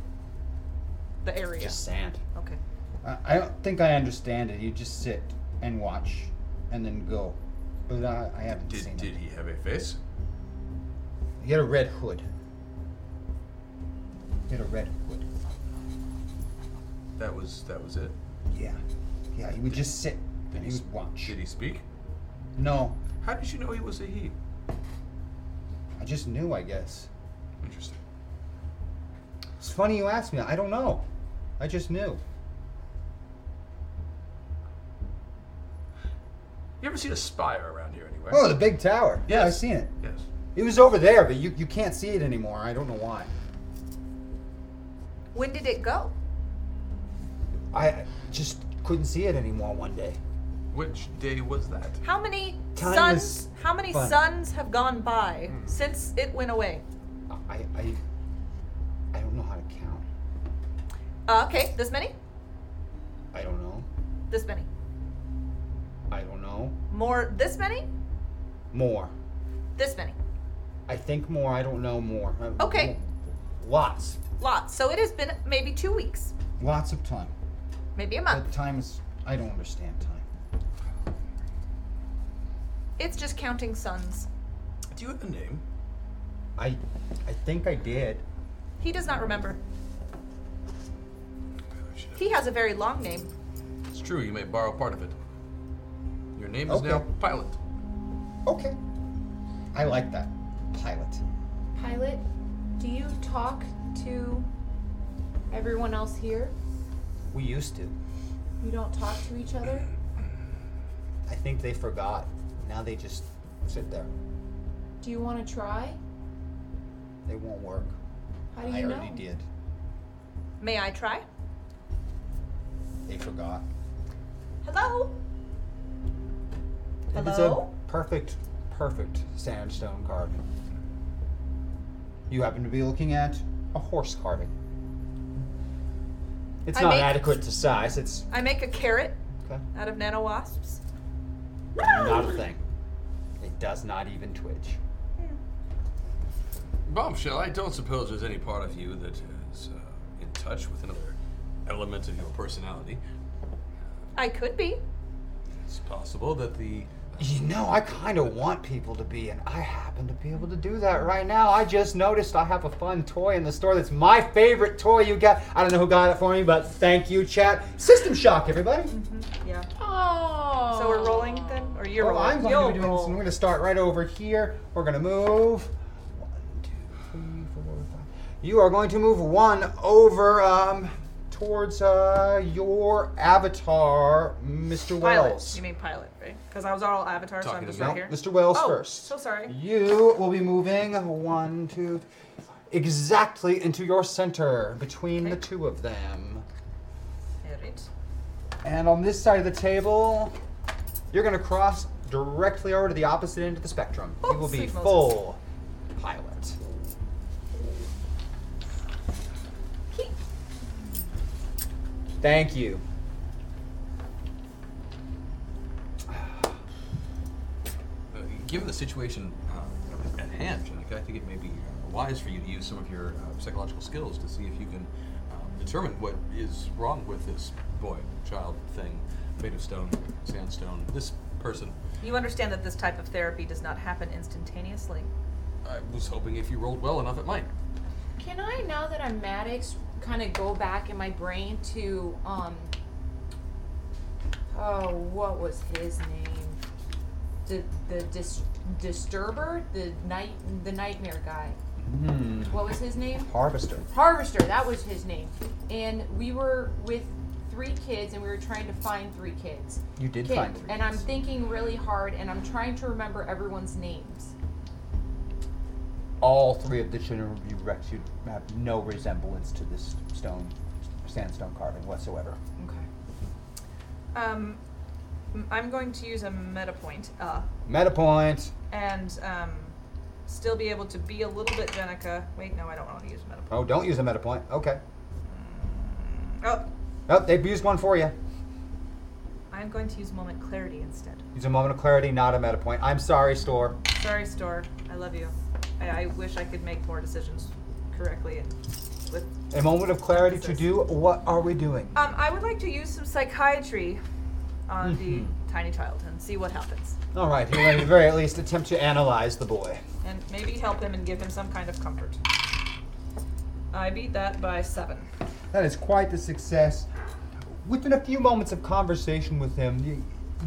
B: the area.
A: Just sand.
B: Okay.
A: I, I don't think I understand it. You just sit and watch, and then go. But I, I haven't seen
E: Did,
A: it.
E: did he have a face?
A: He had a red hood. He had a red hood.
E: That was that was it.
A: Yeah. Yeah, he would just sit and he would watch.
E: Did he speak?
A: No,
E: How did you know he was a he?
A: I just knew, I guess.
E: Interesting.
A: It's funny you asked me. I don't know. I just knew.
E: You ever seen a spire around here anywhere?
A: Oh, the big tower. Yeah, I've
E: Yes.
A: seen it.
E: Yes.
A: It was over there, but you, you can't see it anymore. I don't know why.
B: When did it go?
A: I just couldn't see it anymore one day.
E: Which day was that?
B: How many
A: Time
B: suns?
A: is
B: How many
A: fun. Hmm.
B: suns have gone by since it went away?
A: I I, I don't know how to count.
B: Uh, okay, this many.
A: I don't know.
B: This many.
A: I don't know.
B: More. This many.
A: More.
B: This many.
A: I think more. I don't know more. I-
B: Okay.
A: Lots.
B: Lots. So it has been maybe two weeks,
A: Lots of time.
B: maybe a
D: Ah.
A: But
B: month.
A: time is. I don't understand time.
B: It's just counting suns.
E: Do you have a name?
A: I I think I did.
B: He does not remember.
E: I should have-
B: He has a very long name.
E: It's true. You may borrow part of it. Your name is
A: Okay.
E: now Pilot.
A: Okay. I like that. Pilot.
D: Pilot, do you talk to everyone else here?
A: We used to.
D: You don't talk to each other?
A: I think they forgot. Now they just sit there.
D: Do you want to try?
A: They won't work.
D: How do
A: I
D: you know?
A: already did.
B: May I try?
A: They forgot.
B: Hello.
A: It's a
B: Hello?
A: perfect, perfect sandstone carving. You happen to be looking at a horse carving. It's
B: I
A: not
B: make-
A: adequate to size. It's
B: I make a carrot
A: okay.
B: out of nano wasps.
A: not a thing. It does not even twitch.
E: Bombshell, I don't suppose there's any part of you that is uh, in touch with another element of your personality.
B: I could be.
E: It's possible that the.
A: You know, I kind of want people to be, and I happen to be able to do that right now. I just noticed I have a fun toy in the store that's my favorite toy you got. I don't know who got it for me, but thank you, chat. System Shock, everybody.
B: Yeah.
D: Oh.
B: So we're rolling then, or you're
A: Well,
B: rolling.
A: Oh, I'm going
B: You'll
A: to be doing this, and we're
B: roll.
A: going to start right over here. We're going to move. One, two, three, four, five. You are going to move one over um, towards uh, your avatar, Mr.
B: Pilot.
A: Wells.
B: You mean pilot, right? Because I was all avatar, so
E: Talking
B: I'm just
E: to
B: right
A: No,
B: here.
A: Mr. Wells
B: oh,
A: first.
B: So sorry.
A: You will be moving one, two, exactly into your center between the
B: Okay.
A: two of them.
B: Alright.
A: And on this side of the table, you're going to cross directly over to the opposite end of the spectrum.
B: Oh,
A: you will be
B: sweet Moses.
A: full pilot. Thank you.
E: Uh, given the situation uh, at hand, Jenica, I think it may be uh, wise for you to use some of your uh, psychological skills um, to see if you can uh, determine what is wrong with this boy, child thing made of stone, sandstone. This person.
B: You understand that this type of therapy does not happen instantaneously.
E: I was hoping if you rolled well enough, it might.
D: Can I, now that I'm Maddox, kind of go back in my brain to um? Oh, what was his name? The the dis- disturber, the night the nightmare guy.
A: Hmm.
D: What was his name?
A: Harvester.
D: Harvester, that was his name. And we were with three kids and we were trying to find three kids.
A: You did
D: Kid-
A: find three
D: And I'm thinking really hard and I'm trying to remember everyone's names.
A: All three of the Shinobu wrecks you have no resemblance to this stone, sandstone carving whatsoever.
B: Um, m- I'm going to use a meta point, uh,
A: Meta point.
B: and um, still be able to be a little bit Jenica. Wait, no, I don't want to use meta point.
A: Oh, don't use a meta point. Okay.
B: Oh,
A: Oh, they've used one for you.
B: I'm going to use moment clarity instead.
A: Use a moment of clarity, not a meta point. I'm sorry, store.
B: Sorry, store. I love you. I, I wish I could make more decisions correctly and with.
A: A moment of clarity to do what are we doing?
B: Um, I would like to use some psychiatry on the tiny child and see what happens,
A: All right, you'll at the very at least attempt to analyze the boy.
B: and maybe help him and give him some kind of comfort. I beat that by seven.
A: That is quite the success. Within a few moments of conversation with him, you,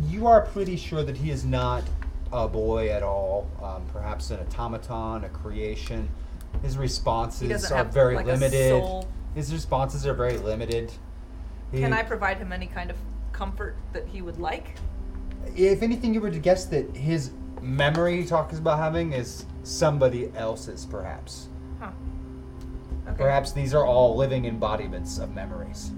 A: you are pretty sure that he is not a boy at all. Um, perhaps an automaton, a creation. His responses
B: doesn't
A: are
B: have,
A: very
B: like, a
A: limited.
B: soul.
A: His responses are very limited. He-
B: Can I provide him any kind of comfort that he would like?
A: if anything, you were to guess that his memory he talks about having is somebody else's, perhaps.
B: Huh. Okay.
A: Perhaps these are all living embodiments of memories.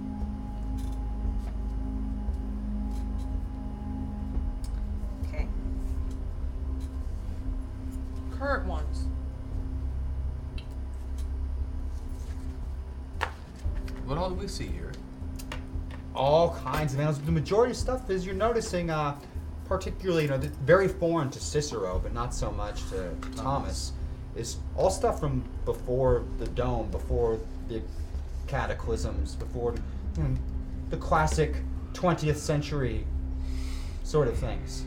B: Okay.
D: Current ones.
E: What all do we see here?
A: all kinds of animals. But the majority of stuff is you're noticing, uh, particularly, you know, th- very foreign to Cicero, but not so much to Thomas, is all stuff from before the dome, before the cataclysms, before you know, the classic 20th century sort of things.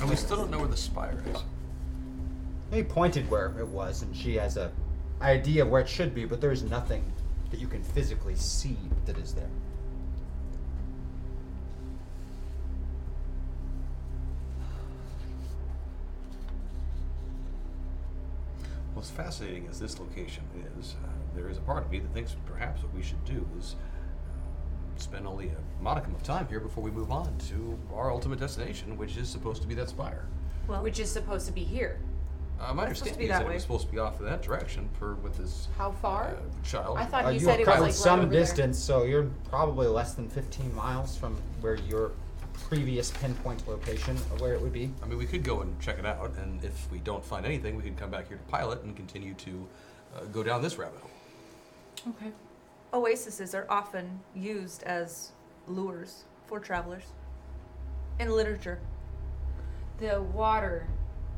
E: And we still don't know where the spire is.
A: They pointed where it was, and she has a idea of where it should be, but there's nothing that you can physically see that is there.
E: What's fascinating as this location is, uh, there is a part of me that thinks perhaps what we should do is uh, spend only a modicum of time here before we move on to our ultimate destination, which is supposed to be that spire.
B: Well,
D: Which is supposed to be here.
E: Uh,
B: supposed to
E: my understanding
B: be
E: is
B: that
E: that it
B: way.
E: was supposed to be off in that direction for with this
D: How
E: uh,
D: far?
E: child.
D: I thought
A: Uh,
D: you
A: you have
D: said it was
A: covered
D: like
A: some
D: right over there.
A: distance, so you're probably less than 15 miles from where your previous pinpoint location, of where it would be.
E: I mean, we could go and check it out, and if we don't find anything, we could come back here to pilot and continue to uh, go down this rabbit hole.
D: Okay.
B: oases are often used as lures for travelers in literature.
D: The water,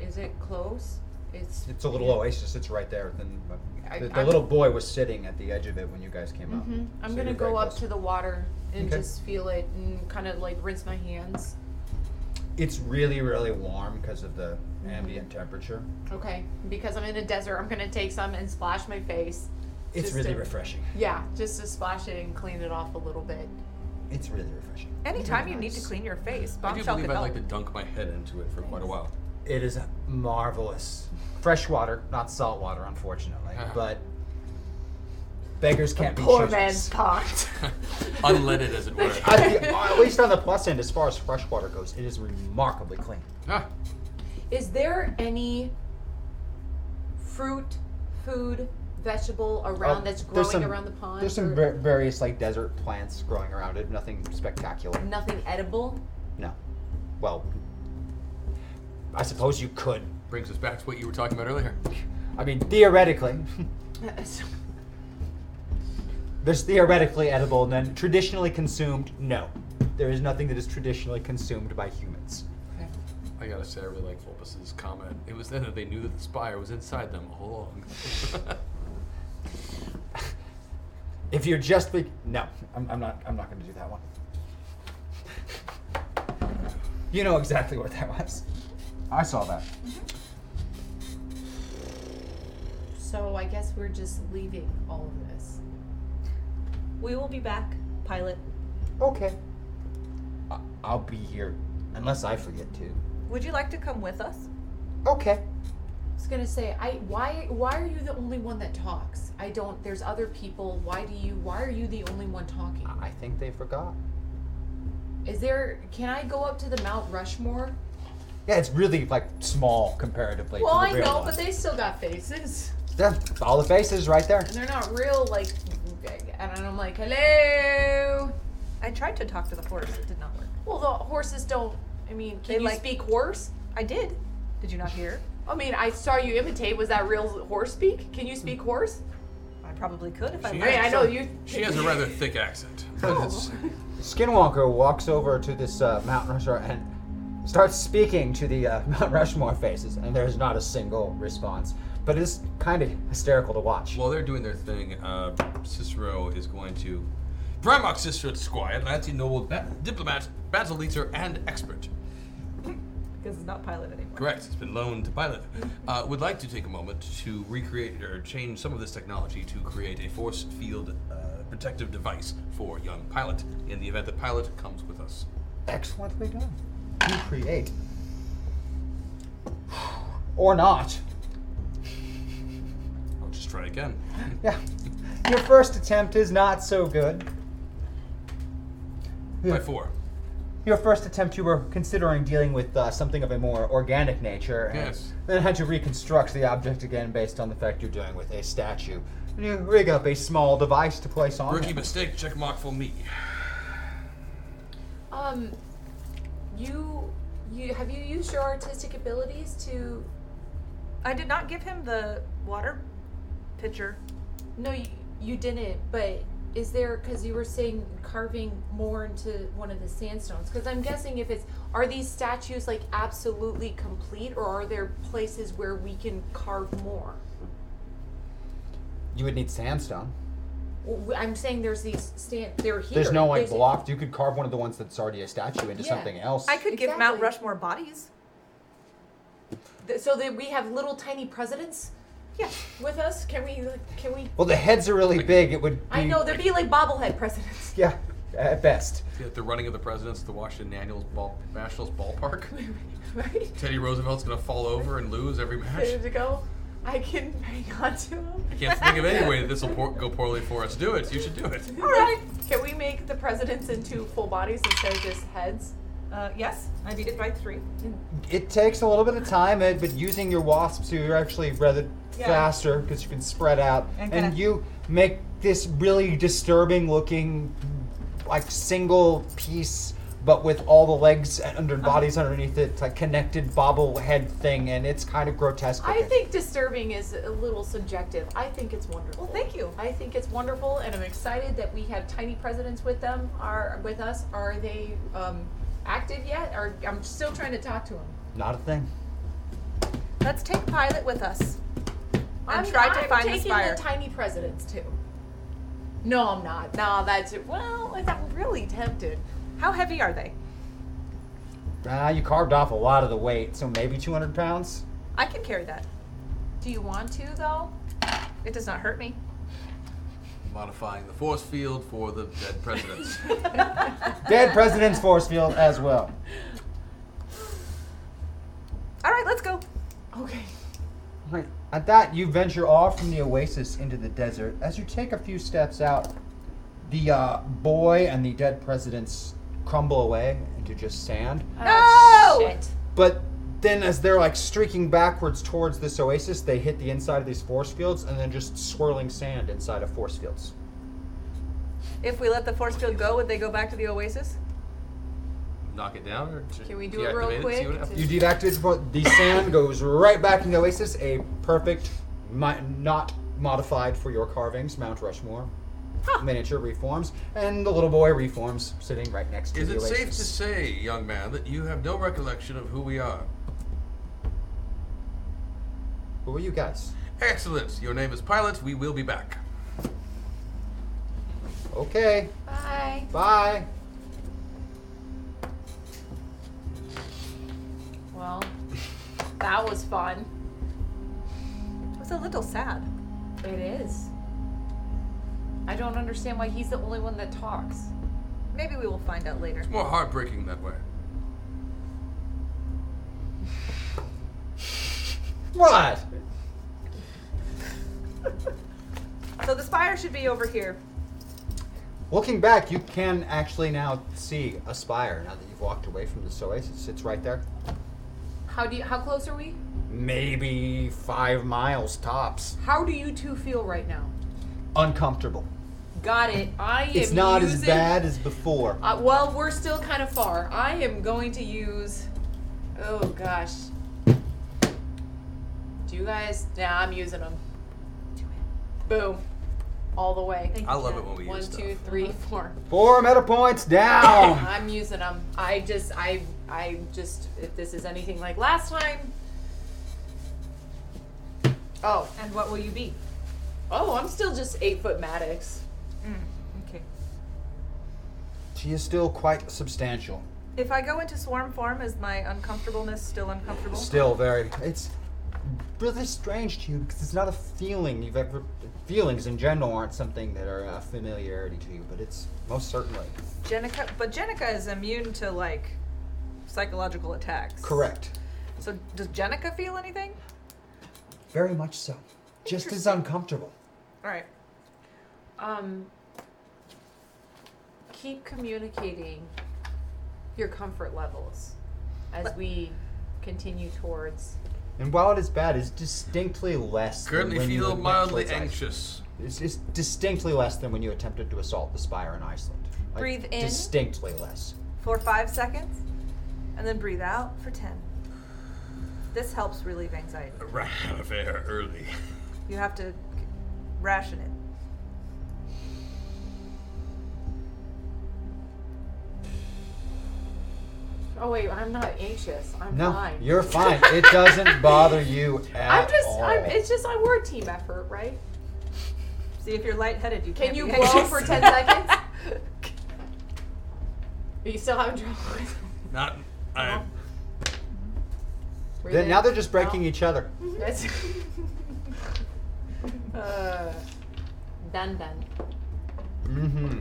D: is it close? It's
A: It's a little oasis. It's right there. Then uh,
D: I-
A: the, the
D: I'm-
A: little boy was sitting at the edge of it when you guys came
D: hmm
A: up.
D: I'm
A: So
D: gonna
A: you're very
D: go up
A: close.
D: to the water and
A: Okay.
D: just feel it and kind of like rinse my hands.
A: It's really, really warm because of the
D: Mm-hmm.
A: ambient temperature.
D: Okay, because I'm in a desert, I'm gonna take some and splash my face.
A: It's
D: Just
A: really
D: a-
A: refreshing.
D: Yeah, just to splash it and clean it off a little bit.
A: It's really refreshing.
B: Anytime you need to clean your face,
E: I do
B: bombshell
E: believe
B: could
E: I'd
B: help.
E: like to dunk my head into it for quite a while.
A: It is marvelous. Fresh water, not salt water, unfortunately, but beggars can't be
D: Poor
A: choosers.
D: man's pot.
E: Unleaded, as it were.
A: At, the, at least on the plus end, as far as fresh water goes, it is remarkably clean.
E: Ah,
D: Is there any fruit, food, vegetable around
A: Uh,
D: that's growing
A: there's some-
D: around the pond?
A: There's some
D: or
A: var- various like desert plants growing around it. Nothing spectacular.
D: nothing edible.
A: No. Well, I suppose you could.
E: brings us back to what you were talking about earlier.
A: I mean, theoretically, there's theoretically edible, and then traditionally consumed. No, there is nothing that is traditionally consumed by humans.
E: I gotta say, I really like Vulpus's comment. It was then that they knew that the spire was inside them all along.
A: If you're just be- no, I'm, I'm not. I'm not going to do that one. You know exactly what that was. I saw that.
D: So I guess we're just leaving all of this.
B: We will be back, pilot.
A: Okay. I- I'll be here unless I forget to.
B: Would you like to come with us?
A: Okay.
D: I was gonna say, I why why are you the only one that talks? I don't. There's other people. Why do you? Why are you the only one talking?
A: I think they forgot.
D: Is there? Can I go up to the Mount Rushmore?
A: Yeah, it's really like small comparatively. to
D: well,
A: the
D: I
A: real
D: know,
A: one.
D: but they still got faces,
A: They're- all the faces right there.
D: and they're not real. Like, and I'm like, hello.
B: I tried to talk to the horse. It did not work.
D: Well, the horses don't. I mean, can
B: They
D: you
B: like-
D: speak horse?
B: I did. Did you not hear?
D: I mean, I saw you imitate. Was that real horse speak? Can you speak horse?
B: I probably could if I
E: She
B: wanted.
D: I
E: has-
D: know you.
E: She has a rather thick accent. But it's-
A: Skinwalker walks over to this uh, Mount Rushmore and starts speaking to the uh, Mount Rushmore faces, and there's not a single response. But it's kind of hysterical to watch.
E: While they're doing their thing, uh, Cicero is going to. Primarch Cicero Squire, Lancy Noble, ba- Diplomat, Battle Leader, and Expert.
B: Because it's not pilot anymore.
E: Correct, it's been loaned to Pilot. Uh, would like to take a moment to recreate or change some of this technology to create a force field uh, protective device for young Pilot in the event that Pilot comes with us.
A: Excellently done. You create. Or not.
E: I'll just try again.
A: Yeah. Your first attempt is not so good.
E: By four.
A: Your first attempt, you were considering dealing with uh, something of a more organic nature, and
E: Yes.
A: then had to reconstruct the object again based on the fact you're dealing with a statue. And you rig up a small device to place on
E: Rookie
A: it.
E: mistake, check mark for me.
D: Um, you, you have you used your artistic abilities to?
B: I did not give him the water pitcher.
D: No, you, you didn't. But is there because you were saying carving more into one of the sandstones? Because I'm guessing if it's are these statues like absolutely complete, or are there places where we can carve more?
A: You would need sandstone.
D: Well, w- I'm saying there's these stand. They're here.
A: There's no like
D: There's-
A: blocked. You could carve one of the ones that's already a statue into
D: Yeah.
A: something else.
B: I could give Mount
D: Exactly.
B: Rushmore bodies.
D: th- So that we have little tiny presidents
B: Yeah.
D: with us. Can we? Can we?
A: Well, the heads are really big. It would. Be,
D: I know there'd be like bobblehead presidents.
A: Yeah, at best.
E: See, at the running of the presidents at the Washington Annuals ball, Nationals ballpark.
D: right?
E: Teddy Roosevelt's gonna fall over and lose every match.
D: Years ago, I can hang on to him.
E: I can't think of any way that this will por- go poorly for us. Do it. You should do it.
D: All right. Can we make the presidents into full bodies instead of just heads?
B: Uh, yes, I beat it by three.
A: It takes a little bit of time, Ed, but using your wasps, you're actually rather
B: Yeah.
A: faster because you can spread out,
B: And
A: and,
B: kinda-
A: you make this really disturbing-looking, like single piece, but with all the legs and under bodies
B: Uh-huh.
A: underneath it, like connected bobblehead thing, and it's kind of grotesque.
D: I
A: looking.
D: think disturbing is a little subjective. I think it's wonderful.
B: Well, thank you.
D: I think it's wonderful, and I'm excited that we have tiny presidents with them. Are with us? Are they um, active yet? Or I'm still trying to talk to them.
A: not a thing.
B: Let's take pilot with us.
D: I'm
B: And try to
D: I'm
B: find
D: taking
B: this fire.
D: the tiny presidents too. No, I'm not. No, that's it. Well, I'm really tempted.
B: How heavy are they?
A: Ah, you carved off a lot of the weight, so maybe 200 pounds.
B: I can carry that.
D: Do you want to though?
B: It does not hurt me.
E: Modifying the force field for the dead presidents.
A: Dead president's force field as well.
B: All right, let's go.
D: Okay.
A: Right. At that, you venture off from the oasis into the desert. As you take a few steps out, the uh, boy and the dead presidents crumble away into just sand.
B: No!
D: shit.
A: But then, as they're like streaking backwards towards this oasis, they hit the inside of these force fields and then just swirling sand inside of force fields.
B: If we let the force field go, would they go back to the oasis?
E: Knock it down, or
D: Can we do it real quick
A: You deactivate the fo- the sand, goes right back in the oasis, a perfect, mi- not modified for your carvings, Mount Rushmore. Miniature reforms, and the little boy reforms, sitting right next to
E: Is
A: the
E: it
A: oasis.
E: safe to say, young man, that you have no recollection of who we are?
A: Who are you guys?
E: Excellent. Your name is Pilot. We will be back.
A: Okay.
D: Bye.
A: Bye.
D: Well, that was fun.
B: It was a little sad.
D: It is. I don't understand why he's the only one that talks.
B: Maybe we will find out later.
E: More heartbreaking that way.
A: What?
B: So the spire should be over here.
A: Looking back, you can actually now see a spire now that you've walked away from this oasis. It sits right there.
D: How do you, how close are we?
A: Maybe five miles tops.
D: How do you two feel right now?
A: Uncomfortable.
D: Got it. I am.
A: It's not as
D: using-
A: bad as before.
D: Uh, well, we're still kind of far. I am going to use. Oh gosh. Do you guys? Nah, I'm using them. Boom. All the way.
E: I love it when we
D: One,
E: use
D: two,
E: stuff.
D: three, four.
A: Four meta points down.
D: I'm using them. I just, I, I just. If this is anything like last time. Oh,
B: And what will you be?
D: oh, I'm still just eight foot Maddox.
B: Mm, Okay.
A: she is still quite substantial.
B: If I go into swarm form, is my uncomfortableness still uncomfortable?
A: Still very. It's really strange to you because it's not a feeling you've ever. Feelings in general aren't something that are a familiarity to you, but it's most certainly
B: Jenica, but Jenica is immune to like psychological attacks.
A: correct.
B: So does Jenica feel anything?
A: Very much so. Just as uncomfortable.
B: All right.
D: Um, keep communicating your comfort levels as we continue towards.
A: And while it is bad, it's distinctly less. than
E: Currently
A: when you
E: feel
A: would
E: mildly
A: naturally-
E: anxious.
A: It's, it's distinctly less than when you attempted to assault the spire in Iceland.
B: Breathe in.
A: Distinctly less.
B: For five seconds, and then breathe out for ten. This helps relieve anxiety.
E: Ran out of air early.
B: You have to ration it.
D: Oh wait, I'm not anxious. I'm
A: No,
D: fine.
A: you're fine. It doesn't bother you at
D: I'm just.
A: all.
D: I'm, it's just. I we're a team effort, right?
B: See if you're lightheaded. You
D: Can
B: can't
D: you
B: be
D: blow
B: anxious.
D: for ten seconds? Are you still having trouble?
E: Not. I.
D: Uh-huh.
A: Then- now they're just breaking each other.
D: That's. uh, done. Done.
A: Mm-hmm.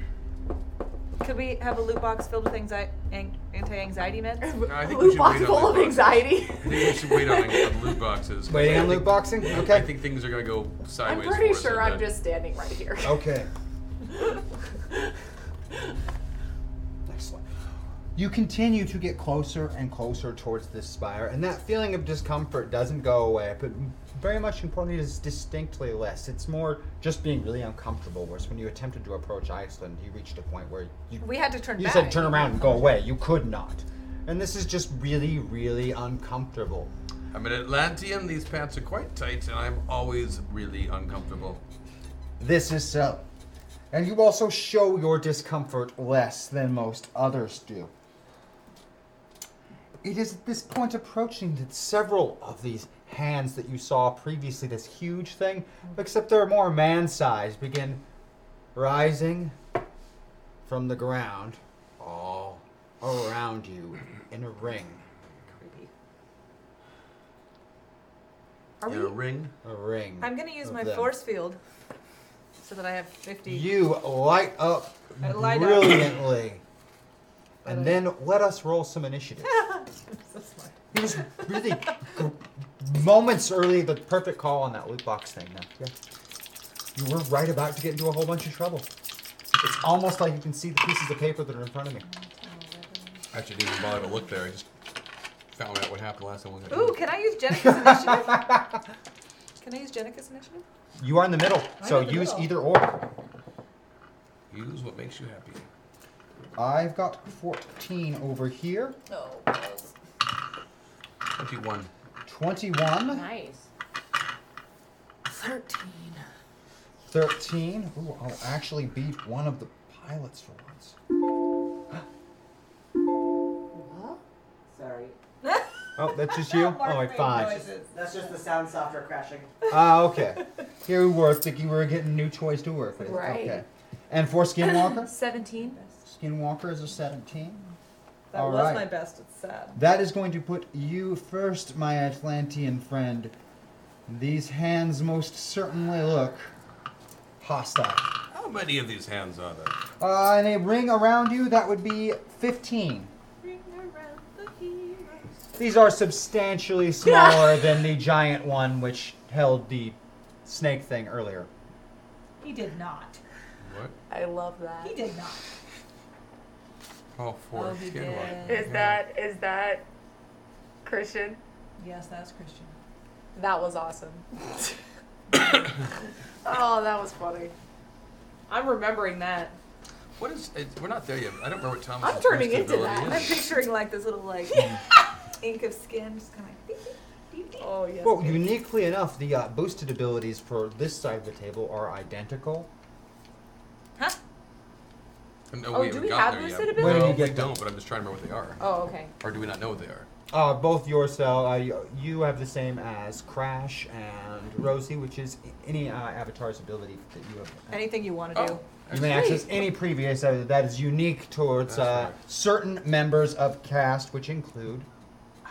B: Could we have a loot box filled with anxi- an- anti-anxiety meds?
E: I think we
D: Loot
E: should
D: box
E: wait on
D: full
E: loot
D: of
E: boxes.
D: anxiety.
E: I think we should wait on on loot boxes. 'cause
A: Waiting
E: I
A: on
E: think-
A: loot boxing? Okay.
E: I think things are gonna go
D: I'm
E: sideways.
D: pretty
E: for us
D: sure
E: in
D: I'm
E: that.
D: just standing right here.
A: Okay. Excellent. You continue to get closer and closer towards this spire, and that feeling of discomfort doesn't go away, but very much important it is distinctly less. It's more just being really uncomfortable, whereas when you attempted to approach Iceland, you reached a point where you,
B: We had to turn
A: you
B: back.
A: said turn around and go away. You could not. And this is just really, really uncomfortable.
E: I'm an Atlantean. These pants are quite tight, and I'm always really uncomfortable.
A: This is so. And you also show your discomfort less than most others do. It is at this point approaching that several of these hands that you saw previously, this huge thing, except they're more man sized, begin rising from the ground all around you in a ring.
E: Are we? a ring.
A: A ring.
B: I'm gonna use
A: of
B: my
A: them.
B: force field so that I have 50.
A: You light up
B: I light up.
A: brilliantly. and then let us roll some initiative. He was really g- moments early, the perfect call on that loot box thing. Though. Yeah. You were right about to get into a whole bunch of trouble. It's almost like you can see the pieces of paper that are in front of me.
E: Actually, didn't even bother to look there. I just found out what happened last time. we got-
B: Ooh, can I use Jenica's initiative? Can I use Jenica's initiative?
A: You are in the middle, so
D: in the
A: use
D: middle.
A: either or.
E: Use what makes you happy.
A: I've got 14 over here,
D: No.
E: Twenty-one.
A: 21,
D: Nice.
A: 13. Ooh, I'll actually beat one of the pilots for once.
C: Sorry.
A: Oh, that's just you? Oh, I five.
C: That's just the sound software crashing.
A: Ah, okay. Here we were thinking we were getting new toys to work with.
D: Right.
A: Okay. And for Skinwalker?
D: 17.
A: Skinwalker is a 17.
K: That
A: All
K: was
A: right.
K: my best. It's sad.
A: That is going to put you first, my Atlantean friend. These hands most certainly look hostile.
E: How many of these hands are there?
A: Uh, and a ring around you, that would be 15. These are substantially smaller than the giant one which held the snake thing earlier.
K: He did not.
E: What?
D: I love that.
K: He did not.
E: Oh, four
D: Oh, he
E: Skinwalker.
D: did.
E: Yeah.
I: is that Christian?
K: Yes, that's Christian.
D: That was awesome. oh, that was funny. I'm remembering that.
E: What is? It, we're not there yet. I don't remember what Thomas.
D: I'm turning into that.
B: I'm picturing like this little like ink of skin, just kind of like.
D: Oh yes.
A: Hmm. Well, uniquely enough, the uh, boosted abilities for this side of the table are identical.
K: Huh?
E: No,
D: Oh,
E: we
D: do
E: haven't
D: we
E: gotten
D: have
E: there
D: those
E: yet.
D: abilities?
A: Where
E: No,
A: do you get
E: we
A: them?
E: don't. But I'm just trying to remember what they are,
D: Oh, okay.
E: or do we not know what they are?
A: Uh, both yourself, uh, you- you have the same as Crash and Rosie, which is any uh, avatar's ability that you have.
K: Anything you want to do.
E: Oh,
A: You may access any previous uh, that is unique towards
E: That's
A: uh,
E: right.
A: certain members of cast, which include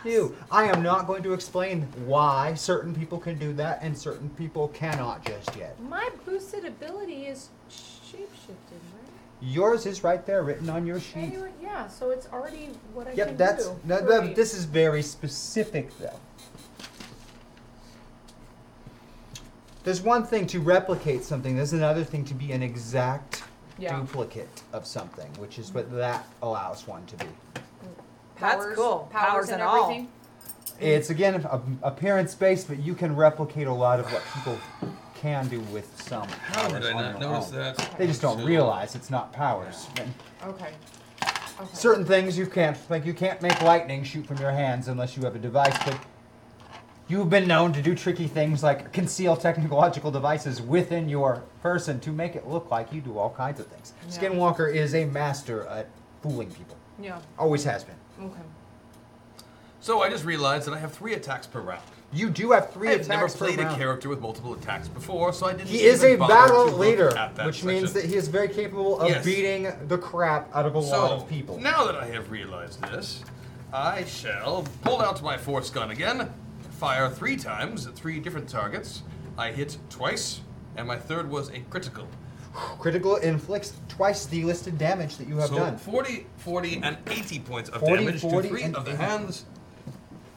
A: you. I am not going to explain why certain people can do that and certain people cannot just yet.
I: My boosted ability is shapeshifted, right?
A: Yours is right there, written on your sheet.
I: Anyway, yeah, so it's already what I
A: Yep,
I: can
A: that's
I: do.
A: no, no,
I: Great.
A: this is very specific though. There's one thing to replicate something. There's another thing to be an exact
D: Yeah.
A: duplicate of something, which is
I: Mm-hmm.
A: what that allows one to be.
K: That's cool.
D: Powers,
K: Powers
D: and,
K: and all.
D: everything.
A: It's again a- appearance based, but you can replicate a lot of what people can do with some
E: How
A: powers
E: did I
A: on
E: not
A: their
E: notice
A: own.
E: that?
A: They just don't
E: So-
A: realize it's not powers. And
D: Oh, Okay. Okay.
A: certain things you can't like you can't make lightning shoot from your hands unless you have a device but you've been known to do tricky things like conceal technological devices within your person to make it look like you do all kinds of things
D: Yeah.
A: skinwalker is a master at fooling people
D: Yeah.
A: always has been
D: Okay.
E: So I just realized that I have three attacks per round.
A: you do have three
E: I have
A: attacks
E: never
A: per
E: played a
A: round.
E: character with multiple attacks before, so I didn't.
A: he is
E: even
A: a
E: bother
A: battle
E: to look
A: leader
E: at that
A: which means that
E: section.
A: he is very capable of
E: Yes.
A: beating the crap out of a lot
E: So
A: of people
E: now that I have realized this, I shall pull out my force gun again, fire three times at three different targets. I hit twice, and my third was a critical.
A: critical inflicts twice the listed damage that you have
E: so
A: done
E: 40, 40, and 80 points of
A: 40,
E: damage
A: 40,
E: to three
A: and
E: of the
A: 80.
E: hands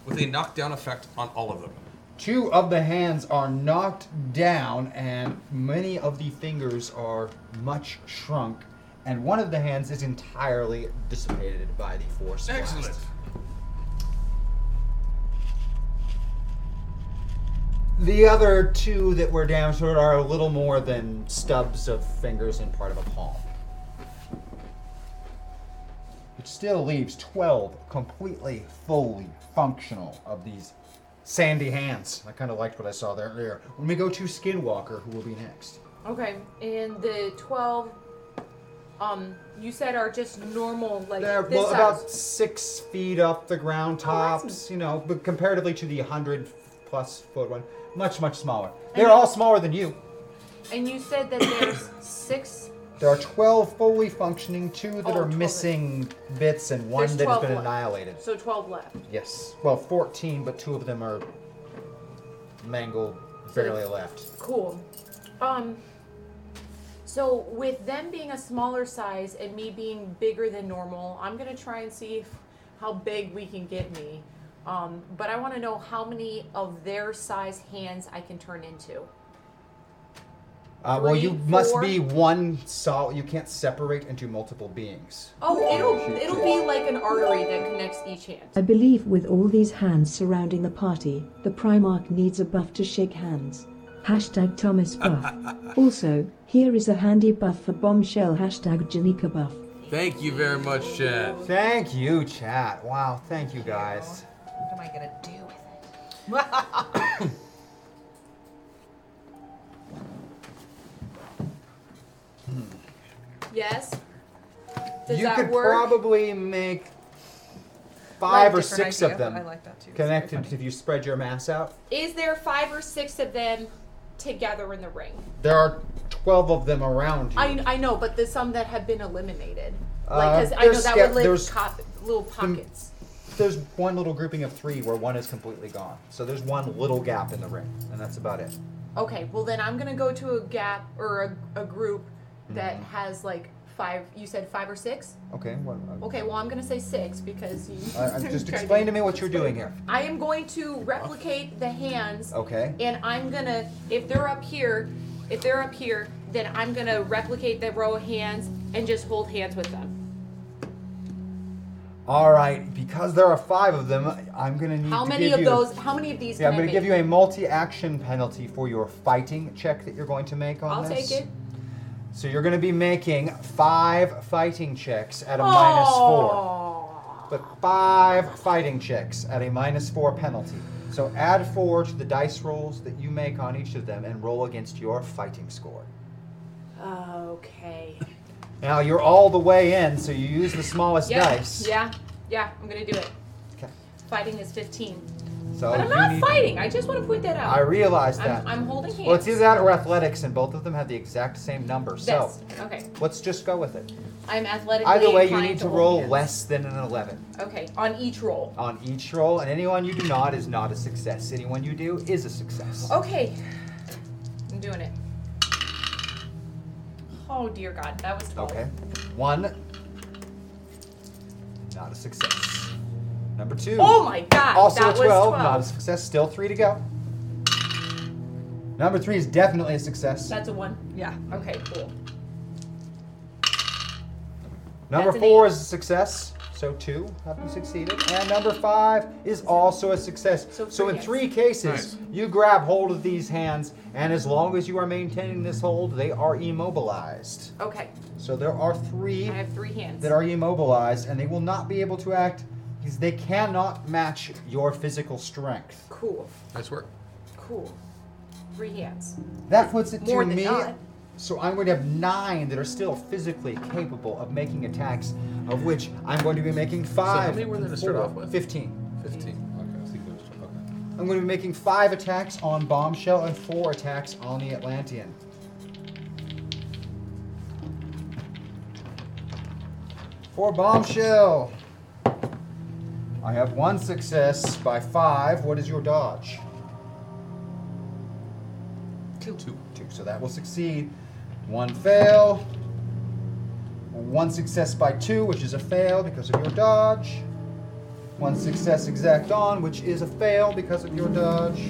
E: with a knockdown effect on all of them.
A: Two of the hands are knocked down, and many of the fingers are much shrunk, and one of the hands is entirely dissipated by the force. blast.
E: Excellent.
A: The other two that were down sort are a little more than stubs of fingers and part of a palm. Which still leaves 12 completely, fully functional of these sandy hands. I kind of liked what I saw there earlier. When we go to Skinwalker, who will be next?
D: Okay. And the twelve. Um, you said are just normal like
A: They're
D: this
A: well,
D: size. Oh,
A: about six feet off the ground tops, you know, but comparatively to the 100 plus foot one, much, much smaller. They're all smaller than you.
D: And you said that there's six.
A: There are 12 fully functioning, two that
D: Oh,
A: are
D: 12 is-
A: missing bits, and one
D: There's
A: that has
D: 12
A: been
D: left.
A: annihilated.
D: So twelve left.
A: Yes. Well, 14, but two of them are mangled, barely left.
D: Cool. Um. So with them being a smaller size and me being bigger than normal, I'm gonna try and see if, how big we can get me. Um, but I want to know how many of their size hands I can turn into.
A: Uh, well, you
D: Three,
A: must
D: four.
A: be one solid. You can't separate into multiple beings.
D: Oh, it'll it'll be like an artery that connects each
F: I
D: hand.
F: believe with all these hands surrounding the party, the Primarch needs a buff to shake hands. Hashtag Thomas Buff. also, here is a handy buff for bombshell hashtag Janika Buff.
E: Thank you very much, Chad.
A: Thank you, chat. Wow, thank you guys.
K: What am I gonna do with it?
D: Yes. Does
A: you
D: that
A: could
D: work?
A: probably make
K: Like
A: five or
K: different
A: six
K: idea.
A: of them
K: I like that too. It's very
A: connected
K: funny.
A: if you spread your mass out.
D: Is there five or six of them together in the ring?
A: There are twelve of them around you.
D: I, I know, but the some that have been eliminated,
A: Uh,
D: like 'cause I know
A: there's
D: that
A: sca-
D: would live
A: there's-
D: cop, little
A: Um,
D: pockets.
A: There's one little grouping of three where one is completely gone. So there's one little gap in the ring, and that's about it.
D: Okay, well then I'm gonna go to a gap or a, a group that
A: Mm-hmm.
D: has like five. You said five or six.
A: Okay. Well, uh,
D: Okay, well I'm gonna say six because you.
A: I, I- just
D: tried
A: explain to me what you're doing here.
D: I am going to replicate the hands.
A: Okay.
D: And I'm gonna, if they're up here, if they're up here, then I'm gonna replicate the row of hands and just hold hands with them.
A: All right. Because there are five of them, I'm gonna need.
D: How
A: Mm, to
D: many
A: give
D: of
A: you-
D: those? How many of these?
A: Yeah, I'm
D: can
A: going to
D: I
A: give
D: make?
A: you a multi-action penalty for your fighting check that you're going to make on
D: I'll
A: this.
D: take it.
A: So you're going to be making five fighting checks at a minus four, but five fighting checks at a minus four penalty. So add four to the dice rolls that you make on each of them and roll against your fighting score.
D: Okay.
A: Now you're all the way in, so you use the smallest
D: Yeah.
A: dice.
D: Yeah. Yeah. I'm gonna do it.
A: Okay.
D: Fighting is 15.
A: So
D: but I'm
A: you
D: not
A: need-
D: fighting. I just want to point that out.
A: I realize
D: I'm-
A: that.
D: I'm, holding hands.
A: Well, it's either that or athletics, and both of them have the exact same number. So
D: That's- okay.
A: let's just go with it.
D: I'm athletically
A: Either way, you
D: inclined
A: need to
D: hold
A: roll
D: hands.
A: less than an 11
D: Okay, on each roll.
A: on each roll, and anyone you do not is not a success. Anyone you do is a success.
D: Okay. I'm doing it. Oh dear God, that was 12.
A: Okay. One, not a success. Number two.
D: Oh my God,
A: Also
D: that
A: a
D: was
A: 12,
D: 12.
A: not a success. Still three to go. Number three is definitely a success.
D: That's a one. Yeah. Okay, cool.
A: Number
D: That's an
A: four is a success. So two have you succeeded. And number five is also a success. So, in three cases,
E: Nice.
A: you grab hold of these hands, and as long as you are maintaining this hold, they are immobilized.
D: Okay.
A: So there are three
D: I have three hands.
A: that are immobilized, and they will not be able to act because they cannot match your physical strength.
D: cool.
E: Nice work.
D: Cool. Three hands.
A: That puts it
D: More
A: to
D: than
A: me.
D: not.
A: So I'm going to have nine that are still physically capable of making attacks, of which I'm going to be making five.
E: many were there
A: and
E: to start
A: four.
E: off with?
A: Fifteen.
E: Fifteen.
G: Okay, I think those two. Okay.
A: I'm going to be making five attacks on Bombshell and four attacks on the Atlantean. For Bombshell, I have one success by five. What is your dodge?
E: Two. Two.
A: Two, so that will succeed. One fail. One success by two, which is a fail because of your dodge. One success exact on, which is a fail because of your dodge.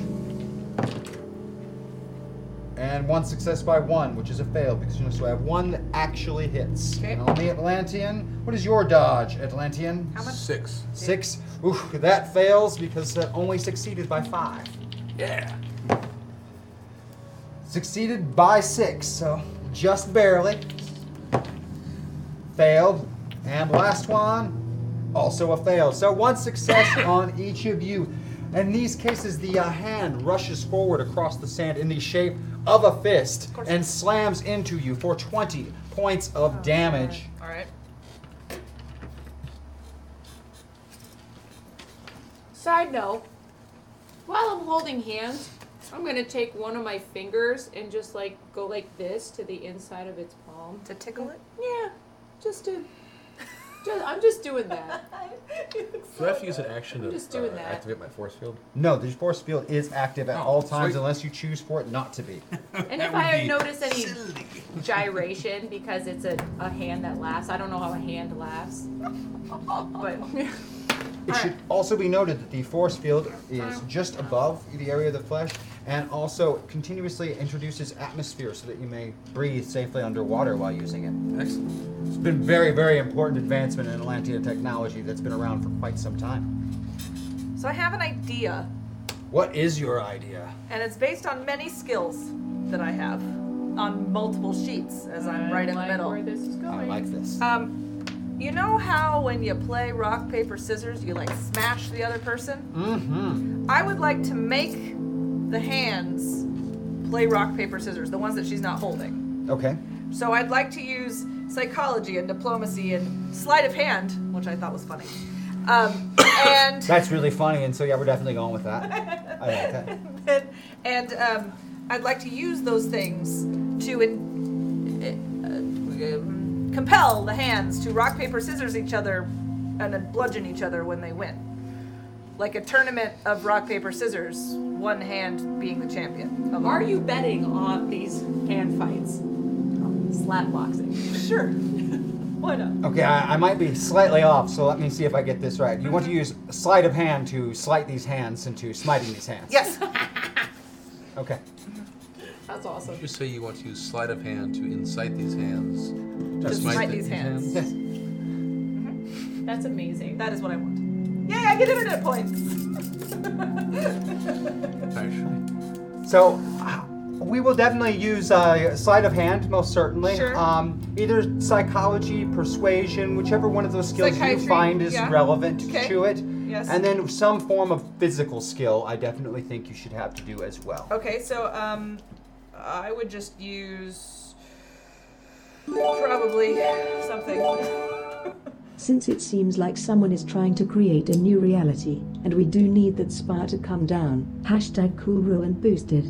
A: And one success by one, which is a fail because you know, so I have one that actually hits.
D: Okay.
A: And on the Atlantean, what is your dodge, Atlantean?
E: Six.
A: Six. Ooh, that fails because that only succeeded by five.
E: Yeah.
A: Succeeded by six, so just barely. Failed. And last one, also a fail. So one success on each of you. In these cases, the uh, hand rushes forward across the sand in the shape of a fist and slams into you for 20 points
E: Oh,
A: of damage.
K: All right.
D: Side note, while I'm holding hands, I'm gonna take one of my fingers and just like go like this to the inside of its palm.
K: To tickle it?
D: Yeah, just to. Just, I'm just doing that.
E: Do I have to use an action
D: I'm
E: to
D: just doing
E: uh,
D: that.
E: activate my force field?
A: No, the force field is active at
E: Oh,
A: all times
E: sweet.
A: unless you choose for it not to be.
D: And if I notice any gyration because it's a, a hand that laughs, I don't know how a hand laughs, but
A: It should also be noted that the force field is just above the area of the flesh and also continuously introduces atmosphere so that you may breathe safely underwater while using it.
E: Excellent.
A: It's been very, very important advancement in Atlantean technology that's been around for quite some time.
B: So I have an idea,
A: What is your idea?
B: and it's based on many skills that I have on multiple sheets as I'm right in the
D: like where
B: middle.
D: this is going.
A: I like this.
B: Um, you know how when you play rock paper scissors, you like smash the other person.
A: Mm-hmm.
B: I would like to make the hands play rock paper scissors, the ones that she's not holding.
A: Okay.
B: So I'd like to use psychology and diplomacy and sleight of hand, which I thought was funny. Um, and
A: That's really funny, and so yeah, we're definitely going with that. I like that.
B: and, and um, I'd like to use those things to in, it, uh, um, compel the hands to rock paper scissors each other and then bludgeon each other when they win, like a tournament of rock paper scissors. One hand being the champion. of all.
D: Are you betting on these hand fights? Slap boxing.
B: Sure. Why not?
A: Okay, I, I might be slightly off, so let me see if I get this right. You want to
B: Mm-hmm.
A: use sleight of hand to slight these hands into smiting these hands.
B: Yes.
A: Okay.
D: That's awesome.
E: Just say you want to use sleight of hand to incite these hands. to
A: Just
B: smite
E: the-
B: these hands.
D: That's amazing.
B: That is what I want. Yay! I get internet points.
E: Nice.
A: So uh, we will definitely use uh, sleight of hand, most certainly.
B: Sure.
A: Um, either psychology, persuasion, whichever one of those skills you
B: Psychiatry,
A: find is
B: yeah.
A: relevant
B: Okay.
A: to it.
B: Yes.
A: And then some form of physical skill, I definitely think you should have to do as well.
B: Okay, so um, I would just use probably something.
F: Since it seems like someone is trying to create a new reality, and we do need that spire to come down. Hashtag cool rule and boosted.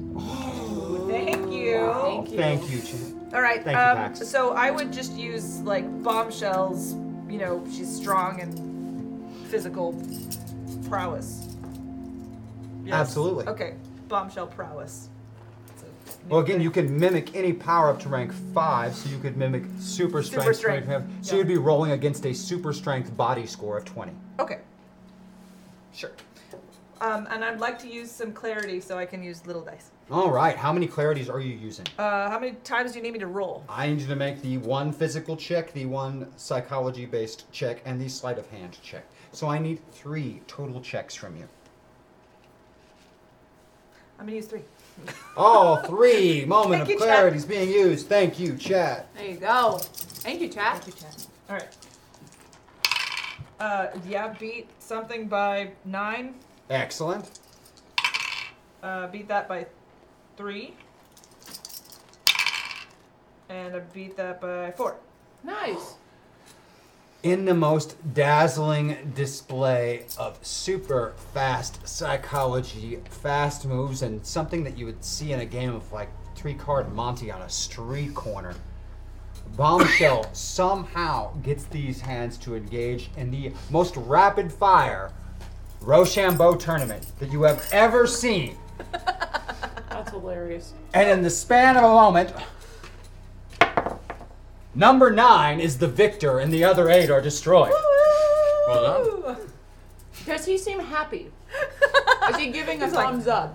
B: Thank you. Thank
A: Thank you, Jen.
B: All right.
A: Thank you,
B: um,
A: Pax.
B: so I would just use like bombshells. You know, she's strong and physical prowess. Yes.
A: Absolutely.
B: Okay, bombshell prowess.
A: Well, again, you can mimic any power up to rank five, so you could mimic super strength.
B: strength.
A: So you'd be rolling against a super strength body score of 20.
B: Okay. Sure. Um, and I'd like to use some clarity so I can use little dice.
A: All right, how many clarities are you using?
B: Uh, how many times do you need me to roll?
A: I need you to make the one physical check, the one psychology based check, and the sleight of hand check. So I need three total checks from you.
B: I'm gonna use three.
A: All three moment
B: Thank
A: of
B: you, Chad.
A: clarity is being used. Thank you, Chad.
D: There you go. Thank you, Chad.
K: Thank you, Chad.
B: All right. Uh, yeah, beat something by nine.
A: Excellent.
B: Uh, beat that by three. And I beat that by four.
D: Nice.
A: in the most dazzling display of super fast psychology, fast moves, and something that you would see in a game of like three card Monty on a street corner. Bombshell somehow gets these hands to engage in the most rapid fire Rochambeau tournament that you have ever seen.
D: That's hilarious.
A: And in the span of a moment, number nine is the victor and the other eight are destroyed.
E: Well
D: Does he seem happy? Is he giving a thumbs up?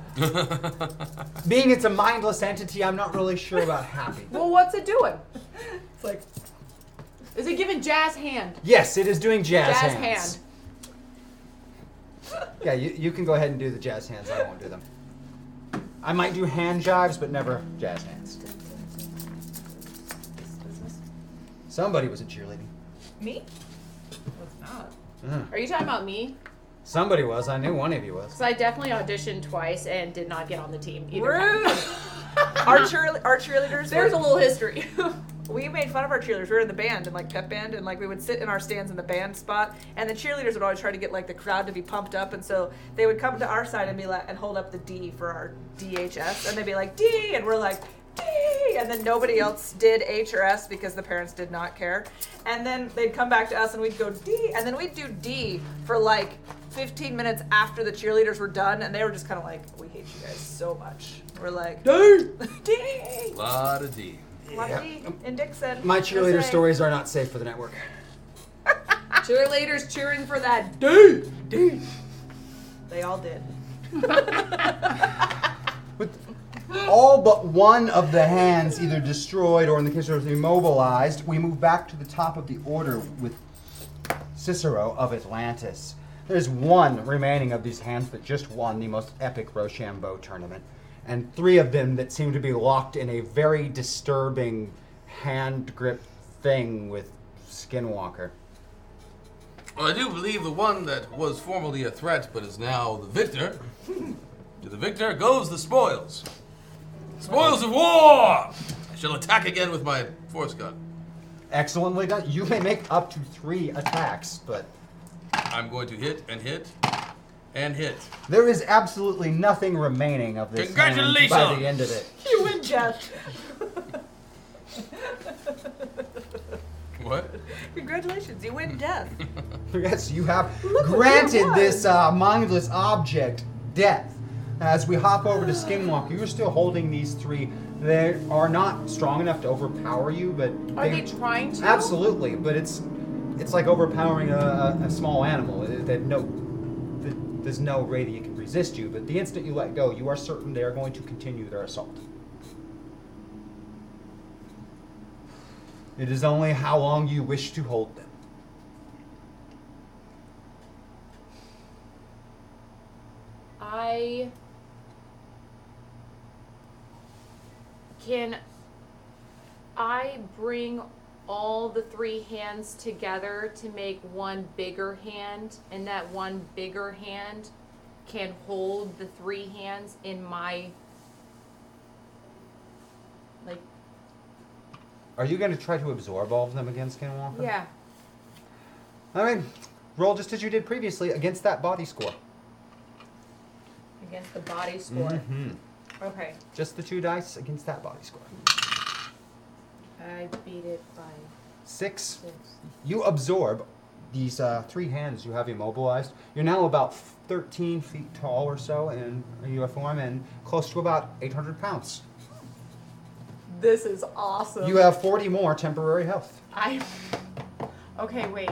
A: Being it's a mindless entity, I'm not really sure about happy.
D: Well, what's it doing?
B: It's like,
D: Is it giving Jazz hand?
A: Yes, it is doing jazz,
D: Jazz
A: hands. Yeah, you, you can go ahead and do the jazz hands. I won't do them. I might do hand jives, but never jazz hands. Somebody was a cheerleading.
B: me?
D: Are you talking about me?
A: Somebody was. I knew one of you was.
D: Because I definitely auditioned twice and did not get on the team either.
B: Rude! our, cheerle- our cheerleaders.
D: There's
B: were-
D: a little history.
B: we made fun of our cheerleaders. We were in the band and like pep band, and like we would sit in our stands in the band spot, and the cheerleaders would always try to get like the crowd to be pumped up, and so they would come to our side and be like, and hold up the D for our DHS, and they'd be like D, and we're like D, and then nobody else did H or S because the parents did not care, and then they'd come back to us and we'd go D, and then we'd do D for like 15 minutes after the cheerleaders were done, and they were just kind of like, we hate you guys so much. We're like D, D.
E: done. Lot of D.
B: Lot of D in Dixon.
A: My
B: Just
A: cheerleader
B: saying.
A: stories are not safe for the network.
D: Cheerleaders cheering for that.
B: They all did.
A: With all but one of the hands either destroyed or in the case of immobilized, we move back to the top of the order with Cicero of Atlantis. There's one remaining of these hands that just won the most epic Rochambeau tournament, and three of them that seem to be locked in a very disturbing hand grip thing with Skinwalker.
E: Well, I do believe the one that was formerly a threat but is now the victor. to the victor goes the spoils. Spoils of war! I shall attack again with my force gun.
A: Excellently done. You may make up to three attacks, but
E: I'm going to hit and hit and hit.
A: there is absolutely nothing remaining of this hand by the
E: Congratulations!
A: end of it.
B: You and Jeff.
E: What?
B: Congratulations, you win death.
A: yes, you have
B: what
A: granted
B: that was.
A: this uh, mindless object death. As we hop over to Skinwalker, you're still holding these three. They are not strong enough to overpower you, but
D: Are they trying to?
A: Absolutely, but it's it's like overpowering a, a, a small animal uh, that no that there's no way that it can resist you. But the instant you let go, you are certain they are going to continue their assault. It is only how long you wish to hold them.
D: I can I bring all the three hands together to make one bigger hand and that one bigger hand can hold the three hands in my like
A: Are you going to try to absorb all of them against Skinwalker?
D: yeah
A: All right, roll just as you did previously against that body score.
D: against the body score.
A: Mhm.
D: Okay.
A: Just the two dice against that body score.
D: I beat it by
A: Six.
D: six.
A: You absorb these uh, three hands you have immobilized. You're now about 13 feet tall or so in uniform and close to about 800 pounds.
D: This is awesome.
A: You have 40 more temporary health.
D: I. Okay, wait.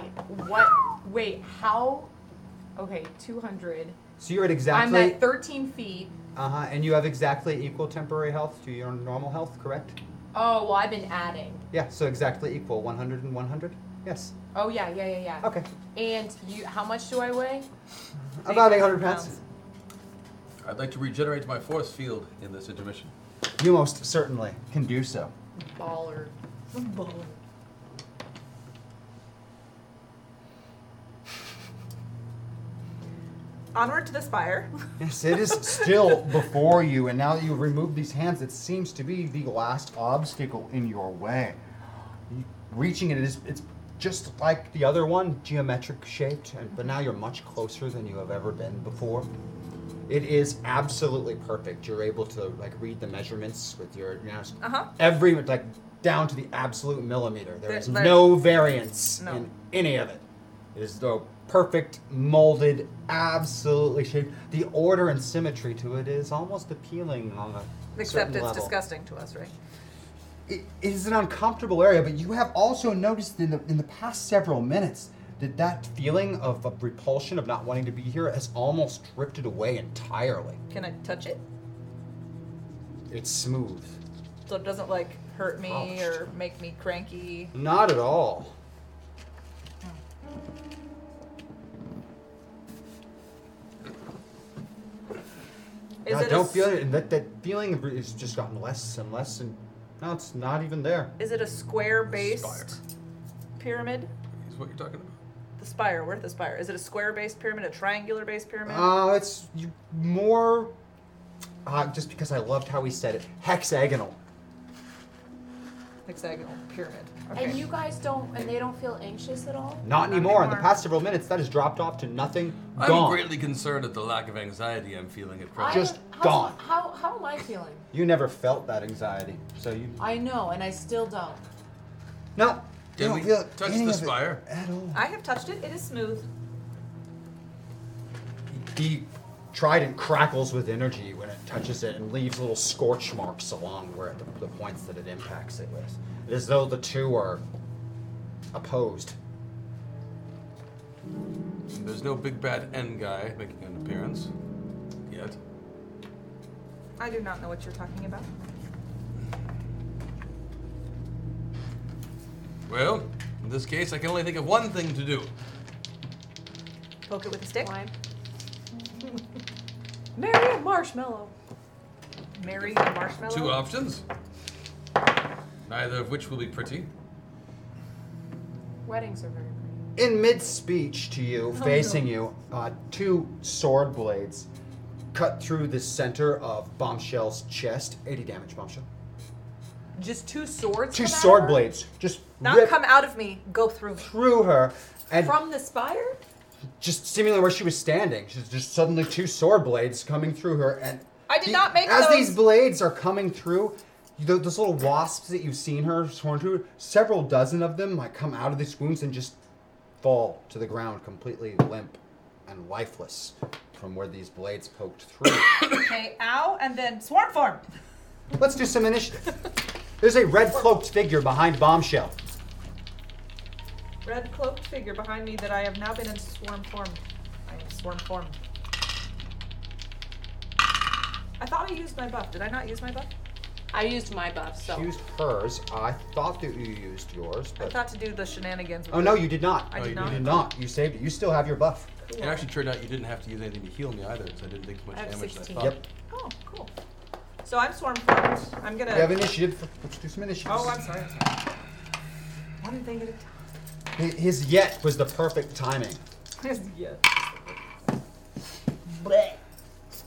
D: What? Wait, how? Okay, 200.
A: So you're at
D: I'm
A: exactly,
D: at 13 feet.
A: uh and you have exactly equal temporary health to your normal health, correct?
D: Oh, well, I've been adding.
A: Yeah, so exactly equal, 100 and 100? Yes.
D: Oh, yeah, yeah, yeah, yeah.
A: Okay.
D: And you, how much do I weigh?
A: About 800 pounds.
E: I'd like to regenerate my force field in this intermission.
A: You most certainly can do so.
D: Baller. Baller.
B: Onward to the spire.
A: Yes, it is still before you, and now that you've removed these hands, it seems to be the last obstacle in your way. You- Reaching it is it's just like the other one, geometric shaped, and, but now you're much closer than you have ever been before. It is absolutely perfect. You're able to like read the measurements with your now
B: Uh huh.
A: every like down to the absolute millimeter. There
B: There-
A: is
B: there-
A: no variance
B: No.
A: in any of it. It is the perfect, molded, absolutely shaped. The order and symmetry to it is almost appealing on a
B: Except
A: certain
B: it's
A: level.
B: disgusting to us, right?
A: It it is an uncomfortable area, but you have also noticed in the in the past several minutes that that feeling of, of repulsion of not wanting to be here has almost drifted away entirely.
B: Can I touch it
A: It's smooth.
B: so it doesn't like hurt me
A: Ouch.
B: or make me cranky?
A: Not at all.
B: Is
A: I
B: it a
A: don't
B: s-
A: feel it. and That that feeling of- it's just gotten less and less, and now it's not even there.
B: Is it a square-based
E: Spire.
B: pyramid?
E: Is what you're talking about?
B: The spire. Where's the spire? Is it a square-based pyramid? A triangular-based pyramid?
A: Uh, it's you- more. Uh, just because I loved how he said it, hexagonal.
B: Hexagonal pyramid.
D: And you guys don't, and they don't feel anxious at all?
A: Not, anymore. In the
B: anymore.
A: past several minutes, that has dropped off to nothing.
E: I'm
A: gone.
E: greatly concerned at the lack of anxiety I'm feeling at
D: I-
E: present.
A: Just
D: how's-
A: gone.
D: How, how am I feeling?
A: You never felt that anxiety, so you.
D: I know, and I still don't.
A: No. you
E: Can
A: don't
E: we
A: feel
E: touch
A: any of
E: the
A: it
E: spire?
A: at all?
B: I have touched it. It is smooth.
A: The trident crackles with energy when it touches it and leaves little scorch marks along where it, the points that it impacts it with. It is as though the two are opposed.
E: There's no big bad end guy making an appearance yet.
B: I do not know what you're talking about.
E: Well, in this case, I can only think of one thing to do.
B: Poke it with a stick.
D: Why? Mary a marshmallow.
B: Marry the marshmallow.
E: Two uh, options, neither of which will be pretty.
D: Weddings are very pretty.
A: In mid speech to you, facing you, uh, two sword blades cut through the center of Bombshell's chest. 80 damage, Bombshell.
D: Just two swords?
A: Two
D: come out of
A: sword
D: her?
A: blades just
B: Not
A: rip
B: come out of me. Go through me.
A: through her and
D: From the spire?
A: just seemingly where she was standing. She's just suddenly two sword blades coming through her, and
B: I did not make
A: as
B: those.
A: these blades are coming through. th- those little wasps that you've seen her swarm to, several dozen of them like come out of these wounds and just fall to the ground completely limp and lifeless from where these blades poked through.
K: Okay, ow, and then swarm form.
A: Let's do some initiative. There's a red cloaked figure behind Bombshell.
B: Red cloaked figure behind me that I have now been in swarm form. I am swarm form. I thought I used my buff. Did I not use my buff?
D: I used my buff,
A: She used hers. I thought that you used yours,
B: I
A: but
B: thought to do the shenanigans. with
A: oh
B: it.
A: no, you did not.
B: I did
A: you
B: not.
A: did not. You saved it. You still have your buff.
E: It actually turned out you didn't have to use anything to heal me either, because I didn't take as much
B: I have
E: damage as I
B: 16.
E: thought.
A: Yep.
B: Oh, cool. So I'm swarm formed. I'm
D: Uh,
B: gonna.
A: We have initiative. For, let's do some initiative.
B: oh, I'm sorry. I'm sorry. Why didn't they get it?
A: His, his yet was the perfect timing.
B: yeah.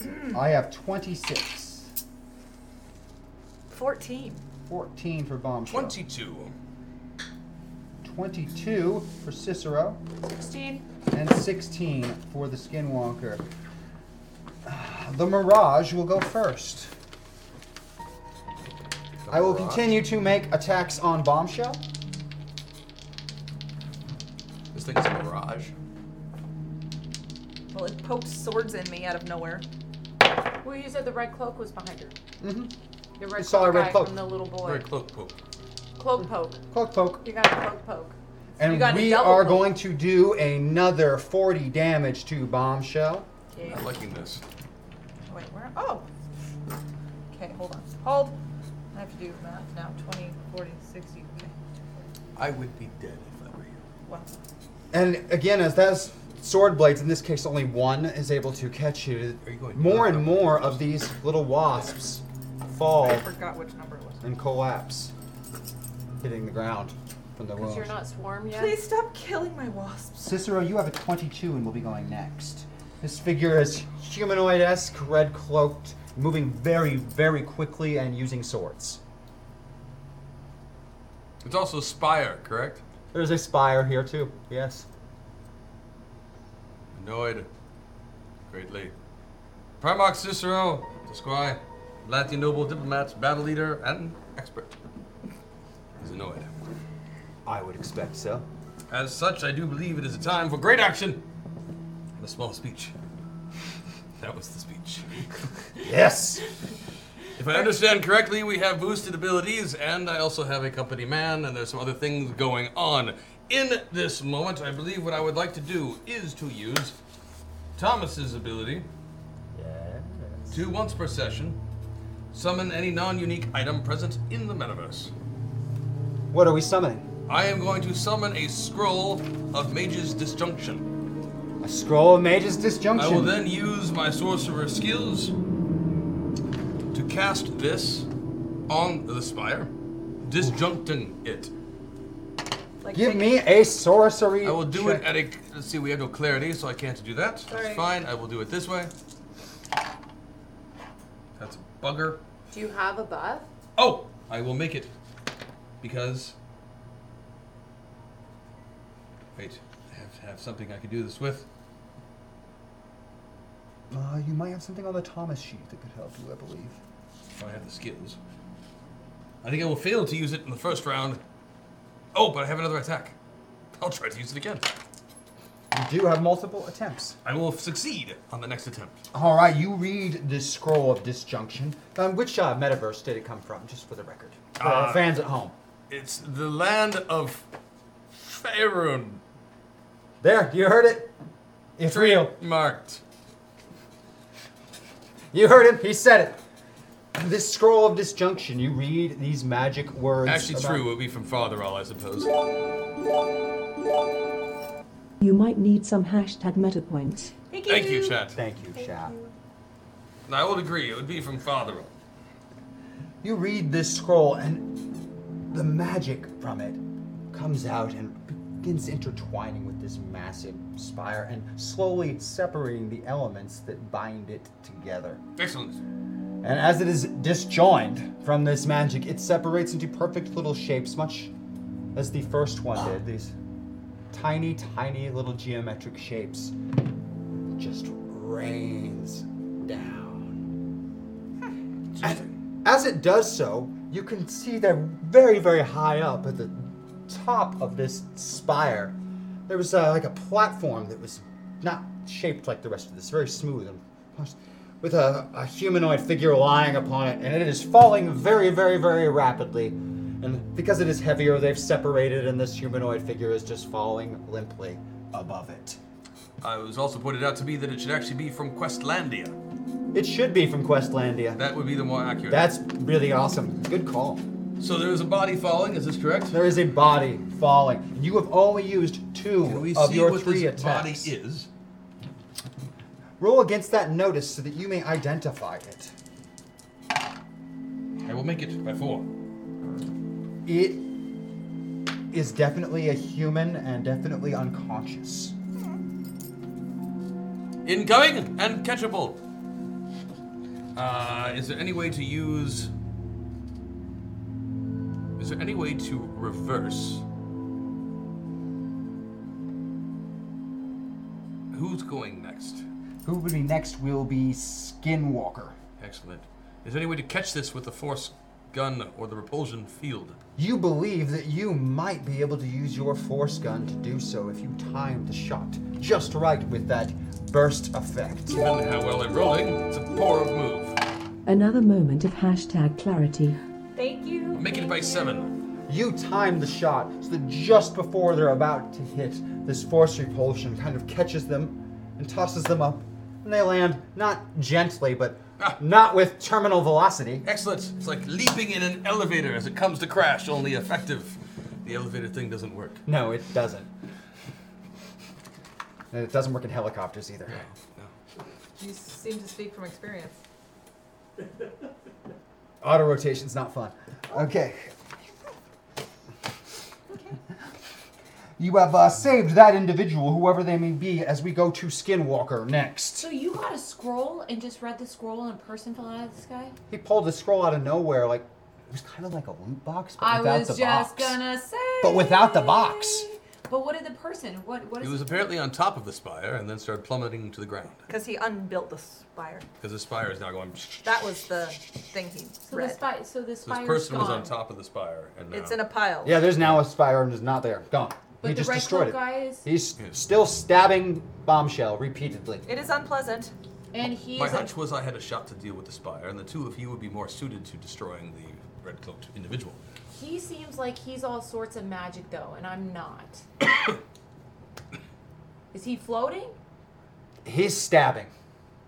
D: Hmm.
A: I have 26,
B: 14.
A: 14 for Bombshell,
E: 22.
A: 22 for Cicero,
B: 16.
A: and 16 for the Skinwalker. The Mirage will go first. I will continue to make attacks on Bombshell.
E: This thing's a mirage.
B: Well, it poked swords in me out of nowhere.
D: Well, you said the red cloak was behind her.
A: Mm-hmm.
D: The red
A: saw a
D: cloak
A: red
D: guy
A: cloak.
D: from the little boy.
E: Very cloak poke.
D: Cloak poke.
A: Cloak poke.
D: You got a cloak poke. You
A: And
D: got a
A: we
D: double
A: are
D: poke.
A: going to do another 40 damage to Bombshell.
B: Okay.
E: Not liking this.
B: Wait, where? Oh! Okay, hold on. Hold. I have to do math now 20, 40, 60. Okay.
E: I would be dead if I were you.
B: Well,
A: And again, as that's sword blades, in this case only one is able to catch you,
E: Are you going-
A: more and more of these little wasps fall
B: I forgot which number it was.
A: and collapse, hitting the ground from the
D: Because
A: wound.
D: you're not swarm yet.
B: Please stop killing my wasps.
A: Cicero, you have a 22 and will be going next. This figure is humanoid esque, red cloaked, moving very, very quickly and using swords.
E: It's also Spire, correct?
A: There's a spire here too, yes.
E: Annoyed. Greatly. Primarch Cicero, the squire, Latin noble, diplomat, battle leader, and expert. He's annoyed.
A: I would expect so.
E: As such, I do believe it is a time for great action and a small speech. That was the speech.
A: Yes!
E: If I understand correctly, we have boosted abilities, and I also have a company man, and there's some other things going on. In this moment, I believe what I would like to do is to use Thomas's ability to once per session summon any non-unique item present in the metaverse.
A: What are we summoning?
E: I am going to summon a scroll of Mage's Disjunction.
A: A scroll of mage's
E: I
A: disjunction.
E: will then use my sorcerer skills to cast this on the spire, disjuncting it.
B: Like,
A: Give
B: take-
A: me a sorcery.
E: I will do
A: check.
E: it at a. Let's see, we have no clarity, so I can't do that. That's
B: Sorry.
E: fine. I will do it this way. That's a bugger.
D: Do you have a buff?
E: Oh, I will make it because. Wait, I have to have something I can do this with.
A: Uh, you might have something on the Thomas sheet that could help you, I believe.
E: If I have the skills. I think I will fail to use it in the first round. Oh, but I have another attack. I'll try to use it again.
A: You do have multiple attempts.
E: I will succeed on the next attempt.
A: All right, you read this scroll of disjunction. Um, which uh, metaverse did it come from? Just for the record, for our
E: Uh,
A: fans at home.
E: It's the land of Faerun
A: There, you heard it. It's real.
E: marked.
A: You heard him. He said it. This scroll of disjunction. You read these magic words.
E: Actually,
A: about-
E: true. It would be from Fatherall, I suppose.
F: You might need some hashtag meta points.
E: Thank you, chat.
A: Thank you, Shap.
E: I would agree. It would be from Fatherall.
A: You read this scroll, and the magic from it comes out and begins intertwining with this massive spire and slowly separating the elements that bind it together.
E: Excellent.
A: And as it is disjoined from this magic, it separates into perfect little shapes, much as the first one did. These tiny, tiny little geometric shapes just rains down. And as it does so, You can see they're very, very high up at the top of this spire. There was uh, like a platform that was not shaped like the rest of this, very smooth and polished, with a, a humanoid figure lying upon it, and it is falling very, very, very rapidly. And because it is heavier, they've separated, and this humanoid figure is just falling limply above it.
E: Uh, it was also pointed out to me that it should actually be from Questlandia.
A: It should be from Questlandia.
E: That would be the more accurate.
A: That's really awesome. Good call.
E: So there is a body falling. Is this correct?
A: There is a body falling. And You have only used two
E: Can we
A: of
E: see
A: your
E: what
A: three
E: this body
A: attacks.
E: is?
A: Roll against that notice so that you may identify it.
E: I will make it by four.
A: It is definitely a human and definitely unconscious.
E: Incoming and catchable. Uh, is there any way to use? Is there any way to reverse? Who's going next?
A: Who would be next will be Skinwalker.
E: Excellent. Is there any way to catch this with the force gun or the repulsion field?
A: You believe that you might be able to use your force gun to do so if you time the shot just right with that burst effect.
E: Given how well I'm rolling, it's a poor move.
F: Another moment of hashtag clarity.
B: Thank you.
E: Make it by seven.
A: You time the shot so that just before they're about to hit, this force repulsion kind of catches them and tosses them up, and they land not gently, but not with terminal velocity.
E: Excellent. It's like leaping in an elevator as it comes to crash, only effective. The elevator thing doesn't work.
A: No, it doesn't. And it doesn't work in helicopters either.
B: You seem to speak from experience.
A: Auto rotation's not fun. Okay. You have uh, saved that individual, whoever they may be, as we go to Skinwalker next.
D: So you got a scroll and just read the scroll and a person fell out of the sky?
A: He pulled the scroll out of nowhere, like it was kind of like a loot box, but
D: I
A: without
D: was
A: the
D: just
A: box.
D: gonna say.
A: But without the box.
D: But what did the person? What? What
E: He
D: is?
E: was apparently on top of the spire and then started plummeting to the ground
B: Because he unbuilt the spire.
E: because the spire is now going. So
B: That was the thing he
D: so the
B: read.
D: spy. So the
E: this
D: spire's
E: person
D: gone.
E: was on top of the spire and now.
B: It's in a pile.
A: Yeah, there's now a spire and is not there. Gone.
D: But
A: he
D: the
A: just
D: red
A: destroyed it.
D: cloak guy is-
A: He's still stabbing bombshell repeatedly.
B: It is unpleasant.
D: And he
E: My
D: is.
E: hunch was I had a shot to deal with the spire, and the two of you would be more suited to destroying the red cloaked individual.
D: He seems like he's all sorts of magic though, and I'm not. is he floating?
A: He's stabbing.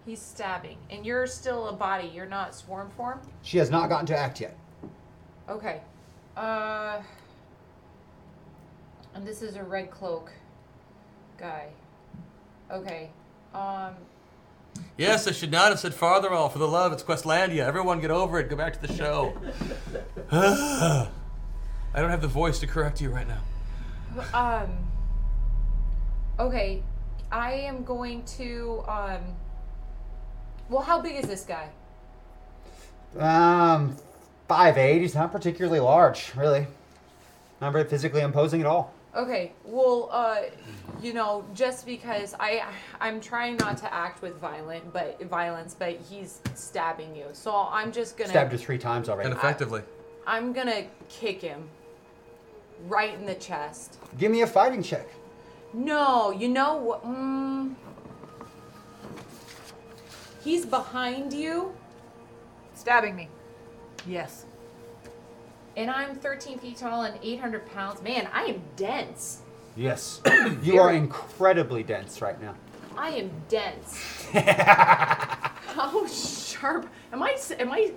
D: He's stabbing, and you're still a body. You're not swarm form.
A: She has not gotten to act yet.
D: Okay. Uh. And this is a red cloak guy. Okay. Um.
E: Yes, I should not have said Fartherall. For the love, it's Questlandia. Everyone get over it. Go back to the show. I don't have the voice to correct you right now.
D: Um. Okay, I am going to. Um. Well, how big is this guy?
A: Um, five eight. He's not particularly large, really. Not very physically imposing at all.
D: Okay. Well, uh, you know, just because I I'm trying not to act with violent, but violence, but he's stabbing you, so I'm just gonna
A: Stabbed her three times
E: And
A: already.
E: effectively,
D: I'm gonna kick him right in the chest.
A: Give me a fighting check.
D: No, you know what? Mm, he's behind you,
B: Stabbing me. Yes.
D: and I'm 13 feet tall and 800 pounds. Man, I am dense.
A: Yes. you are incredibly dense right now.
D: I am dense. How sharp? Am I? Am I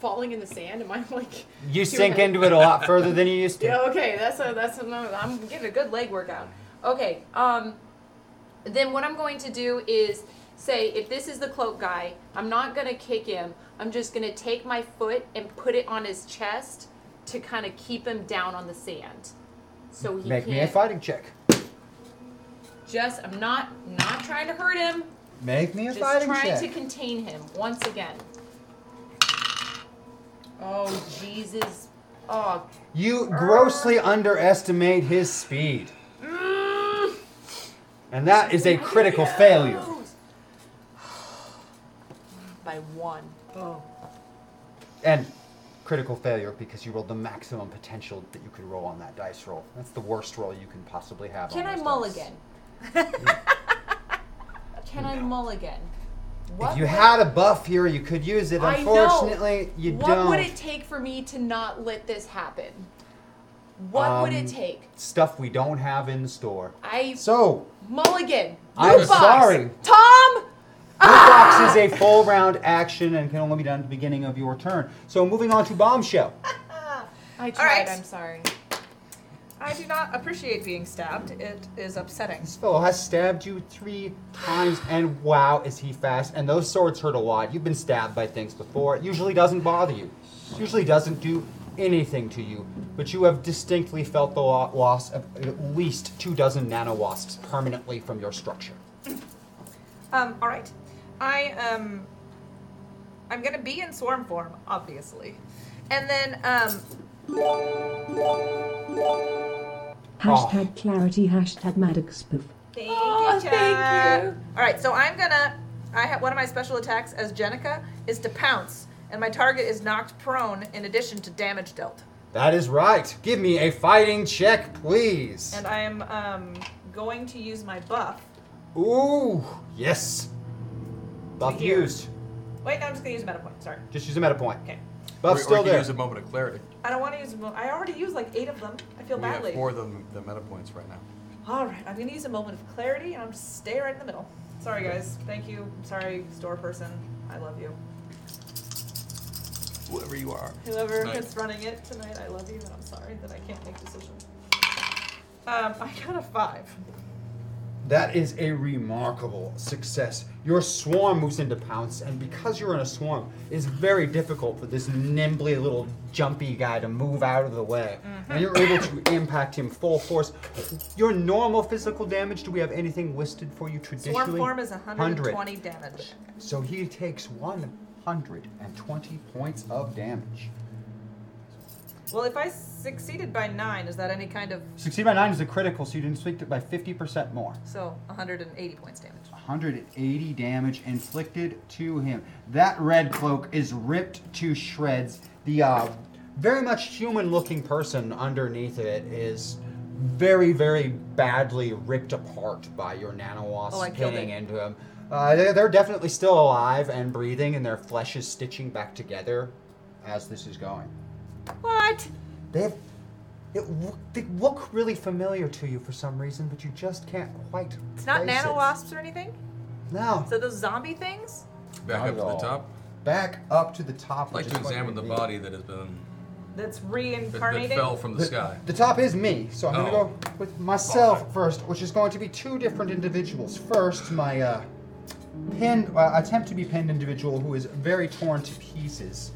D: falling in the sand? Am I like?
A: You
D: too
A: sink
D: heavy?
A: into it a lot further than you used to.
D: Yeah, okay, that's a, that's another. I'm getting a good leg workout. Okay, um, then what I'm going to do is say if this is the cloak guy, I'm not gonna kick him. I'm just gonna take my foot and put it on his chest to kind of keep him down on the sand, so he
A: Make
D: can't.
A: me a fighting check.
D: Just I'm not not trying to hurt him.
A: Make me a
D: Just
A: fighting
D: trying
A: check.
D: to contain him once again. Oh Jesus! Oh
A: You grossly underestimate his speed.
D: Mm.
A: And that is a critical failure.
D: By one. Oh.
A: And critical failure because you rolled the maximum potential that you could roll on that dice roll. That's the worst roll you can possibly have.
D: Can
A: on
D: I
A: those
D: mulligan? Can I mulligan?
A: If you had a buff here, you could use it.
D: I
A: Unfortunately,
D: know.
A: you
D: what
A: don't.
D: would it take for me to not let this happen? What would
A: Um,
D: it take?
A: Stuff we don't have in the store.
D: I
A: So,
D: mulligan.
A: I'm
D: Loot box.
A: sorry.
D: Tom.
A: Loot box is a full round action and can only be done at the beginning of your turn. So, moving on to bombshell.
D: I tried.
B: right.
D: I'm sorry.
B: I do not appreciate being stabbed. It is upsetting.
A: This fellow has stabbed you three times, and wow, is he fast! And those swords hurt a lot. You've been stabbed by things before. It usually doesn't bother you. It usually doesn't do anything to you. But you have distinctly felt the lo- loss of at least two dozen nano wasps permanently from your structure.
B: Um, all right. I um I'm gonna be in swarm form, obviously. And then um
F: Hashtag clarity, hashtag Maddox poof.
B: thank
D: Oh,
B: you.
D: thank
B: Chad.
D: you.
B: All right, so I'm gonna I have one of my special attacks as Jenica is to pounce, and my target is knocked prone in addition to damage dealt.
A: That is right. Give me a fighting check, please.
B: And I am um going to use my buff.
A: Ooh, yes. Buff
B: Here.
A: used.
B: Wait, no, I'm just gonna use a meta point. Sorry.
A: Just use a meta point.
B: Okay.
E: Or- or
A: Buff's still
E: you can
A: there.
E: use a moment of clarity.
B: I don't want to use. Mo- I already used like eight of them. I feel
E: We
B: badly.
E: have four of them, the meta points right now.
B: All right, I'm gonna use a moment of clarity, and I'm just stay right in the middle. Sorry, guys. Thank you. Sorry, store person. I love you.
E: Whoever you are.
B: Whoever
E: Right.
B: is running it tonight, I love you, and I'm sorry that I can't make decisions. Um, I got a five.
A: That is a remarkable success. Your swarm moves into pounce, and because you're in a swarm, it's very difficult for this nimbly little jumpy guy to move out of the way.
B: Mm-hmm.
A: And you're able to impact him full force. Your normal physical damage, do we have anything listed for you traditionally?
B: Swarm form is 120 damage.
A: So he takes 120 points of damage.
B: Well, if I succeeded by nine, is that any kind of
A: Succeed by 9 is a critical, so you didn't inflict it by 50% more.
B: so 180 points damage?
A: 180 damage inflicted to him. That red cloak is ripped to shreds. The uh, very much human looking person underneath it is very, very badly ripped apart by your nanowasp
B: Oh, I killed
A: pinning
B: it.
A: into him. Uh, they're, they're definitely still alive and breathing, and their flesh is stitching back together as this is going.
B: What?
A: They have. It, loo- they look really familiar to you for some reason, but you just can't quite.
B: It's not
A: place it.
B: nano wasps or anything.
A: No.
B: So those zombie things?
A: Not
E: Back up
A: at
E: to the
A: all.
E: top.
A: back up to the top.
E: I'd like
A: which
E: to
A: is what
E: examine
A: we
E: the
A: need.
E: body that has been
B: That's
E: that, that
B: reincarnating.
E: fell from the
A: The,
E: sky.
A: the top is me, so I'm gonna
E: Oh.
A: go with myself
E: Fine.
A: first, which is going to be two different individuals. First, my uh, pinned uh, attempt to be pinned individual who is very torn to pieces.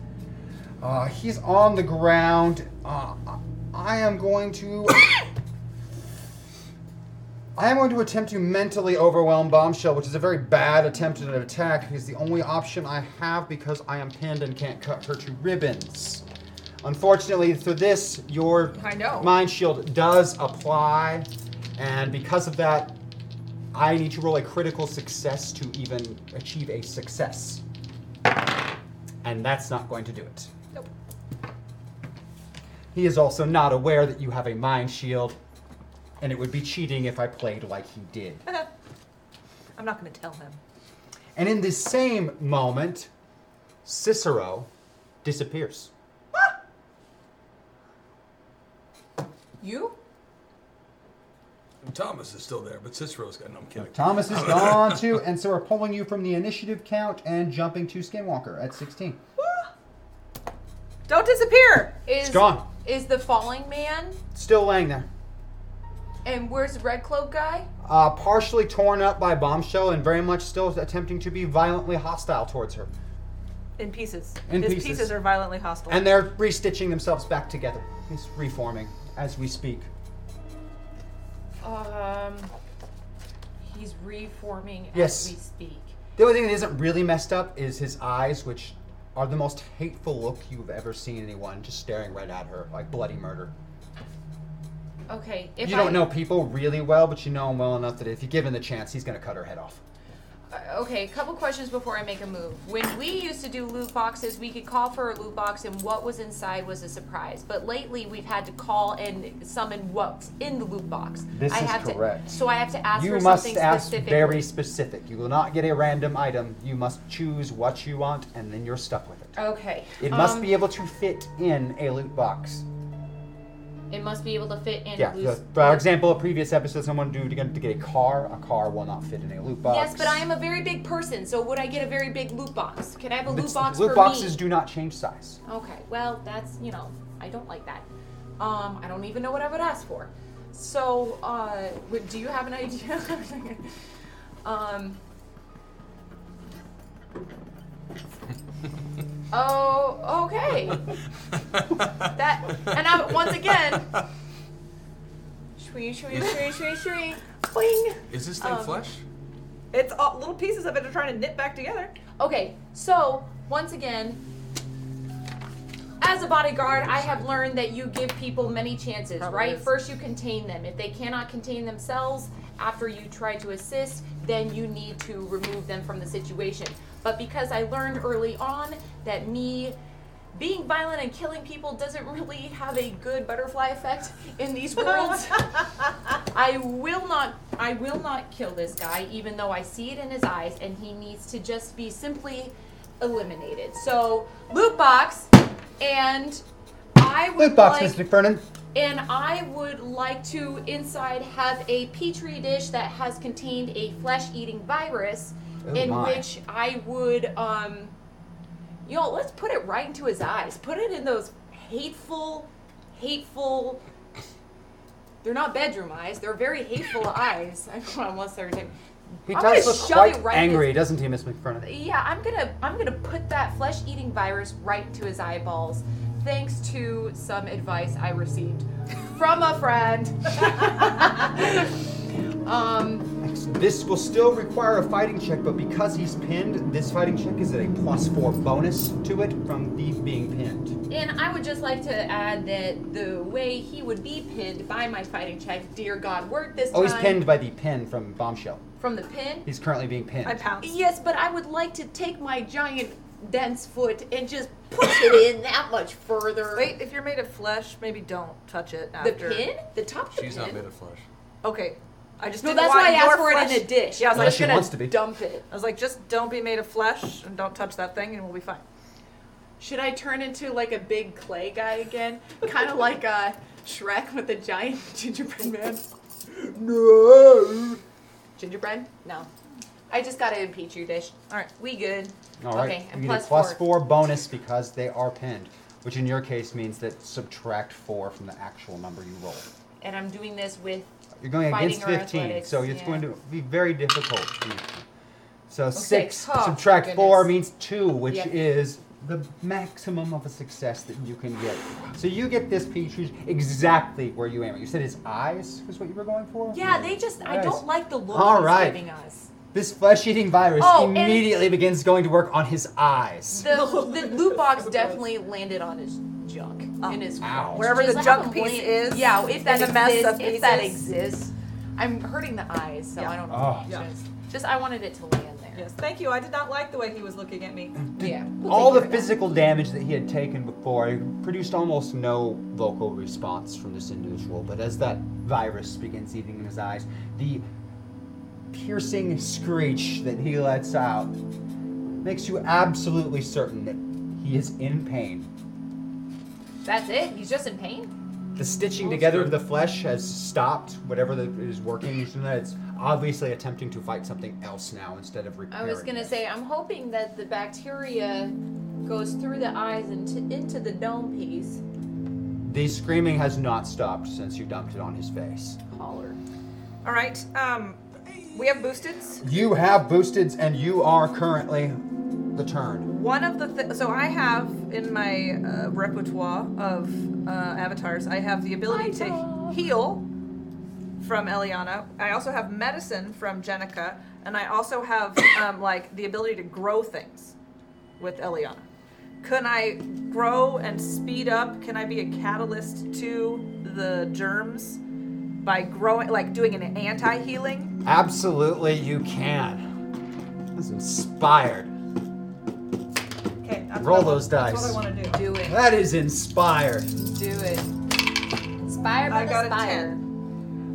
A: Uh, he's on the ground. Uh, I am going to. I am going to attempt to mentally overwhelm Bombshell, which is a very bad attempt at an attack. Is the only option I have because I am pinned and can't cut her to ribbons. Unfortunately, for this, your
B: I know.
A: mind shield does apply, and because of that, I need to roll a critical success to even achieve a success. And that's not going to do it.
B: Nope.
A: He is also not aware that you have a mind shield, and it would be cheating if I played like he did.
B: I'm not gonna tell him.
A: And in this same moment, Cicero disappears.
D: You?
E: Thomas is still there, but Cicero's got. No, I'm kidding.
A: Thomas is gone too, and so we're pulling you from the initiative count and jumping to Skinwalker at 16.
B: Don't disappear.
D: Is
A: gone.
D: Is the falling man?
A: Still laying there.
D: And where's the red cloak guy?
A: Uh, partially torn up by bombshell and very much still attempting to be violently hostile towards her.
B: In pieces.
A: In
B: His
A: pieces.
B: pieces are violently hostile.
A: And they're restitching themselves back together. He's reforming as we speak.
D: Um, he's reforming
A: Yes.
D: as we speak.
A: The only thing that isn't really messed up is his eyes, which are the most hateful look you've ever seen anyone, just staring right at her, like bloody murder.
D: Okay. If
A: you
D: I,
A: don't know people really well, but you know him well enough that if you give him the chance, he's going to cut her head off.
D: Uh, Okay, a couple questions before I make a move. When we used to do loot boxes, we could call for a loot box and what was inside was a surprise. But lately, we've had to call and summon what's in the loot box.
A: This
D: I
A: is
D: have
A: correct.
D: To, so I have to ask
A: you
D: for
A: must
D: something
A: ask
D: specific.
A: very specific. You will not get a random item. You must choose what you want, and then you're stuck with it.
D: Okay.
A: It must
D: um,
A: be able to fit in a loot box.
D: It must be able to fit in
A: yeah.
D: a loose.
A: the- for example, a previous episode, someone due to get to get a car. A car will not fit in a loot box.
D: Yes, but I am a very big person, so would I get a very big loot box? Can I have a loot
A: It's-
D: box
A: loot
D: for
A: boxes
D: me?
A: do not change size.
D: Okay, well, that's, you know, I don't like that. Um, I don't even know what I would ask for. So, uh, would, do you have an idea? um, oh, okay. that, and I, once again, shree, shree, shree, shree, shree, boing.
E: Is this thing
D: Um,
E: flesh?
D: It's all little pieces of it are trying to knit back together. Okay, so once again, as a bodyguard, I have learned that you give people many chances,
I: Probably
D: right?
I: is.
D: First, you contain them. If they cannot contain themselves after you try to assist, then you need to remove them from the situation. But because I learned early on that me being violent and killing people doesn't really have a good butterfly effect in these worlds. I will not I will not kill this guy even though I see it in his eyes and he needs to just be simply eliminated. So loot box and I would
A: Loot box,
D: like
A: Miss McFernan.
D: and I would like to inside have a petri dish that has contained a flesh-eating virus,
A: Oh
D: in
A: my.
D: which I would, um, you know, let's put it right into his eyes. Put it in those hateful, hateful. They're not bedroom eyes. They're very hateful eyes. I don't know, unless they're.
A: He
D: I'm gonna
A: does look
D: shove
A: quite
D: it right in his
A: angry, doesn't he, Miss McFernan?
D: yeah, I'm gonna I'm gonna put that flesh-eating virus right to his eyeballs, thanks to some advice I received from a friend. um,
A: This will still require a fighting check, but because he's pinned, this fighting check is at a plus four bonus to it from the being pinned.
D: and I would just like to add that the way he would be pinned by my fighting check, dear God, work this
A: Oh, he's
D: time
A: pinned by the pin from Bombshell.
D: from the pin.
A: He's currently being pinned.
D: Yes, but I would like to take my giant dense foot and just push it in that much further.
B: Wait, if you're made of flesh, maybe don't touch it
D: the
B: after.
D: pin, the top of the
E: She's
D: pin.
E: not made of flesh.
B: Okay. I just
D: No,
B: didn't
D: that's
B: want
D: why I asked
B: your
D: for it in
B: flesh-
D: a dish.
B: Yeah, I
A: Unless
B: was like,
A: she
B: gonna
A: wants to be.
D: Dump it.
B: I was like, just don't be made of flesh and don't touch that thing, and we'll be fine.
D: Should I turn into like a big clay guy again? kind of like uh, Shrek with the giant gingerbread man? No! Gingerbread? No. I just got it in Petri dish. Alright, we good.
A: All right.
D: Okay,
A: you
D: and
A: get
D: plus,
A: a plus
D: four.
A: four. bonus because they are pinned, which in your case means that subtract four from the actual number you rolled.
D: And I'm doing this with.
A: You're going
D: fighting
A: against
D: or
A: 15,
D: athletics,
A: so it's
D: yeah.
A: going to be very difficult. for you. So six
D: six. Oh,
A: subtract
D: goodness.
A: four means two, which
D: Yeah.
A: is the maximum of a success that you can get. So you get this Petrie's exactly where you aim it. You said his eyes was what you were going for?
D: Yeah, they just. I
A: Nice.
D: don't like the look
A: All
D: he's
A: right.
D: giving us.
A: This flesh-eating virus
D: Oh, and-
A: immediately begins going to work on his eyes.
D: The, the loot box definitely landed on his junk.
B: Oh.
D: in his
A: Ow.
B: Wherever
D: Just
B: the
D: have
B: junk
D: him
B: piece
D: land-
B: is,
D: Yeah, if that
B: and the mess
D: exists,
B: of
D: if that
B: pieces.
D: exists. I'm hurting the eyes, so I don't know.
A: Oh.
B: Yeah.
D: Just, just I wanted it to land there.
B: Yes, thank you. I did not like the way he was looking at me.
D: Yeah. we'll
A: All
D: take
A: the
D: care of
A: physical damage that he had taken before produced almost no vocal response from this individual, but as that virus begins eating in his eyes, the piercing screech that he lets out makes you absolutely certain that he is in pain.
D: that. That's it. He's just in pain.
A: The stitching together of the flesh has stopped. Whatever that is working, it's obviously attempting to fight something else now instead of
D: I
A: repairing.
D: was gonna
A: it.
D: say I'm hoping that the bacteria goes through the eyes and t- into the dome piece.
A: The screaming has not stopped since you dumped it on his face.
D: Holler.
B: All right. Um, we have boosteds.
A: You have boosteds, and you are currently the turn.
B: One of the th- so I have in my uh, repertoire of uh, avatars, I have the ability to heal from Eliana. I also have medicine from Jenica, and I also have um, like the ability to grow things with Eliana. Can I grow and speed up? Can I be a catalyst to the germs by growing, like doing an anti-healing?
A: Absolutely, you can. was inspired.
K: Okay, that's
A: Roll
K: what I-
A: those
K: that's
A: dice.
K: what I want to do. Do it.
A: That is inspired.
K: Do it.
I: Inspired
K: I
I: by
K: got
I: the
K: a
I: spire.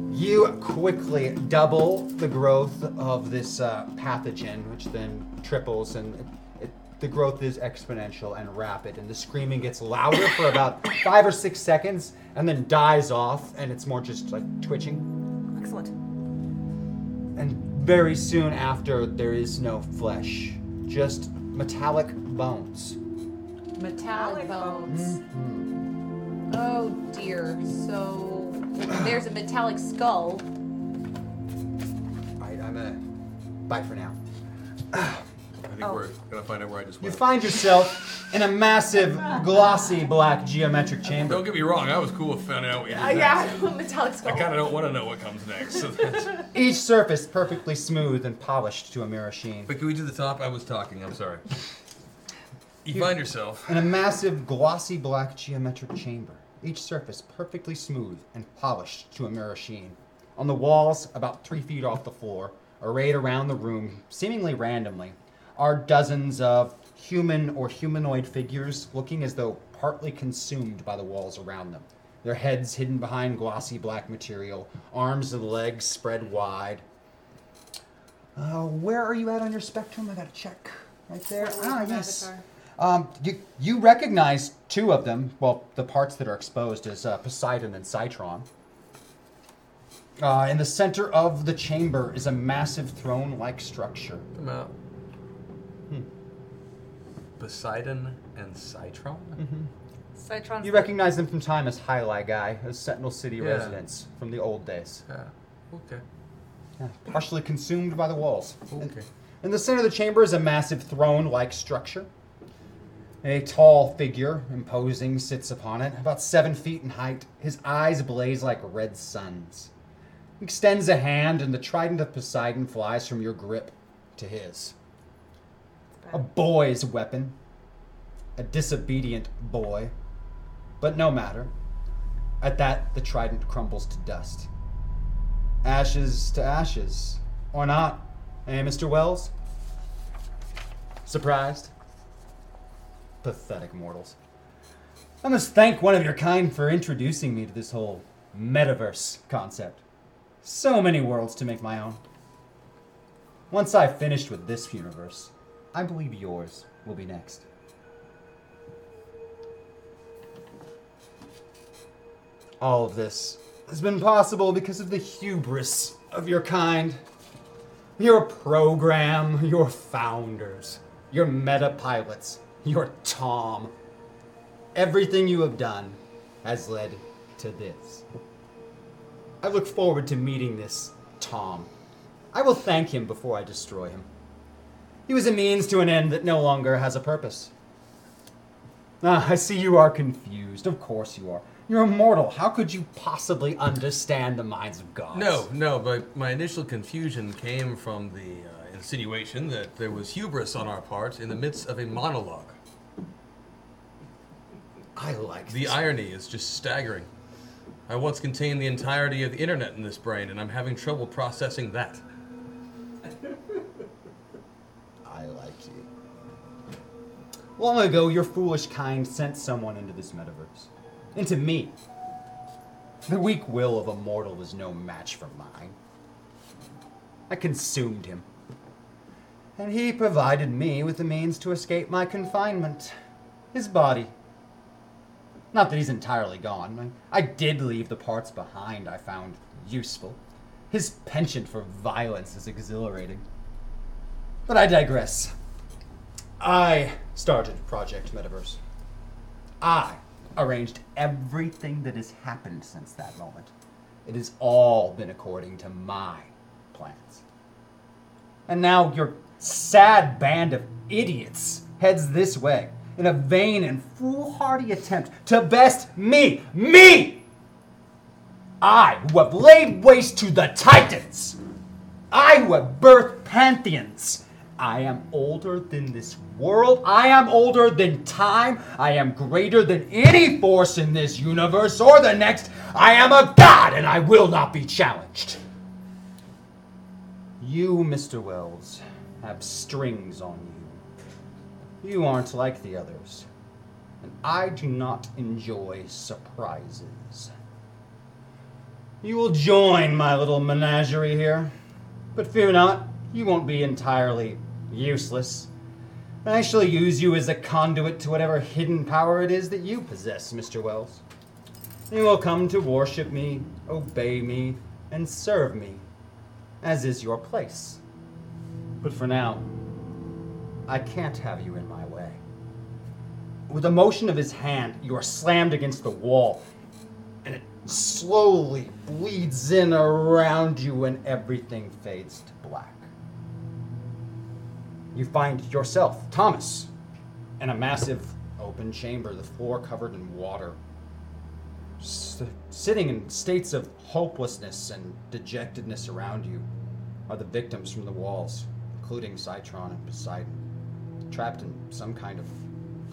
A: You quickly double the growth of this uh, pathogen, which then triples, and it, it, the growth is exponential and rapid. And the screaming gets louder for about five or six seconds, and then dies off, and it's more just like twitching.
K: Excellent.
A: And very soon after, there is no flesh, just metallic bones.
D: Metallic bones.
A: Mm-hmm.
I: Oh dear. So there's a metallic skull.
A: All right, I'm gonna bye for now.
E: I think we're
D: Oh.
E: gonna find out where I just
A: You
E: went.
A: find yourself in a massive, glossy black geometric chamber.
E: Don't get me wrong, I was cool with finding out what you did
D: Uh, yeah, metallic
E: next. I
D: skull.
E: kind of don't want to know what comes next. so that's-
A: Each surface perfectly smooth and polished to a mirror sheen.
E: but can we do the top? I was talking. I'm sorry. You find yourself.
A: In a massive, glossy black geometric chamber, each surface perfectly smooth and polished to a mirror sheen. On the walls, about three feet off the floor, arrayed around the room, seemingly randomly, are dozens of human or humanoid figures looking as though partly consumed by the walls around them. Their heads hidden behind glossy black material, arms and legs spread wide. Uh, where are you at on your spectrum? I gotta check. Right there. Ah, yes. Um, you, you recognize two of them. Well, the parts that are exposed is uh, Poseidon and Citron. Uh, in the center of the chamber is a massive throne-like structure.
E: Come out. Poseidon and Citron?
B: Citron's
A: You recognize them from time as Hylai Guy, a Sentinel City
E: Yeah.
A: residents from the old days.
E: Yeah. Okay.
A: Yeah, partially consumed by the walls.
E: Okay.
A: In the center of the chamber is a massive throne like structure. A tall figure, imposing, sits upon it, about seven feet in height. His eyes blaze like red suns. He extends a hand, and the trident of Poseidon flies from your grip to his. A boy's weapon. A disobedient boy. But no matter. At that, the trident crumbles to dust. Ashes to ashes. Or not. Eh, Mr. Wells? Surprised? Pathetic mortals. I must thank one of your kind for introducing me to this whole metaverse concept. So many worlds to make my own. Once I've finished with this universe, I believe yours will be next. All of this has been possible because of the hubris of your kind. Your program, your founders, your meta pilots, your Tom. Everything you have done has led to this. I look forward to meeting this Tom. I will thank him before I destroy him. He was a means to an end that no longer has a purpose. Ah, I see you are confused. Of course you are. You're immortal. How could you possibly understand the minds of gods?
E: No, no, but my initial confusion came from the uh, insinuation that there was hubris on our part in the midst of a monologue.
A: I like
E: The
A: this.
E: irony is just staggering. I once contained the entirety of the internet in this brain, and I'm having trouble processing that.
A: I like you. Long ago, your foolish kind sent someone into this metaverse. Into me. The weak will of a mortal was no match for mine. I consumed him. And he provided me with the means to escape my confinement his body. Not that he's entirely gone. I I did leave the parts behind I found useful. His penchant for violence is exhilarating. But I digress. I started Project Metaverse. I arranged everything that has happened since that moment. It has all been according to my plans. And now your sad band of idiots heads this way in a vain and foolhardy attempt to best me. Me! I, who have laid waste to the Titans! I who have birthed pantheons. I am older than this world. I am older than time. I am greater than any force in this universe or the next. I am a god and I will not be challenged. You, Mr. Wells, have strings on you. You aren't like the others. And I do not enjoy surprises. You will join my little menagerie here. But fear not, you won't be entirely useless. I shall use you as a conduit to whatever hidden power it is that you possess, Mr. Wells. You will come to worship me, obey me, and serve me, as is your place. But for now, I can't have you in my way. With a motion of his hand, you are slammed against the wall, and it slowly bleeds in around you, and everything fades to black. You find yourself, Thomas, in a massive open chamber, the floor covered in water, S- sitting in states of hopelessness and dejectedness around you are the victims from the walls, including Citron and Poseidon, trapped in some kind of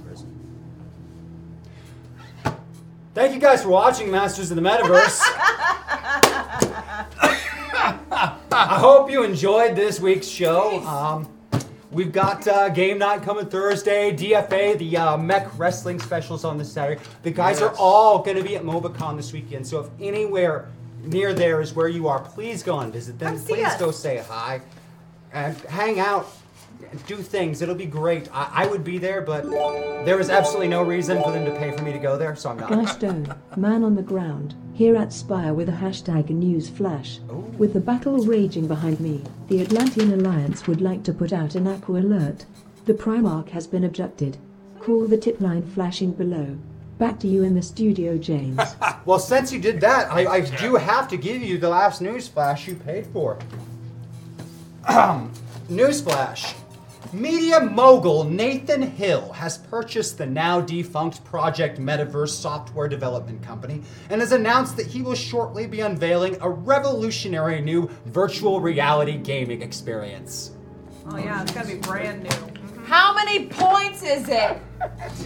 A: prison. Thank you guys for watching Masters of the Metaverse. I hope you enjoyed this week's show. Um, we've got uh, game night coming Thursday, DFA, the uh, mech wrestling specials on this Saturday. The guys are
L: Yes.
A: all going to be at MobaCon this weekend, so if anywhere near there is where you are, please go and visit them.
L: see
A: please
L: us.
A: go say hi and hang out. Do things. It'll be great. I, I would be there, but there is absolutely no reason for them to pay for me to go there, so I'm not.
F: Guy Stone, man on the ground, here at Spire with a hashtag news flash. With the battle raging behind me, the Atlantean Alliance would like to put out an aqua alert. The Primarch has been abducted. Call the tip line flashing below. Back to you in the studio, James.
A: Well, since you did that, I, I do have to give you the last news flash you paid for. news flash. Media mogul Nathan Hill has purchased the now defunct Project Metaverse software development company and has announced that he will shortly be unveiling a revolutionary new virtual reality gaming experience.
B: Oh yeah, it's gonna be brand new.
D: How many points is it?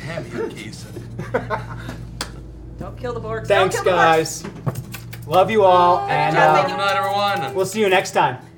E: Damn you, Jason.
B: Don't kill the Borgs.
A: Thanks,
B: Don't kill the Borgs.
A: guys. Love you all, and
E: Have a
A: uh,
E: good night, everyone.
A: we'll see you next time.